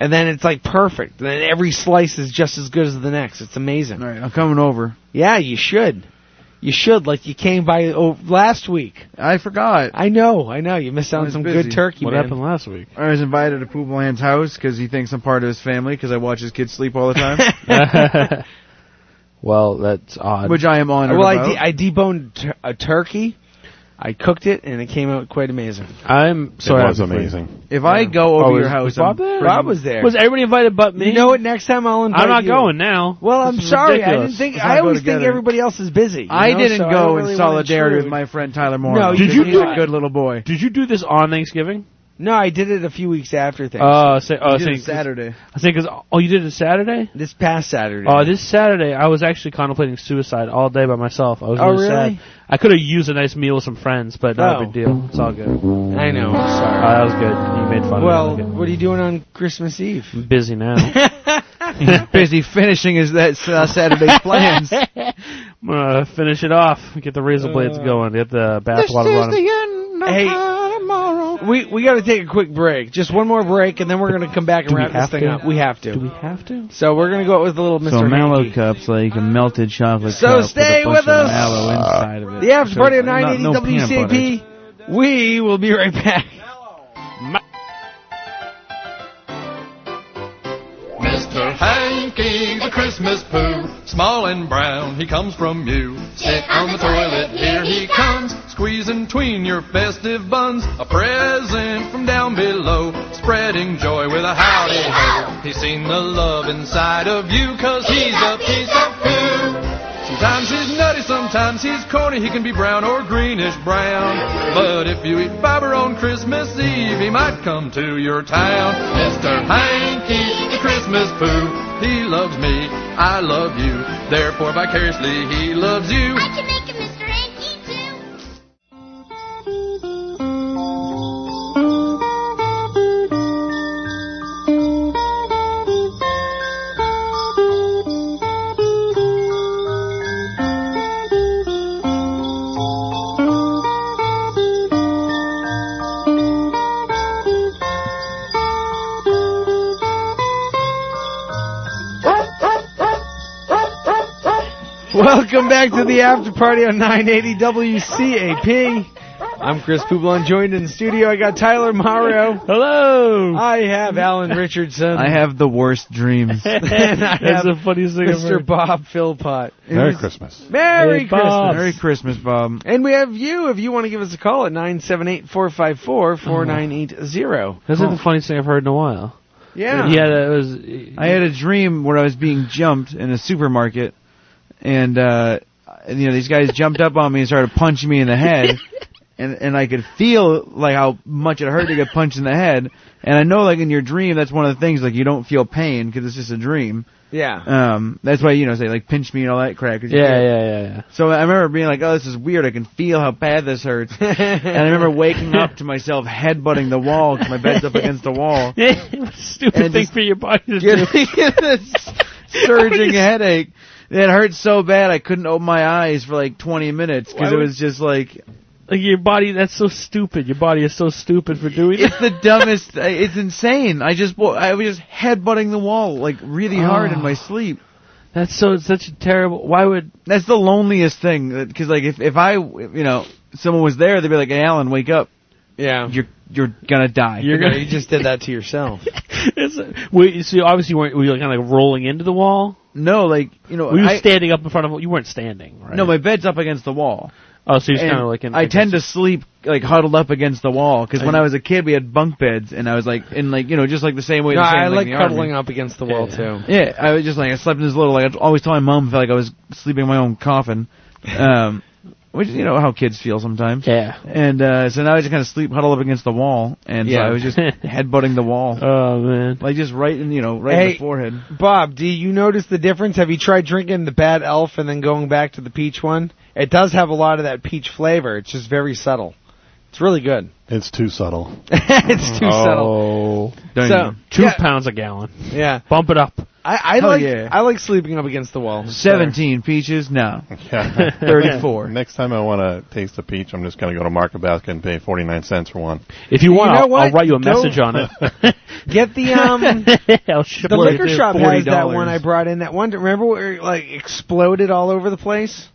[SPEAKER 9] and then it's like perfect. And then every slice is just as good as the next. It's amazing.
[SPEAKER 14] All right, I'm coming over.
[SPEAKER 9] Yeah, you should. You should. Like you came by oh, last week.
[SPEAKER 14] I forgot.
[SPEAKER 9] I know. I know. You missed out
[SPEAKER 14] I
[SPEAKER 9] on
[SPEAKER 14] was
[SPEAKER 9] some
[SPEAKER 14] busy.
[SPEAKER 9] good turkey.
[SPEAKER 3] What
[SPEAKER 9] man.
[SPEAKER 3] happened last week?
[SPEAKER 14] I was invited to Pooh Bland's house because he thinks I'm part of his family because I watch his kids sleep all the time.
[SPEAKER 3] well, that's odd.
[SPEAKER 14] Which I am honored
[SPEAKER 9] Well,
[SPEAKER 14] about.
[SPEAKER 9] I, de- I deboned tur- a turkey. I cooked it, and it came out quite amazing.
[SPEAKER 3] I'm
[SPEAKER 8] It
[SPEAKER 3] sorry.
[SPEAKER 8] was amazing.
[SPEAKER 14] if I go
[SPEAKER 3] Oh,
[SPEAKER 14] over
[SPEAKER 3] was-
[SPEAKER 14] your house,
[SPEAKER 3] was Bob
[SPEAKER 14] I'm
[SPEAKER 3] there?
[SPEAKER 14] bringing-
[SPEAKER 9] Bob was there.
[SPEAKER 3] Was everybody invited but me?
[SPEAKER 9] You know what? Next time I'll invite
[SPEAKER 3] I'm not
[SPEAKER 9] you.
[SPEAKER 3] going now.
[SPEAKER 9] Well,
[SPEAKER 3] This
[SPEAKER 9] I'm
[SPEAKER 3] is
[SPEAKER 9] sorry. I
[SPEAKER 3] ridiculous.
[SPEAKER 9] didn't think.
[SPEAKER 14] Let's not
[SPEAKER 9] I
[SPEAKER 14] go
[SPEAKER 9] always think
[SPEAKER 14] together.
[SPEAKER 9] everybody else is busy. you
[SPEAKER 14] I
[SPEAKER 9] know,
[SPEAKER 14] didn't
[SPEAKER 9] so I
[SPEAKER 14] go
[SPEAKER 9] don't really
[SPEAKER 14] in
[SPEAKER 9] wanna
[SPEAKER 14] solidarity with
[SPEAKER 9] intrude.
[SPEAKER 14] my friend Tyler Moore.
[SPEAKER 9] No, you
[SPEAKER 14] did you?
[SPEAKER 9] didn't.
[SPEAKER 14] He's a good little boy.
[SPEAKER 3] Did you do this on Thanksgiving?
[SPEAKER 9] No, I did it a few weeks after things.
[SPEAKER 3] Uh, say, oh,
[SPEAKER 14] You did
[SPEAKER 3] say-
[SPEAKER 14] it Saturday.
[SPEAKER 3] I think because oh, you did it Saturday.
[SPEAKER 9] this past Saturday.
[SPEAKER 3] Oh, this Saturday I was actually contemplating suicide all day by myself. I was
[SPEAKER 9] Oh,
[SPEAKER 3] really,
[SPEAKER 9] really?
[SPEAKER 3] sad. I could have used a nice meal with some friends, but not a
[SPEAKER 9] Oh.
[SPEAKER 3] big deal. It's all good. Oh,
[SPEAKER 9] I know. I'm sorry.
[SPEAKER 3] that was good. You made fun
[SPEAKER 9] well,
[SPEAKER 3] of me.
[SPEAKER 9] what are you doing on Christmas Eve?
[SPEAKER 3] I'm busy now.
[SPEAKER 14] He's busy finishing his that uh, Saturday's plans.
[SPEAKER 3] I'm gonna finish it off. Get the razor blades
[SPEAKER 9] Uh,
[SPEAKER 3] going. Get the bathwater running.
[SPEAKER 14] end
[SPEAKER 9] Hey.
[SPEAKER 14] tomorrow.
[SPEAKER 9] We we got to take a quick break. Just one more break, and then we're gonna come back and
[SPEAKER 3] Do we
[SPEAKER 9] wrap this
[SPEAKER 3] have
[SPEAKER 9] thing
[SPEAKER 3] to?
[SPEAKER 9] up. We have to.
[SPEAKER 3] Do we have to?
[SPEAKER 9] so we're gonna go out with a little Mr.
[SPEAKER 14] So mallow
[SPEAKER 9] Hanky. Uh,
[SPEAKER 14] cups like a melted chocolate
[SPEAKER 9] So
[SPEAKER 14] cup with a
[SPEAKER 9] stay
[SPEAKER 14] bunch
[SPEAKER 9] with
[SPEAKER 14] of
[SPEAKER 9] us.
[SPEAKER 14] mallow inside of it.
[SPEAKER 9] The Apps
[SPEAKER 14] So
[SPEAKER 9] Party of
[SPEAKER 14] not-
[SPEAKER 9] 980
[SPEAKER 14] no peanut butter.
[SPEAKER 9] WCAP. We will be right back.
[SPEAKER 13] Mr. Hanky, the Christmas poo, small and brown, he comes from you. Sit on the toilet, here he comes, squeezing tween your festive buns. A present from down below, spreading joy with a howdy ho. He's seen the love inside of you, cause he's a piece of poo. Sometimes he's nutty, sometimes he's corny. He can be brown or greenish brown. But if you eat fiber on Christmas Eve, he might come to your town. Mr. Hanky, the Christmas poo. He loves me, I love you. Therefore, vicariously, he loves you.
[SPEAKER 18] I can make a Mr. Hanky too.
[SPEAKER 9] Welcome back to the After Party on 980 WCAP. I'm Chris Poublon, joined in the studio. I got Tyler Mario.
[SPEAKER 3] Hello.
[SPEAKER 9] I have Alan Richardson.
[SPEAKER 14] I have the worst dreams.
[SPEAKER 9] And I
[SPEAKER 3] That's
[SPEAKER 9] have
[SPEAKER 3] the funniest thing I've
[SPEAKER 9] Mr.
[SPEAKER 3] heard.
[SPEAKER 9] Bob Philpott.
[SPEAKER 8] Merry Christmas.
[SPEAKER 9] Merry
[SPEAKER 3] Hey, Bob.
[SPEAKER 9] Christmas.
[SPEAKER 14] Merry Christmas, Bob.
[SPEAKER 9] And we have you if you want to give us a call at 978 454 4980.
[SPEAKER 3] That's not the funniest thing I've heard in a while.
[SPEAKER 9] Yeah.
[SPEAKER 3] Yeah, that was.
[SPEAKER 14] I had a dream where I was being jumped in a supermarket, and uh, and, you know these guys jumped up on me and started punching me in the head, and and I could feel like how much it hurt to get punched in the head, and I know like in your dream that's one of the things like you don't feel pain because it's just a dream.
[SPEAKER 9] Yeah.
[SPEAKER 14] Um, that's why you know say like pinch me and all that crap. 'cause you
[SPEAKER 3] Yeah,
[SPEAKER 14] can't-
[SPEAKER 3] yeah, yeah, yeah.
[SPEAKER 14] So I remember being like, oh, this is weird. I can feel how bad this hurts. and I remember waking up to myself headbutting the wall 'cause my bed's up against the wall.
[SPEAKER 3] Stupid
[SPEAKER 14] And
[SPEAKER 3] thing
[SPEAKER 14] just
[SPEAKER 3] for your body to do.
[SPEAKER 14] Getting this surging headache. It hurt so bad I couldn't open my eyes for like 20 minutes because it was just like,
[SPEAKER 3] Like your body, that's so stupid. Your body is so stupid for doing that.
[SPEAKER 14] it's the dumbest, it's insane. I just, wa- I was just headbutting the wall like really hard in my sleep.
[SPEAKER 3] That's so such a terrible. Why would?
[SPEAKER 14] That's the loneliest thing because like if, if I, you know, someone was there, they'd be like, hey, Alan, wake up.
[SPEAKER 9] Yeah.
[SPEAKER 14] You're, you're gonna die.
[SPEAKER 9] You're gonna, you just did that to yourself.
[SPEAKER 3] It's, wait, so you obviously weren't were you kind of like rolling into the wall?
[SPEAKER 9] No, like you know,
[SPEAKER 3] were you
[SPEAKER 9] I-
[SPEAKER 3] standing up in front of? You weren't standing, right?
[SPEAKER 9] No, my bed's up against the wall.
[SPEAKER 3] Oh, so you're
[SPEAKER 9] And
[SPEAKER 3] kind of like in.
[SPEAKER 9] I tend to sleep like huddled up against the wall because when
[SPEAKER 3] I-
[SPEAKER 9] I was a kid we had bunk beds and I was like in like you know just like the same way.
[SPEAKER 10] No,
[SPEAKER 9] the same,
[SPEAKER 10] I like
[SPEAKER 9] in the army.
[SPEAKER 10] cuddling up against the wall too.
[SPEAKER 9] Yeah, I was just like I slept in this little like I always told my mom felt like I was sleeping in my own coffin, um, which you know how kids feel sometimes.
[SPEAKER 3] Yeah.
[SPEAKER 9] And uh, so now I just kind of sleep huddled up against the wall, and so
[SPEAKER 10] Yeah.
[SPEAKER 9] I was just headbutting the wall.
[SPEAKER 3] Oh man,
[SPEAKER 9] like just right in you know right in
[SPEAKER 10] Hey,
[SPEAKER 9] the forehead.
[SPEAKER 10] Bob, do you notice the difference? Have you tried drinking the Bad Elf and then going back to the peach one? It does have a lot of that peach flavor. It's just very subtle. It's really good.
[SPEAKER 8] It's too subtle.
[SPEAKER 10] it's too subtle.
[SPEAKER 3] Oh,
[SPEAKER 10] Dang. So-
[SPEAKER 3] two
[SPEAKER 10] yeah.
[SPEAKER 3] pounds a gallon.
[SPEAKER 10] Yeah,
[SPEAKER 3] Bump it up.
[SPEAKER 10] I, I
[SPEAKER 9] Hell
[SPEAKER 10] like
[SPEAKER 9] yeah.
[SPEAKER 10] I like sleeping up against the wall. It's better.
[SPEAKER 9] Seventeen peaches, no,
[SPEAKER 8] Yeah.
[SPEAKER 9] thirty-four.
[SPEAKER 8] Next time I want to taste a peach, I'm just going to go to Market Basket and pay 49 cents for one.
[SPEAKER 3] If you
[SPEAKER 10] You
[SPEAKER 3] want,
[SPEAKER 10] know
[SPEAKER 3] I'll,
[SPEAKER 10] what?
[SPEAKER 3] I'll write you a
[SPEAKER 10] Go-
[SPEAKER 3] message on it.
[SPEAKER 10] Get the um
[SPEAKER 3] I'll ship
[SPEAKER 10] the
[SPEAKER 3] it
[SPEAKER 10] liquor
[SPEAKER 3] to
[SPEAKER 10] shop has that
[SPEAKER 3] $40.
[SPEAKER 10] one I brought in. That one remember where it, like exploded all over the place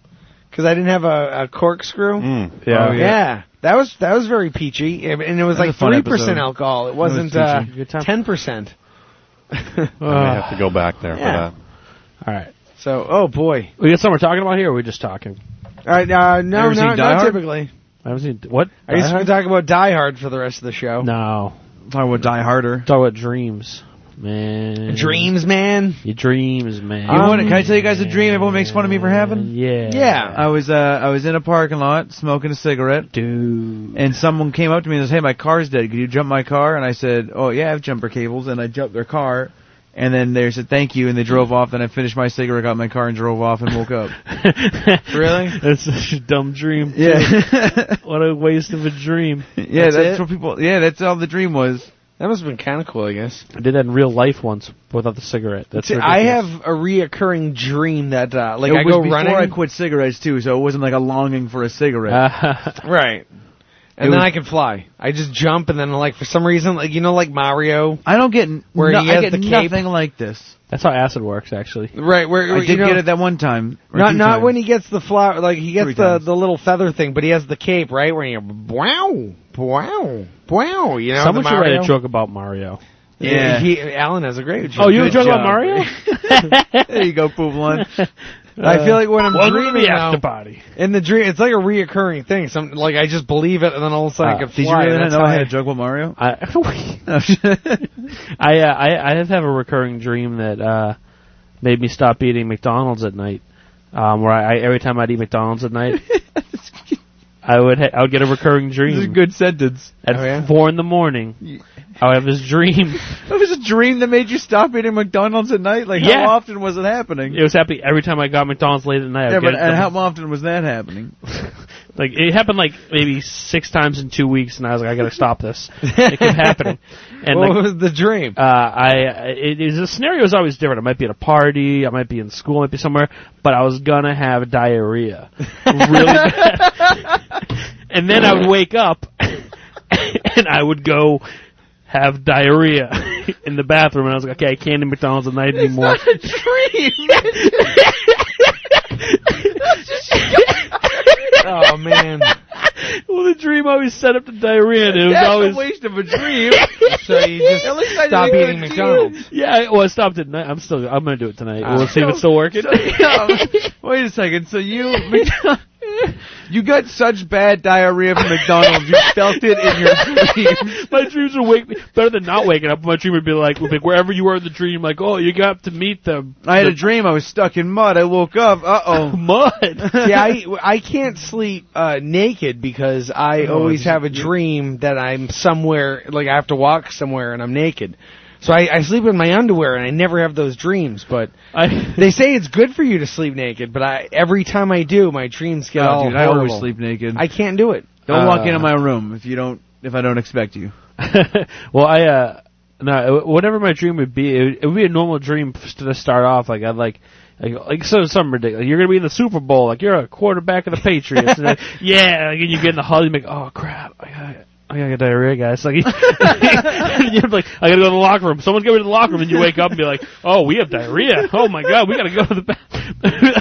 [SPEAKER 10] because I didn't have a, a corkscrew.
[SPEAKER 8] Mm.
[SPEAKER 3] Oh, Yeah.
[SPEAKER 10] Oh, yeah. that was that was very peachy, and and it was
[SPEAKER 9] That was
[SPEAKER 10] like
[SPEAKER 9] a fun
[SPEAKER 10] three percent
[SPEAKER 9] episode.
[SPEAKER 10] alcohol. It
[SPEAKER 9] was
[SPEAKER 10] wasn't
[SPEAKER 9] peachy.
[SPEAKER 3] Good
[SPEAKER 10] uh
[SPEAKER 3] time.
[SPEAKER 10] ten percent.
[SPEAKER 3] Oh,
[SPEAKER 8] I may have to go back there
[SPEAKER 10] Yeah.
[SPEAKER 8] for that.
[SPEAKER 3] All right,
[SPEAKER 10] So, oh boy.
[SPEAKER 3] we got something we're talking about here. or We're just talking.
[SPEAKER 10] All right, uh, no,
[SPEAKER 9] Ever seen
[SPEAKER 10] no,
[SPEAKER 9] Die
[SPEAKER 10] not
[SPEAKER 9] Hard?
[SPEAKER 10] typically.
[SPEAKER 3] I was in, what?
[SPEAKER 10] I guess we can talk about Die Hard for the rest of the show.
[SPEAKER 3] no.
[SPEAKER 9] Talking about Die Harder.
[SPEAKER 3] Talk about dreams, man.
[SPEAKER 10] Dreams, man.
[SPEAKER 3] Your dreams, man.
[SPEAKER 9] You want Can I tell you guys a dream everyone makes fun of me for having?
[SPEAKER 3] Um, Yeah.
[SPEAKER 10] Yeah.
[SPEAKER 9] I was uh I was in a parking lot smoking a cigarette,
[SPEAKER 3] Dude.
[SPEAKER 9] and someone came up to me and says, "Hey, my car's dead. Could you jump my car?" And I said, "Oh yeah, I have jumper cables." And I jumped their car, and then they said, "Thank you," and they drove off. Then I finished my cigarette, got in my car, and drove off and woke up.
[SPEAKER 3] really? That's such a dumb dream.
[SPEAKER 9] yeah,
[SPEAKER 3] What a waste of a dream.
[SPEAKER 9] yeah, that's,
[SPEAKER 10] That's it?
[SPEAKER 9] what people. Yeah, that's all the dream was.
[SPEAKER 10] That must have been kind of cool, I guess.
[SPEAKER 3] I did that in real life once without the cigarette. That's
[SPEAKER 10] See, I have a reoccurring dream that, uh, like,
[SPEAKER 9] it
[SPEAKER 10] I
[SPEAKER 9] was
[SPEAKER 10] go
[SPEAKER 9] before
[SPEAKER 10] running.
[SPEAKER 9] I quit cigarettes too, so it wasn't like a longing for a cigarette.
[SPEAKER 3] ridiculous.
[SPEAKER 10] Right. And
[SPEAKER 9] It
[SPEAKER 10] then
[SPEAKER 9] was-
[SPEAKER 10] I can fly. I just jump, and then like for some reason, like you know, like Mario,
[SPEAKER 9] I don't get n-
[SPEAKER 10] Where
[SPEAKER 9] no,
[SPEAKER 10] he
[SPEAKER 9] I
[SPEAKER 10] has
[SPEAKER 9] get
[SPEAKER 10] the cape.
[SPEAKER 9] nothing like this.
[SPEAKER 3] that's how acid works, actually.
[SPEAKER 10] right? Where,
[SPEAKER 9] I
[SPEAKER 10] where,
[SPEAKER 9] did
[SPEAKER 10] you know,
[SPEAKER 9] get it that one time. or
[SPEAKER 10] not
[SPEAKER 9] two
[SPEAKER 10] not
[SPEAKER 9] times.
[SPEAKER 10] when he gets the flower, like he
[SPEAKER 9] Three
[SPEAKER 10] gets the,
[SPEAKER 9] times.
[SPEAKER 10] the little feather thing, but he has the cape, right? Where you wow, wow, wow, you know,
[SPEAKER 3] Someone
[SPEAKER 10] the
[SPEAKER 3] should
[SPEAKER 10] Mario.
[SPEAKER 3] write a joke about Mario.
[SPEAKER 9] Yeah.
[SPEAKER 10] He, Alan has a great joke.
[SPEAKER 3] Oh, you have a
[SPEAKER 9] Good
[SPEAKER 3] joke about
[SPEAKER 9] job.
[SPEAKER 3] Mario?
[SPEAKER 9] there you go, Pouvlon.
[SPEAKER 10] I feel like when I'm
[SPEAKER 3] Welcome to
[SPEAKER 10] dreaming
[SPEAKER 3] the
[SPEAKER 10] now,
[SPEAKER 3] after party.
[SPEAKER 10] in the dream, it's like a reoccurring thing. Some like I just believe it, and then all of a sudden
[SPEAKER 3] Uh,
[SPEAKER 10] I can
[SPEAKER 9] Ah, Did you
[SPEAKER 10] fly.
[SPEAKER 9] really not
[SPEAKER 10] That's
[SPEAKER 9] know
[SPEAKER 10] how
[SPEAKER 9] I had a joke about Mario?
[SPEAKER 3] I I, uh, I I just have a recurring dream that uh, made me stop eating McDonald's at night. Um, where I, I every time I'd eat McDonald's at night, I would ha- I would get a recurring dream.
[SPEAKER 9] This is a good sentence.
[SPEAKER 3] At
[SPEAKER 10] Oh, yeah?
[SPEAKER 3] four in the morning, I would have this dream.
[SPEAKER 9] It was a dream that made you stop eating McDonald's at night. Like,
[SPEAKER 3] Yeah.
[SPEAKER 9] how often was it happening?
[SPEAKER 3] It was happening every time I got McDonald's late at night. I'd
[SPEAKER 9] yeah,
[SPEAKER 3] get
[SPEAKER 9] but
[SPEAKER 3] it
[SPEAKER 9] and
[SPEAKER 3] the-
[SPEAKER 9] how often was that happening?
[SPEAKER 3] like it happened like maybe six times in two weeks, and I was like, I gotta stop this. it kept happening, and
[SPEAKER 10] what
[SPEAKER 3] like,
[SPEAKER 10] was the dream?
[SPEAKER 3] uh, I it, it, the scenario is always different. I might be at a party, I might be in school, I might be somewhere, but I was gonna have diarrhea, really bad. and then I would wake up, and I would go have diarrhea in the bathroom, and I was like, okay, I can't eat McDonald's at night anymore.
[SPEAKER 10] oh man.
[SPEAKER 3] well, the dream always set up to diarrhea, and it was always
[SPEAKER 9] waste of a dream.
[SPEAKER 10] So you just
[SPEAKER 9] At least I
[SPEAKER 10] stop
[SPEAKER 9] didn't
[SPEAKER 10] eating
[SPEAKER 9] go to
[SPEAKER 10] McDonald's.
[SPEAKER 3] Yeah, I, well, I stopped at night. I'm still. I'm gonna do it tonight.
[SPEAKER 10] Ah.
[SPEAKER 3] we'll see if it's still working.
[SPEAKER 9] wait a second. So you you got such bad diarrhea from McDonald's, you felt it in your dreams.
[SPEAKER 3] my dreams would wake me better than not waking up. My dream would be like, would be wherever you were in the dream, like, oh, you got to meet them.
[SPEAKER 9] I had a dream I was stuck in mud. I woke up. Uh oh.
[SPEAKER 3] mud.
[SPEAKER 10] Yeah, I, I can't sleep uh, naked because I
[SPEAKER 9] Oh,
[SPEAKER 10] always
[SPEAKER 9] you-
[SPEAKER 10] have a
[SPEAKER 9] you-
[SPEAKER 10] dream that I'm somewhere, like I have to walk somewhere and I'm naked. So I, I sleep in my underwear and I never have those dreams. But
[SPEAKER 3] I,
[SPEAKER 10] they say it's good for you to sleep naked, but I, every time I do, my dreams get all
[SPEAKER 9] dude, I always
[SPEAKER 10] horrible.
[SPEAKER 9] sleep naked.
[SPEAKER 10] I can't do it.
[SPEAKER 9] don't
[SPEAKER 3] Uh,
[SPEAKER 9] walk into my room if you don't if I don't expect you.
[SPEAKER 3] well, I uh, no, whatever my dream would be, it would, it would be a normal dream f- to start off. Like I'd like. Like, like so something ridiculous. You're gonna be in the Super Bowl. Like you're a quarterback of the Patriots. and like, yeah, and you get in the huddle. You're like, oh crap, I gotta, I gotta get diarrhea, guys. Like and you're like, I gotta go to the locker room. Someone's going to the locker room, and you wake up and be like, oh, we have diarrhea. Oh my god, we gotta go to the bathroom.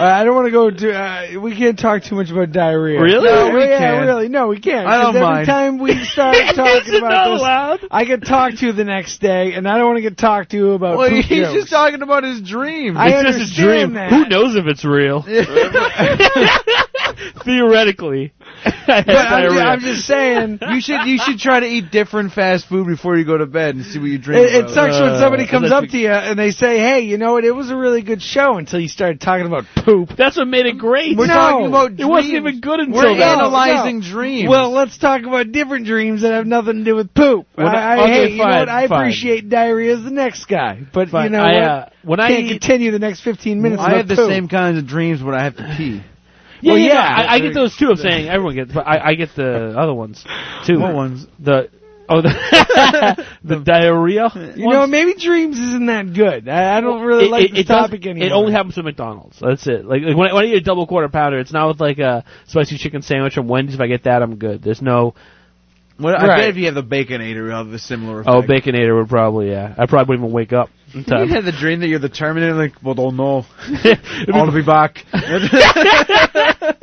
[SPEAKER 9] Uh, I don't want to go to. Uh, we can't talk too much about diarrhea.
[SPEAKER 3] Really?
[SPEAKER 9] No,
[SPEAKER 3] No, we
[SPEAKER 9] yeah,
[SPEAKER 3] can.
[SPEAKER 9] really. No, we can't.
[SPEAKER 3] I don't
[SPEAKER 9] 'cause every
[SPEAKER 3] mind.
[SPEAKER 9] time we start
[SPEAKER 3] Is
[SPEAKER 9] talking
[SPEAKER 3] it
[SPEAKER 9] about
[SPEAKER 3] not
[SPEAKER 9] this,
[SPEAKER 3] allowed?
[SPEAKER 9] I get talked to the next day, and I don't want to get talked to about.
[SPEAKER 8] Well,
[SPEAKER 9] poop
[SPEAKER 8] he's
[SPEAKER 9] jokes.
[SPEAKER 8] just talking about his dream.
[SPEAKER 9] I
[SPEAKER 3] it's just a dream.
[SPEAKER 9] understand that.
[SPEAKER 3] Who knows if it's real? Theoretically, I had
[SPEAKER 8] But I'm
[SPEAKER 3] diarrhea.
[SPEAKER 8] ju-
[SPEAKER 9] I'm just saying.
[SPEAKER 8] You should you should try to eat different fast food before you go to bed and see what you dream.
[SPEAKER 9] It, it
[SPEAKER 8] about.
[SPEAKER 9] sucks when somebody comes up
[SPEAKER 8] unless
[SPEAKER 9] to you Uh, and they say, "Hey, you know what? It was a really good show until you started talking about poop."
[SPEAKER 3] That's what made it great.
[SPEAKER 8] We're
[SPEAKER 9] no.
[SPEAKER 8] talking about
[SPEAKER 3] it wasn't
[SPEAKER 8] dreams.
[SPEAKER 3] even good until
[SPEAKER 8] We're
[SPEAKER 3] then.
[SPEAKER 8] analyzing dreams.
[SPEAKER 9] Well, let's talk about different dreams that have nothing to do with poop.
[SPEAKER 3] Well,
[SPEAKER 9] I, I
[SPEAKER 3] okay,
[SPEAKER 9] hey, you know
[SPEAKER 3] fine,
[SPEAKER 9] what? I
[SPEAKER 3] fine.
[SPEAKER 9] appreciate diarrhea as the next guy, but you
[SPEAKER 8] Fine.
[SPEAKER 9] know
[SPEAKER 8] I,
[SPEAKER 9] what?
[SPEAKER 8] uh, when I
[SPEAKER 9] Can't
[SPEAKER 8] eat-
[SPEAKER 9] continue the next fifteen minutes.
[SPEAKER 8] I
[SPEAKER 9] about
[SPEAKER 8] have the
[SPEAKER 9] poop.
[SPEAKER 8] same kinds of dreams when I have to pee.
[SPEAKER 3] Yeah,
[SPEAKER 9] Well,
[SPEAKER 3] yeah,
[SPEAKER 9] yeah.
[SPEAKER 3] I, I get those too. I'm saying everyone gets, but I, I get the other ones too.
[SPEAKER 8] What ones?
[SPEAKER 3] The oh, the, the diarrhea.
[SPEAKER 9] You know, maybe dreams isn't that good. I, I don't really
[SPEAKER 3] It-
[SPEAKER 9] like
[SPEAKER 3] it-
[SPEAKER 9] the
[SPEAKER 3] it does-
[SPEAKER 9] topic anymore.
[SPEAKER 3] It only happens at McDonald's. That's it. Like, like when, I, when I eat a double quarter pounder, it's not with like a spicy chicken sandwich from Wendy's. If I get that, I'm good. There's no.
[SPEAKER 8] What, I
[SPEAKER 3] Right.
[SPEAKER 8] bet if you have the baconator, you'll have a similar.
[SPEAKER 3] Oh,
[SPEAKER 8] effect.
[SPEAKER 3] baconator would probably yeah. I probably wouldn't even wake up. in
[SPEAKER 8] You
[SPEAKER 3] time.
[SPEAKER 8] had the dream that you're the Terminator, like, well, don't know. I'll be back.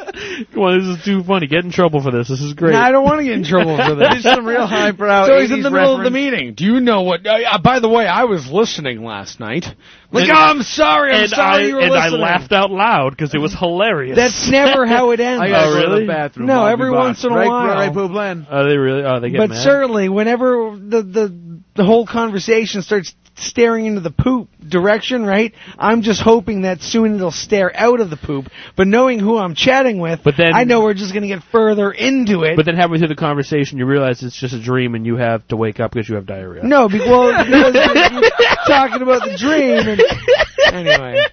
[SPEAKER 3] Come on, this is too funny. Get in trouble for this. This is great.
[SPEAKER 9] No, I don't want to get in trouble for this.
[SPEAKER 8] This is some real highbrow
[SPEAKER 9] So he's
[SPEAKER 8] 80s
[SPEAKER 9] in the middle of the
[SPEAKER 8] reference.
[SPEAKER 9] meeting. Do you know what? Uh, uh, by the way, I was listening last night. Like,
[SPEAKER 3] And-
[SPEAKER 9] oh, I'm sorry. I'm
[SPEAKER 3] and
[SPEAKER 9] sorry
[SPEAKER 3] I,
[SPEAKER 9] you were
[SPEAKER 3] and
[SPEAKER 9] listening.
[SPEAKER 3] I laughed out loud because it was hilarious.
[SPEAKER 9] That's never how it ends.
[SPEAKER 8] I gotta
[SPEAKER 3] Oh,
[SPEAKER 8] go to
[SPEAKER 3] really?
[SPEAKER 8] the bathroom.
[SPEAKER 9] No,
[SPEAKER 8] I'll be
[SPEAKER 9] every
[SPEAKER 8] back.
[SPEAKER 9] once in a
[SPEAKER 8] right,
[SPEAKER 9] while.
[SPEAKER 8] Right, right, Pooh Bland.
[SPEAKER 3] Are Oh, they really? Are they getting
[SPEAKER 9] but
[SPEAKER 3] mad?
[SPEAKER 9] certainly, whenever the, the the whole conversation starts staring into the poop direction, right? I'm just hoping that soon it'll stare out of the poop. But knowing who I'm chatting with,
[SPEAKER 3] But then-
[SPEAKER 9] I know we're just going to get further into it.
[SPEAKER 3] But then halfway through the conversation, you realize it's just a dream, and you have to wake up because you have diarrhea.
[SPEAKER 9] no, be- well, because we're talking about the dream. And, anyway,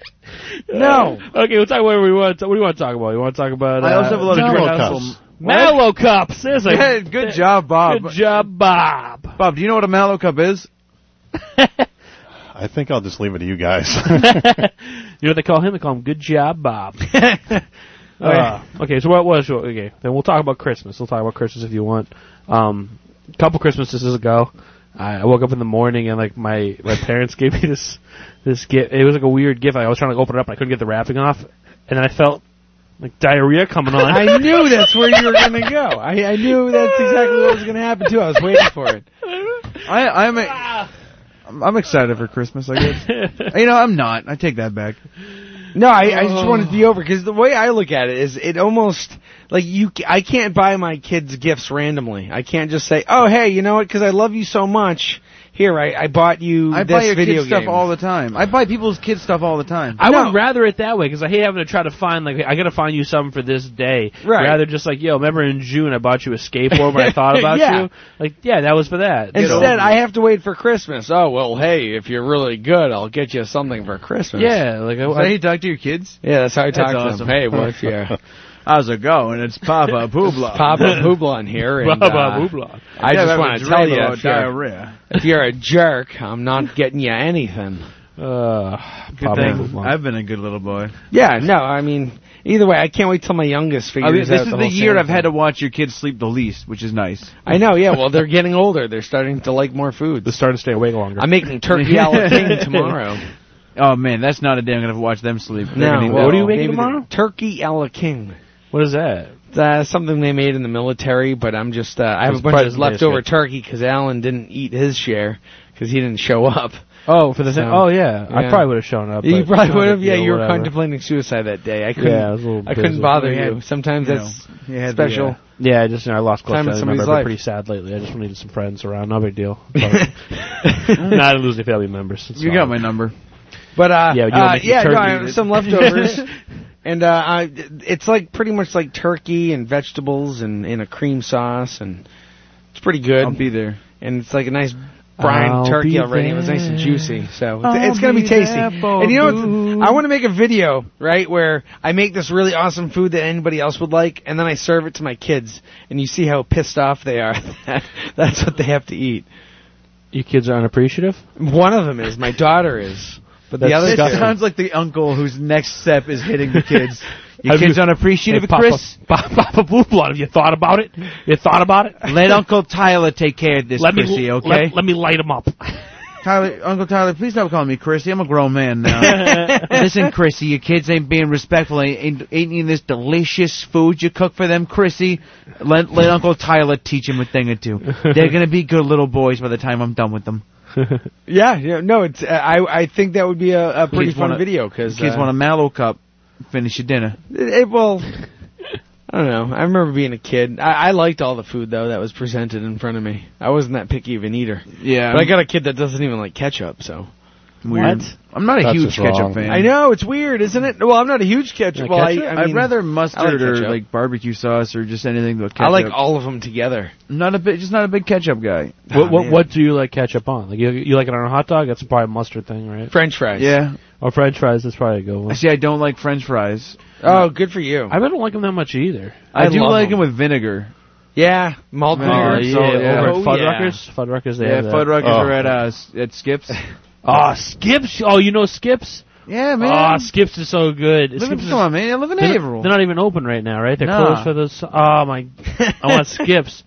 [SPEAKER 9] no.
[SPEAKER 3] Okay, we'll talk whatever we want. To, what do you want to talk about? You want to talk about? uh,
[SPEAKER 8] I also have a lot of
[SPEAKER 3] General
[SPEAKER 8] different
[SPEAKER 3] Counsel-
[SPEAKER 8] household-
[SPEAKER 3] Mallow cups. There's a
[SPEAKER 8] Yeah, good job, Bob.
[SPEAKER 3] Good job, Bob.
[SPEAKER 8] Bob, do you know what a mallow cup is?
[SPEAKER 19] I think I'll just leave it to you guys.
[SPEAKER 3] You know what they call him? They call him Good Job Bob.
[SPEAKER 9] Okay.
[SPEAKER 8] Oh,
[SPEAKER 3] Uh, okay, so what was okay? Then we'll talk about Christmas. We'll talk about Christmas if you want. Um, a couple Christmases ago, I I woke up in the morning and like my my parents gave me this this gift. It was like a weird gift. Like, I was trying to open it up and I couldn't get the wrapping off, and then I felt like diarrhea coming on.
[SPEAKER 9] I knew that's where you were going to go. I, I knew that's exactly what was going to happen too. I was waiting for it.
[SPEAKER 8] I, I'm, a, I'm I'm excited for Christmas, I guess. you know, I'm not. I take that back. Oh.
[SPEAKER 9] No, I, I just want it to be over because the way I look at it is, it almost like you. ca- I can't buy my kids gifts randomly. I can't just say, "Oh, hey, you know what? Because I love you so much. Here, I, I bought you
[SPEAKER 8] I
[SPEAKER 9] this
[SPEAKER 8] buy your
[SPEAKER 9] video
[SPEAKER 8] kids stuff
[SPEAKER 9] game."
[SPEAKER 8] all the time. I buy people's kids stuff all the time.
[SPEAKER 3] I
[SPEAKER 9] No.
[SPEAKER 3] would rather it that way because I hate having to try to find like I gotta find you something for this day.
[SPEAKER 9] Right.
[SPEAKER 3] Rather just like yo, remember in June I bought you a skateboard when I thought about
[SPEAKER 9] Yeah.
[SPEAKER 3] you. Like yeah, that was for that. Get over
[SPEAKER 9] Instead,
[SPEAKER 3] it.
[SPEAKER 9] I have to wait for Christmas. Oh well, hey, if you're really good, I'll get you something for Christmas.
[SPEAKER 3] yeah, like I,
[SPEAKER 8] Is that how you talk to your kids?
[SPEAKER 9] yeah, that's how I talk
[SPEAKER 8] That's
[SPEAKER 9] to them.
[SPEAKER 8] awesome.
[SPEAKER 9] Hey, what's your
[SPEAKER 8] How's it going? It's Papa Poobla.
[SPEAKER 9] Papa Hublon here? And,
[SPEAKER 3] Blah, blah,
[SPEAKER 9] uh,
[SPEAKER 3] blah, blah.
[SPEAKER 9] I
[SPEAKER 8] Yeah,
[SPEAKER 9] just
[SPEAKER 8] I'm
[SPEAKER 9] want to
[SPEAKER 8] having
[SPEAKER 9] tell you,
[SPEAKER 8] dream about
[SPEAKER 9] if you're,
[SPEAKER 8] diarrhea.
[SPEAKER 9] if you're a jerk, I'm not getting you anything.
[SPEAKER 3] Uh,
[SPEAKER 8] Good
[SPEAKER 3] Papa
[SPEAKER 8] thing.
[SPEAKER 3] Hoopla.
[SPEAKER 8] I've been a good little boy.
[SPEAKER 9] Yeah, no, I mean, either way, I can't wait till my youngest figures
[SPEAKER 8] I mean,
[SPEAKER 9] out
[SPEAKER 8] this is
[SPEAKER 9] the,
[SPEAKER 8] the
[SPEAKER 9] whole
[SPEAKER 8] year
[SPEAKER 9] Santa
[SPEAKER 8] I've had to
[SPEAKER 9] thing.
[SPEAKER 8] watch your kids sleep the least, which is nice.
[SPEAKER 9] I know, yeah. Well, they're getting older. They're starting to like more food.
[SPEAKER 3] They're starting to stay awake longer.
[SPEAKER 9] I'm making turkey a la king tomorrow.
[SPEAKER 8] Oh man, that's not a day I'm gonna watch them sleep. They're
[SPEAKER 9] No,
[SPEAKER 8] gonna eat
[SPEAKER 9] well,
[SPEAKER 8] that
[SPEAKER 3] what are you
[SPEAKER 8] all.
[SPEAKER 3] making
[SPEAKER 9] maybe
[SPEAKER 3] tomorrow?
[SPEAKER 9] they're- Turkey a la king.
[SPEAKER 3] what is that?
[SPEAKER 9] That's something they made in the military, but I'm just uh, I have
[SPEAKER 3] It's
[SPEAKER 9] a bunch of
[SPEAKER 3] president's
[SPEAKER 9] leftover
[SPEAKER 3] biscuit.
[SPEAKER 9] turkey because Alan didn't eat his share because he didn't show up.
[SPEAKER 3] Oh, for the
[SPEAKER 9] thing-
[SPEAKER 3] thing. Oh yeah,
[SPEAKER 9] Yeah.
[SPEAKER 3] I probably would have shown up.
[SPEAKER 9] you
[SPEAKER 3] but- uh,
[SPEAKER 9] probably would have. Yeah,
[SPEAKER 3] Yeah,
[SPEAKER 9] you were
[SPEAKER 3] whatever.
[SPEAKER 9] contemplating suicide that day. I couldn't.
[SPEAKER 3] Yeah, I was a little
[SPEAKER 9] I couldn't
[SPEAKER 3] busy.
[SPEAKER 9] bother
[SPEAKER 8] You had-
[SPEAKER 9] you. Sometimes
[SPEAKER 8] you
[SPEAKER 9] that's
[SPEAKER 8] know, you had the,
[SPEAKER 9] special.
[SPEAKER 8] uh,
[SPEAKER 3] Yeah, I just you know, I lost close
[SPEAKER 9] Time in
[SPEAKER 3] friends. I
[SPEAKER 9] somebody's
[SPEAKER 3] remember I've been
[SPEAKER 9] life.
[SPEAKER 3] pretty sad lately. I just needed some friends around. No big deal. Not losing family members. It's
[SPEAKER 8] You
[SPEAKER 3] all
[SPEAKER 8] got my number.
[SPEAKER 9] But uh,
[SPEAKER 3] Yeah,
[SPEAKER 9] yeah,
[SPEAKER 3] you don't
[SPEAKER 9] uh,
[SPEAKER 3] make the
[SPEAKER 9] yeah, no,
[SPEAKER 3] turkey,
[SPEAKER 9] I,
[SPEAKER 3] dude.
[SPEAKER 9] some leftovers, and uh, I, it's like pretty much like turkey and vegetables and in a cream sauce, and it's pretty good.
[SPEAKER 8] I'll be there.
[SPEAKER 9] and it's like a nice brine
[SPEAKER 3] I'll
[SPEAKER 9] turkey
[SPEAKER 3] be
[SPEAKER 9] already. It was nice and
[SPEAKER 3] there.
[SPEAKER 9] juicy, so it's,
[SPEAKER 8] I'll
[SPEAKER 9] it's gonna be,
[SPEAKER 8] be
[SPEAKER 9] tasty.
[SPEAKER 8] there for
[SPEAKER 9] And you know,
[SPEAKER 8] you.
[SPEAKER 9] what? I want to make a video right where I make this really awesome food that anybody else would like, and then I serve it to my kids, and you see how pissed off they are. that That's what they have to eat.
[SPEAKER 3] Your kids are unappreciative.
[SPEAKER 9] One of them is my daughter is, but the
[SPEAKER 3] That's
[SPEAKER 9] other
[SPEAKER 8] It
[SPEAKER 3] disgusting.
[SPEAKER 9] two.
[SPEAKER 8] sounds like the uncle whose next step is hitting the kids. Your
[SPEAKER 3] Have
[SPEAKER 8] kids
[SPEAKER 3] you-
[SPEAKER 8] unappreciative,
[SPEAKER 3] Hey, Papa,
[SPEAKER 8] Chris.
[SPEAKER 3] Pa- Papa Blue Blood, have you thought about it? You thought about it?
[SPEAKER 8] Let Uncle Tyler take care of this,
[SPEAKER 3] Let me
[SPEAKER 8] Chrissy,
[SPEAKER 3] let-
[SPEAKER 8] okay?
[SPEAKER 3] Let, me light him up.
[SPEAKER 20] Tyler, Uncle Tyler, please stop calling me Chrissy. I'm a grown man now. Listen, Chrissy, your kids ain't being respectful. Ain't, ain't eating this delicious food you cook for them, Chrissy. Let let Uncle Tyler teach him a thing or two. They're gonna be good little boys by the time I'm done with them.
[SPEAKER 9] yeah, yeah, no, it's. Uh, I I think that would be a, a pretty fun video uh, because
[SPEAKER 20] kids want a mallow cup. Finish your dinner.
[SPEAKER 9] well, I don't know. I remember being a kid. I, I liked all the food though that was presented in front of me. I wasn't that picky of an eater.
[SPEAKER 20] Yeah.
[SPEAKER 8] Um,
[SPEAKER 9] but I got a kid that doesn't even like ketchup, so.
[SPEAKER 20] Weird.
[SPEAKER 9] What?
[SPEAKER 20] I'm not a
[SPEAKER 8] That's
[SPEAKER 20] huge
[SPEAKER 8] just
[SPEAKER 20] ketchup
[SPEAKER 8] wrong.
[SPEAKER 20] fan.
[SPEAKER 9] I know it's weird, isn't it? Well, I'm not a huge ketchup. Well, I, I
[SPEAKER 20] would
[SPEAKER 9] mean,
[SPEAKER 20] rather
[SPEAKER 9] I like
[SPEAKER 20] mustard
[SPEAKER 9] ketchup.
[SPEAKER 20] or like barbecue sauce or just anything but ketchup.
[SPEAKER 9] I like all of them together.
[SPEAKER 20] Not a bit, just not a big ketchup guy. Ah,
[SPEAKER 3] What what,
[SPEAKER 9] man.
[SPEAKER 3] what do you like ketchup on? Like you, you like it on a hot dog? That's probably a mustard thing, right?
[SPEAKER 9] French fries.
[SPEAKER 20] Yeah.
[SPEAKER 3] Or French fries. That's probably a good one.
[SPEAKER 20] See, I don't like French fries.
[SPEAKER 9] Oh, good for you.
[SPEAKER 3] I don't like them that much either.
[SPEAKER 20] I, do
[SPEAKER 3] love
[SPEAKER 20] like
[SPEAKER 3] 'em.
[SPEAKER 20] them with vinegar.
[SPEAKER 9] Yeah, malt
[SPEAKER 20] Oh,
[SPEAKER 9] vinegar.
[SPEAKER 20] yeah,
[SPEAKER 3] Yeah,
[SPEAKER 20] yeah.
[SPEAKER 3] over
[SPEAKER 9] Oh,
[SPEAKER 3] at Fuddruckers.
[SPEAKER 9] yeah.
[SPEAKER 3] Fuddruckers, they
[SPEAKER 20] Yeah,
[SPEAKER 3] have that.
[SPEAKER 20] Fuddruckers
[SPEAKER 3] oh.
[SPEAKER 20] are at uh, s- at Skips.
[SPEAKER 3] Oh, Skips. Oh, you know Skips?
[SPEAKER 20] Yeah,
[SPEAKER 3] Oh,
[SPEAKER 20] man.
[SPEAKER 3] Skips is so good.
[SPEAKER 20] Live in-
[SPEAKER 3] Skips is,
[SPEAKER 20] come on, man. I live in
[SPEAKER 3] they're,
[SPEAKER 20] Haverhill.
[SPEAKER 3] they're not even open right now, right? They're
[SPEAKER 20] Nah.
[SPEAKER 3] closed for those. Oh my! I want Skips.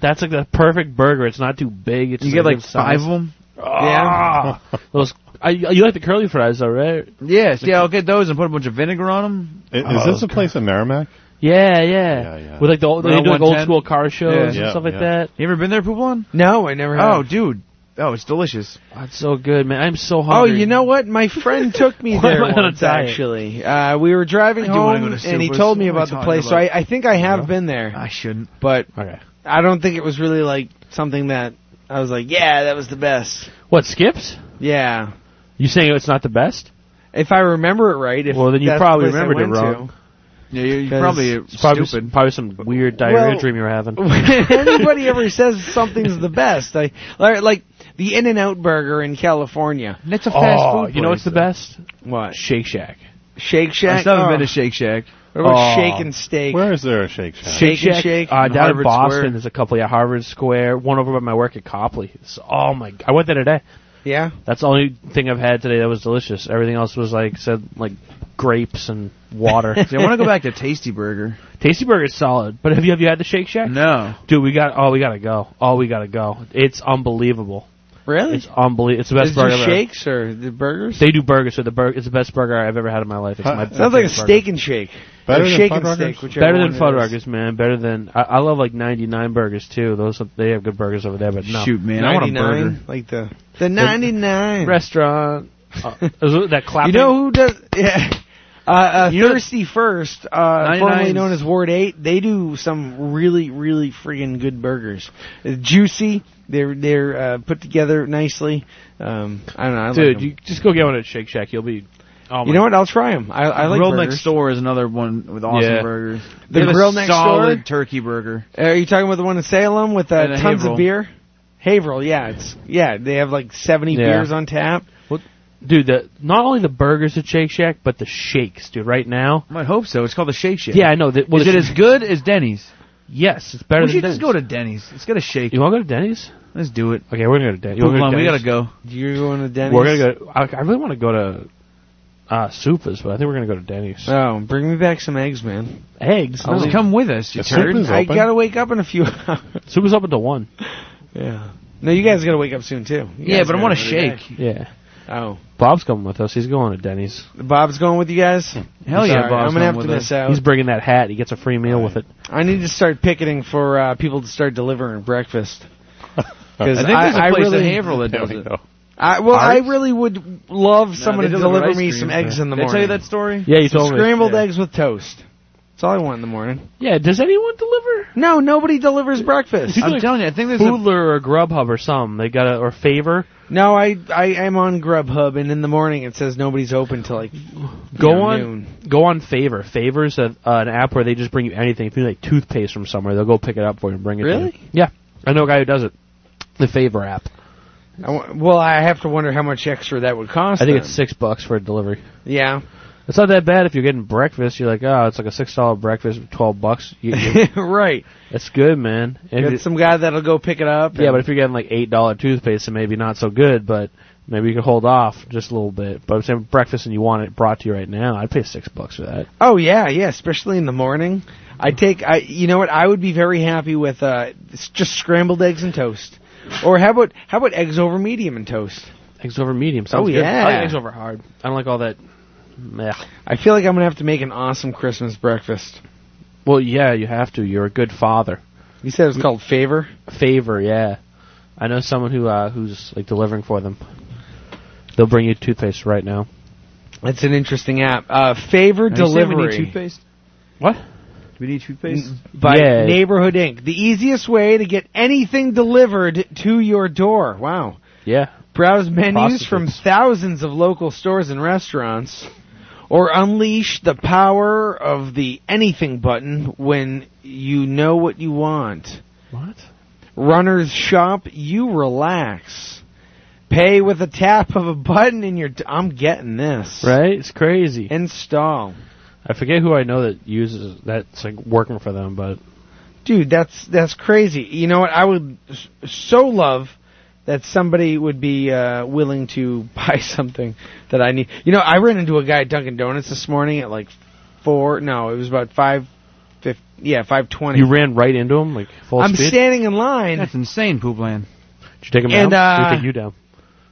[SPEAKER 3] That's like the perfect burger. It's not too big. It's
[SPEAKER 20] You
[SPEAKER 3] just
[SPEAKER 20] get
[SPEAKER 3] a
[SPEAKER 20] like
[SPEAKER 3] good size.
[SPEAKER 20] five of them.
[SPEAKER 3] Ah, those. I, you like the curly fries though, right?
[SPEAKER 20] Yes, yeah, I'll get those and put a bunch of vinegar on them.
[SPEAKER 8] I- Is, this a place in Merrimack?
[SPEAKER 3] Yeah, yeah.
[SPEAKER 8] Yeah, yeah.
[SPEAKER 3] With like the old, they
[SPEAKER 20] Around
[SPEAKER 3] do like old
[SPEAKER 20] 110?
[SPEAKER 3] school car shows
[SPEAKER 20] Yeah.
[SPEAKER 3] and
[SPEAKER 8] Yeah,
[SPEAKER 3] stuff like
[SPEAKER 8] yeah.
[SPEAKER 3] that.
[SPEAKER 20] You ever been there, Poupon?
[SPEAKER 9] No, I never.
[SPEAKER 20] Oh,
[SPEAKER 9] Have.
[SPEAKER 20] dude. Oh, it's delicious.
[SPEAKER 3] Oh, it's so good, man. I'm so
[SPEAKER 9] Oh,
[SPEAKER 3] hungry.
[SPEAKER 9] you know what? My friend took me
[SPEAKER 3] Why
[SPEAKER 9] there
[SPEAKER 3] am I on a
[SPEAKER 9] once,
[SPEAKER 3] diet?
[SPEAKER 9] actually. Uh, we were driving
[SPEAKER 20] I do wanna go
[SPEAKER 9] home,
[SPEAKER 20] to
[SPEAKER 9] and he
[SPEAKER 20] Silver's.
[SPEAKER 9] told
[SPEAKER 20] What
[SPEAKER 9] me
[SPEAKER 20] am I
[SPEAKER 9] about the
[SPEAKER 20] talking
[SPEAKER 9] place, so
[SPEAKER 20] about?
[SPEAKER 9] I, I think I have been there,
[SPEAKER 20] I shouldn't.
[SPEAKER 9] but
[SPEAKER 3] Okay.
[SPEAKER 9] I don't think it was really like something that I was like, yeah, that was the best.
[SPEAKER 3] What Skips?
[SPEAKER 9] Yeah,
[SPEAKER 3] You saying it's not the best?
[SPEAKER 9] if I remember it right. If
[SPEAKER 3] Well, then you
[SPEAKER 9] that's
[SPEAKER 3] probably
[SPEAKER 9] the place I
[SPEAKER 3] remembered it
[SPEAKER 9] went
[SPEAKER 3] wrong.
[SPEAKER 9] to.
[SPEAKER 20] Yeah, you
[SPEAKER 9] Because
[SPEAKER 20] probably
[SPEAKER 3] It's probably
[SPEAKER 20] stupid.
[SPEAKER 3] probably some weird diarrhea
[SPEAKER 9] Well-
[SPEAKER 3] dream you were having.
[SPEAKER 9] When anybody ever says something's the best, I like like the In and Out Burger in California.
[SPEAKER 20] That's a fast
[SPEAKER 3] oh,
[SPEAKER 20] food.
[SPEAKER 3] you know
[SPEAKER 20] place,
[SPEAKER 3] what's the
[SPEAKER 20] though.
[SPEAKER 3] best?
[SPEAKER 9] What
[SPEAKER 3] Shake Shack.
[SPEAKER 9] Shake
[SPEAKER 20] I
[SPEAKER 9] Shack?
[SPEAKER 20] still haven't
[SPEAKER 9] Oh.
[SPEAKER 20] been to Shake Shack.
[SPEAKER 9] What about
[SPEAKER 3] Oh.
[SPEAKER 9] Shake and Steak?
[SPEAKER 8] Where is there a Shake Shack?
[SPEAKER 9] Shake and
[SPEAKER 3] Shack,
[SPEAKER 9] Shake
[SPEAKER 3] Uh,
[SPEAKER 9] in
[SPEAKER 3] down
[SPEAKER 9] Harvard
[SPEAKER 3] in Boston,
[SPEAKER 9] Square.
[SPEAKER 3] there's a couple. Yeah, Harvard Square. One over by my work at Copley. It's, oh my! I went there today.
[SPEAKER 9] Yeah.
[SPEAKER 3] That's the only thing I've had today that was delicious. Everything else was like said like grapes and water.
[SPEAKER 20] See, I want to go back to Tasty Burger.
[SPEAKER 3] Tasty Burger's solid, but have you have you had the Shake Shack?
[SPEAKER 20] No.
[SPEAKER 3] Dude, we got oh we gotta go. Oh we gotta go. It's unbelievable.
[SPEAKER 9] Really?
[SPEAKER 3] It's unbelievable. It's the best
[SPEAKER 9] Oh. is
[SPEAKER 3] burger.
[SPEAKER 9] there
[SPEAKER 3] I've ever-
[SPEAKER 9] shakes or the burgers?
[SPEAKER 3] They do burgers, so the burger it's the best burger I've ever had in my life. It's my
[SPEAKER 9] Sounds like a
[SPEAKER 3] favorite burger.
[SPEAKER 9] steak and shake.
[SPEAKER 8] Better
[SPEAKER 9] or
[SPEAKER 8] than
[SPEAKER 9] shake and
[SPEAKER 8] Fuddruckers?
[SPEAKER 9] steak, whichever
[SPEAKER 3] Better than
[SPEAKER 9] one it is.
[SPEAKER 3] Fuddruckers, man. Better than I, I love like ninety nine burgers too. Those are- they have good burgers over there, but no.
[SPEAKER 20] Shoot, man, I want a
[SPEAKER 9] 99,
[SPEAKER 20] burger.
[SPEAKER 9] Like the the ninety nine.
[SPEAKER 3] restaurant. Uh, is that
[SPEAKER 9] You
[SPEAKER 3] clapping.
[SPEAKER 9] know who does? Yeah. Uh, uh, Thirsty First, uh,
[SPEAKER 20] 99's
[SPEAKER 9] formerly known as Ward Eight, they do some really, really friggin' good burgers. Uh, juicy, they're they're uh, put together nicely. Um, I don't know, I
[SPEAKER 3] dude,
[SPEAKER 9] like 'em.
[SPEAKER 3] you just go get one at Shake Shack. You'll be. Oh my
[SPEAKER 9] You know what? I'll try them. I, I like
[SPEAKER 20] Grill
[SPEAKER 9] burgers.
[SPEAKER 20] Next Door is another one with awesome
[SPEAKER 3] Yeah.
[SPEAKER 20] burgers.
[SPEAKER 9] The
[SPEAKER 20] They have a
[SPEAKER 9] Grill Next
[SPEAKER 20] solid
[SPEAKER 9] Door?
[SPEAKER 20] turkey burger.
[SPEAKER 9] Are you talking about the one in Salem with
[SPEAKER 20] And
[SPEAKER 9] uh,
[SPEAKER 20] a
[SPEAKER 9] tons
[SPEAKER 20] Haverhill.
[SPEAKER 9] of beer? Haverhill, yeah, it's yeah. They have like seventy
[SPEAKER 3] Yeah.
[SPEAKER 9] beers on tap.
[SPEAKER 3] dude. The not only the burgers at Shake Shack, but the shakes, dude. Right now,
[SPEAKER 20] I might hope so. It's called the Shake Shack.
[SPEAKER 3] yeah, I know. That, well,
[SPEAKER 20] is it as good as Denny's?
[SPEAKER 3] yes, it's better
[SPEAKER 20] we
[SPEAKER 3] than
[SPEAKER 20] should just
[SPEAKER 3] Denny's.
[SPEAKER 20] go to Denny's. Let's get a shake.
[SPEAKER 3] You want to go to Denny's?
[SPEAKER 20] Let's do it.
[SPEAKER 3] Okay, we're gonna go to Denny's. You wanna
[SPEAKER 20] Hold on, we
[SPEAKER 3] Denny's?
[SPEAKER 20] gotta go.
[SPEAKER 9] You're going to Denny's.
[SPEAKER 3] We're gonna go. I, I really want to go to uh, Supas, but I think we're gonna go to Denny's.
[SPEAKER 9] Oh, bring me back some eggs, man.
[SPEAKER 3] Eggs.
[SPEAKER 20] Let's
[SPEAKER 3] No.
[SPEAKER 20] come with us. You
[SPEAKER 8] It's open.
[SPEAKER 20] turd.
[SPEAKER 8] It's
[SPEAKER 9] I
[SPEAKER 8] open.
[SPEAKER 9] gotta wake up in a few hours.
[SPEAKER 3] Supas up at the one.
[SPEAKER 9] Yeah. No, you guys gotta wake up soon too. You
[SPEAKER 20] Yeah,
[SPEAKER 9] guys
[SPEAKER 20] but I
[SPEAKER 9] gotta
[SPEAKER 20] want a
[SPEAKER 9] go bed.
[SPEAKER 20] shake.
[SPEAKER 3] Yeah.
[SPEAKER 9] Oh,
[SPEAKER 3] Bob's coming with us. He's going to Denny's.
[SPEAKER 9] Bob's going with you
[SPEAKER 3] Hmm.
[SPEAKER 9] guys.
[SPEAKER 20] Hell yeah, Bob's
[SPEAKER 9] Sorry, I'm gonna
[SPEAKER 20] going
[SPEAKER 9] have to
[SPEAKER 20] with
[SPEAKER 9] miss
[SPEAKER 20] us.
[SPEAKER 9] out.
[SPEAKER 3] He's bringing that hat. He gets a free meal with it.
[SPEAKER 9] I need to start picketing for uh, people to start delivering breakfast. Because
[SPEAKER 20] I think there's a
[SPEAKER 9] I,
[SPEAKER 20] place in
[SPEAKER 9] really,
[SPEAKER 20] Haverhill that does
[SPEAKER 8] There
[SPEAKER 20] it.
[SPEAKER 8] we go.
[SPEAKER 9] I, well,
[SPEAKER 20] Arts?
[SPEAKER 9] I really would love someone
[SPEAKER 20] they
[SPEAKER 9] to
[SPEAKER 20] deliver
[SPEAKER 9] deliver
[SPEAKER 20] ice
[SPEAKER 9] me
[SPEAKER 20] cream.
[SPEAKER 9] some eggs in the
[SPEAKER 20] Did I
[SPEAKER 9] morning.
[SPEAKER 20] tell you that story?
[SPEAKER 3] Yeah, you told me.
[SPEAKER 9] Scrambled
[SPEAKER 3] yeah.
[SPEAKER 9] eggs with toast. That's all I want in the morning.
[SPEAKER 3] Yeah. Does anyone deliver?
[SPEAKER 9] No, nobody delivers breakfast.
[SPEAKER 20] I'm telling you, I think there's a.
[SPEAKER 3] Foodler or Grubhub or some. They got a or Favor.
[SPEAKER 9] no, I I am on Grubhub, and in the morning it says nobody's open till like
[SPEAKER 3] Go
[SPEAKER 9] you know,
[SPEAKER 3] on,
[SPEAKER 9] noon.
[SPEAKER 3] go on Favor. Favor's a, uh, an app where they just bring you anything. If you need like toothpaste from somewhere, they'll go pick it up for you and bring it.
[SPEAKER 9] Really?
[SPEAKER 3] To you. Yeah, I know a guy who does it. The Favor app.
[SPEAKER 9] I wa- well, I have to wonder how much extra that would cost.
[SPEAKER 3] I think
[SPEAKER 9] then.
[SPEAKER 3] it's six bucks for a delivery.
[SPEAKER 9] yeah,
[SPEAKER 3] It's not that bad if you're getting breakfast. You're like, oh, it's like a six dollar breakfast, for twelve bucks. You, you,
[SPEAKER 9] right.
[SPEAKER 3] that's good, man. If you-
[SPEAKER 9] Get some guy that'll go pick it up.
[SPEAKER 3] yeah,
[SPEAKER 9] and-
[SPEAKER 3] but if you're getting like eight dollar toothpaste, then maybe not so good. But maybe you could hold off just a little bit. But if you're having breakfast and you want it brought to you right now, I'd pay six bucks for that.
[SPEAKER 9] oh yeah, yeah, especially in the morning. I take I you know what I would be very happy with uh s- just scrambled eggs and toast, or how about how about eggs over medium and toast?
[SPEAKER 3] Eggs over medium. Sounds
[SPEAKER 9] Oh,
[SPEAKER 3] good.
[SPEAKER 9] yeah.
[SPEAKER 3] I like eggs over hard. I don't like all that. Meh.
[SPEAKER 9] I feel like I'm gonna have to make an awesome Christmas breakfast.
[SPEAKER 3] Well, yeah, you have to. You're a good father.
[SPEAKER 9] You said it was called favor.
[SPEAKER 3] Favor, yeah. I know someone who uh, who's like delivering for them. They'll bring you toothpaste right now.
[SPEAKER 9] That's an interesting app. Uh, favor
[SPEAKER 3] Are you saying we need
[SPEAKER 9] delivery.
[SPEAKER 3] toothpaste? What?
[SPEAKER 21] we need toothpaste?
[SPEAKER 9] by
[SPEAKER 3] Yeah.
[SPEAKER 9] Neighborhood Inc. The easiest way to get anything delivered to your door. Wow.
[SPEAKER 3] Yeah.
[SPEAKER 9] Browse menus
[SPEAKER 3] Prostitutes.
[SPEAKER 9] from thousands of local stores and restaurants, or unleash the power of the anything button when you know what you want.
[SPEAKER 3] What?
[SPEAKER 9] Runners shop, you relax. Pay with a tap of a button in your. D- I'm getting this.
[SPEAKER 3] Right? It's crazy.
[SPEAKER 9] Install.
[SPEAKER 3] I forget who I know that uses that's like working for them, but
[SPEAKER 9] Dude, that's that's crazy. You know what? I would s- so love that somebody would be uh, willing to buy something that I need. You know, I ran into a guy at Dunkin' Donuts this morning at like four. No, it was about five. Fif- yeah, five twenty.
[SPEAKER 3] you ran right into him like full
[SPEAKER 9] I'm
[SPEAKER 3] speed.
[SPEAKER 9] standing in line.
[SPEAKER 8] That's insane, Poopland.
[SPEAKER 3] Did you take him down?
[SPEAKER 9] and,
[SPEAKER 3] Did
[SPEAKER 9] uh,
[SPEAKER 3] he take you down?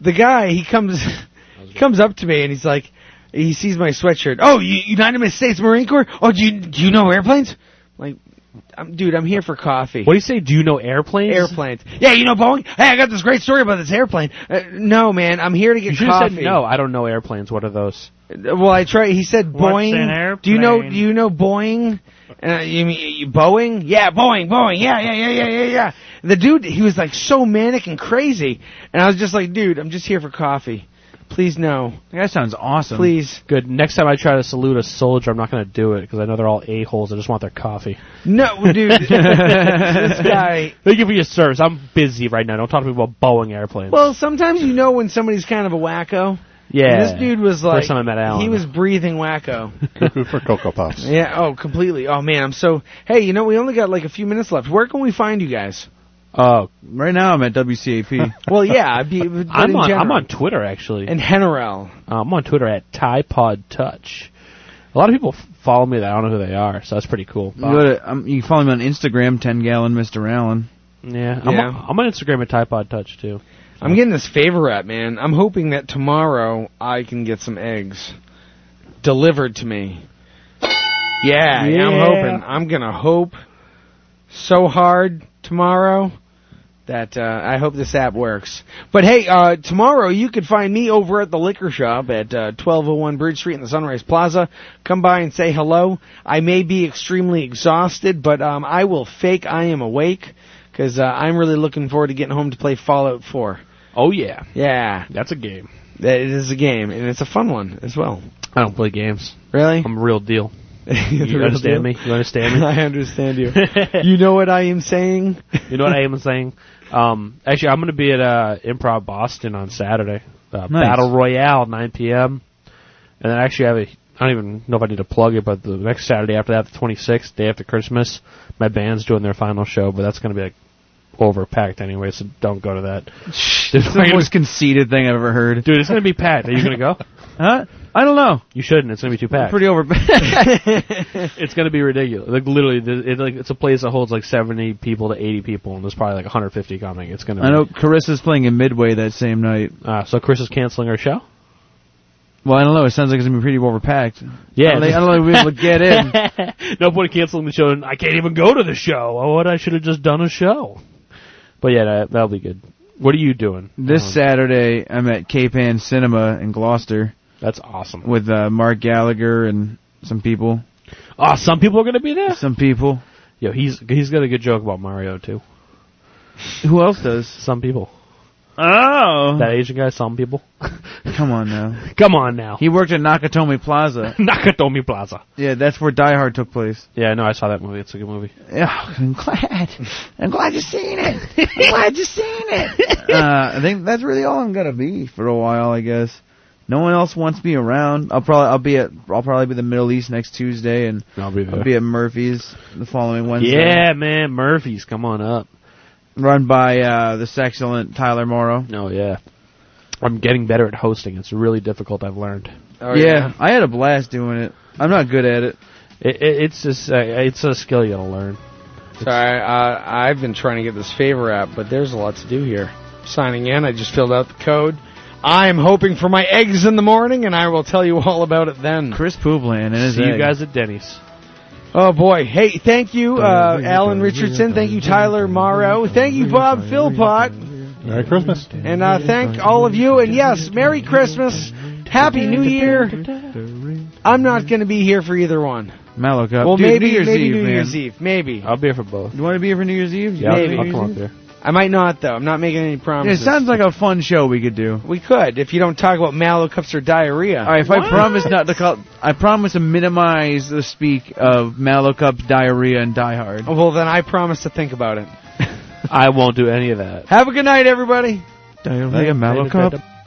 [SPEAKER 9] the guy he comes he comes up to me and he's like he sees my sweatshirt oh U- united states marine corps oh do you do you know airplanes like I'm, dude i'm here for coffee
[SPEAKER 3] What do you say? Do you know airplanes?
[SPEAKER 9] airplanes yeah you know boeing hey i got this great story about this airplane uh, no man i'm here to
[SPEAKER 3] You
[SPEAKER 9] get
[SPEAKER 3] should have
[SPEAKER 9] coffee
[SPEAKER 3] said no. I don't know airplanes. What are those?
[SPEAKER 9] Uh, well i try he said
[SPEAKER 3] What's
[SPEAKER 9] boeing
[SPEAKER 3] an
[SPEAKER 9] do you know do
[SPEAKER 3] airplane?
[SPEAKER 9] you know boeing uh, you mean you- boeing yeah boeing boeing yeah yeah yeah yeah yeah yeah the dude he was like so manic and crazy and i was just like dude i'm just here for coffee please no
[SPEAKER 8] That sounds awesome.
[SPEAKER 9] Please.
[SPEAKER 3] Good. Next time I try to salute a soldier, I'm not going to do it because I know they're all a holes. I just want their coffee.
[SPEAKER 9] No, dude. this guy.
[SPEAKER 3] Thank you for your service. I'm busy right now. Don't talk to me about Boeing airplanes.
[SPEAKER 9] Well, sometimes you know when somebody's kind of a wacko.
[SPEAKER 3] Yeah.
[SPEAKER 9] And this dude was
[SPEAKER 3] First
[SPEAKER 9] like.
[SPEAKER 3] time I met Alan.
[SPEAKER 9] He was breathing wacko.
[SPEAKER 22] Cuckoo for Cocoa Puffs.
[SPEAKER 9] yeah. Oh, completely. Oh man, I'm so. Hey, you know we only got like a few minutes left. Where can we find you guys?
[SPEAKER 3] Oh,
[SPEAKER 8] right now I'm at WCAP.
[SPEAKER 9] Well, yeah. I'd be, but
[SPEAKER 3] I'm
[SPEAKER 9] in
[SPEAKER 3] on.
[SPEAKER 9] general.
[SPEAKER 3] I'm on Twitter actually.
[SPEAKER 9] And Hennerel.
[SPEAKER 3] Uh, I'm on Twitter at Typod Touch. A lot of people f- follow me that I don't know who they are, so that's pretty cool.
[SPEAKER 8] You, go to, um, you can follow me on Instagram, ten gallon Mister Allen.
[SPEAKER 3] yeah, I'm,
[SPEAKER 9] Yeah.
[SPEAKER 3] On, I'm on Instagram at Typod Touch too.
[SPEAKER 9] I'm getting this favor app, man. I'm hoping that tomorrow I can get some eggs delivered to me. Yeah, yeah. I'm
[SPEAKER 3] Yeah.
[SPEAKER 9] hoping. I'm gonna hope so hard tomorrow that uh, I hope this app works. But hey, uh, tomorrow you could find me over at the liquor shop at uh, 1201 Bridge Street in the Sunrise Plaza. Come by and say hello. I may be extremely exhausted, but um, I will fake I am awake because uh, I'm really looking forward to getting home to play Fallout 4.
[SPEAKER 3] Oh yeah,
[SPEAKER 9] Yeah,
[SPEAKER 3] that's a game.
[SPEAKER 9] that- it is a game, and it's a fun one as well.
[SPEAKER 3] I don't play games.
[SPEAKER 9] Really?
[SPEAKER 8] Um,
[SPEAKER 3] I'm real deal.
[SPEAKER 9] The
[SPEAKER 3] You
[SPEAKER 9] real
[SPEAKER 3] understand
[SPEAKER 9] deal.
[SPEAKER 3] me? You understand me?
[SPEAKER 9] I understand you. you know what I am saying?
[SPEAKER 3] you know what I am saying? Um, actually, I'm going to be at uh, Improv Boston on Saturday. Uh,
[SPEAKER 8] Nice.
[SPEAKER 3] Battle Royale, 9 p.m. And then I actually have a. I don't even know if I need to plug it, but the next Saturday after that, the 26th, day after Christmas, my band's doing their final show, but that's going to be like overpacked anyway, so don't go to that. Dude,
[SPEAKER 8] It's the most conceited thing I've ever heard.
[SPEAKER 3] dude, it's going to be packed. Are you going to go?
[SPEAKER 8] Huh? I don't know.
[SPEAKER 3] You shouldn't. It's going to be too packed.
[SPEAKER 8] Pretty over.
[SPEAKER 3] it's going to be ridiculous. Like literally, th- it, like, it's a place that holds like 70 people to 80 people, and there's probably like 150 coming. It's going to.
[SPEAKER 8] I know Carissa's playing in Midway that same night.
[SPEAKER 3] Uh, so Chris is canceling our show.
[SPEAKER 8] Well, I don't know. It sounds like it's gonna be pretty overpacked.
[SPEAKER 3] Yeah.
[SPEAKER 8] I don't, think- I don't think we'll be able to get in.
[SPEAKER 3] no point in canceling the show. And I can't even go to the show. Oh, what I should have just done a show. But yeah, that, that'll be good. What are you doing?
[SPEAKER 8] This
[SPEAKER 9] Oh.
[SPEAKER 3] Um,
[SPEAKER 8] Saturday, I'm at K-Pan Cinema in Gloucester
[SPEAKER 3] that's awesome.
[SPEAKER 8] with uh, Mark Gallagher and some people.
[SPEAKER 3] Oh, some people are going to be there.
[SPEAKER 8] Some people.
[SPEAKER 3] Yo, he's he's got a good joke about Mario too.
[SPEAKER 8] Who else does?
[SPEAKER 3] Some people.
[SPEAKER 8] Oh,
[SPEAKER 3] That Asian guy. Some people.
[SPEAKER 8] come on now.
[SPEAKER 3] Come on now.
[SPEAKER 8] He worked at Nakatomi Plaza.
[SPEAKER 3] Nakatomi Plaza.
[SPEAKER 8] yeah, that's where Die Hard took place.
[SPEAKER 3] Yeah, I know. I saw that movie. It's a good movie.
[SPEAKER 8] Yeah, I'm glad. I'm glad you've seen it. I'm glad you've seen it. uh, I think that's really all I'm gonna be for a while, I guess. No one else wants me around. I'll probably I'll be at I'll probably be in the Middle East next Tuesday, and
[SPEAKER 3] I'll be there.
[SPEAKER 8] I'll be at Murphy's the following Wednesday.
[SPEAKER 3] yeah, man. Murphy's, come on up.
[SPEAKER 8] run by uh, this excellent Tyler
[SPEAKER 23] Oh.
[SPEAKER 8] Morrow.
[SPEAKER 3] No, yeah. I'm getting better at hosting. It's really difficult. I've learned.
[SPEAKER 9] Oh,
[SPEAKER 8] yeah, I had a blast doing it. I'm not good at it.
[SPEAKER 3] It, it, it's just uh, it's a skill you gotta learn.
[SPEAKER 9] Sorry, uh, I've been trying to get this favor app, but there's a lot to do here. Signing in, I just filled out the code. I am hoping for my eggs in the morning, and I will tell you all about it then.
[SPEAKER 23] Chris Pooblan and
[SPEAKER 3] See you guys at Denny's.
[SPEAKER 9] Oh boy! Hey, thank you, uh, Alan Richardson. Thank you, Tyler Morrow. Thank you, Bob Philpott.
[SPEAKER 8] Merry Christmas.
[SPEAKER 9] And uh, thank all of you. And yes, Merry Christmas, Happy New Year. I'm not going to be here for either one.
[SPEAKER 23] Malik up.
[SPEAKER 9] Well,
[SPEAKER 23] Dude,
[SPEAKER 9] maybe
[SPEAKER 23] New Year's
[SPEAKER 9] maybe
[SPEAKER 23] Eve,
[SPEAKER 9] New
[SPEAKER 23] man.
[SPEAKER 9] Year's Eve, maybe.
[SPEAKER 3] I'll be here for both.
[SPEAKER 23] You want to be here for New Year's Eve?
[SPEAKER 3] Yeah, I'll-
[SPEAKER 9] maybe.
[SPEAKER 3] I'll come up there.
[SPEAKER 9] I might not though. I'm not making any promises.
[SPEAKER 23] It sounds like a fun show we could do.
[SPEAKER 9] we could if you don't talk about mallow cups or diarrhea.
[SPEAKER 23] All right, if I promise not to call, I promise to minimize the speak of Mallow Cup's diarrhea and Die Hard.
[SPEAKER 9] Well, then I promise to think about it.
[SPEAKER 3] I won't do any of that.
[SPEAKER 9] Have a good night, everybody.
[SPEAKER 23] Diarrhea, Mallow Cup.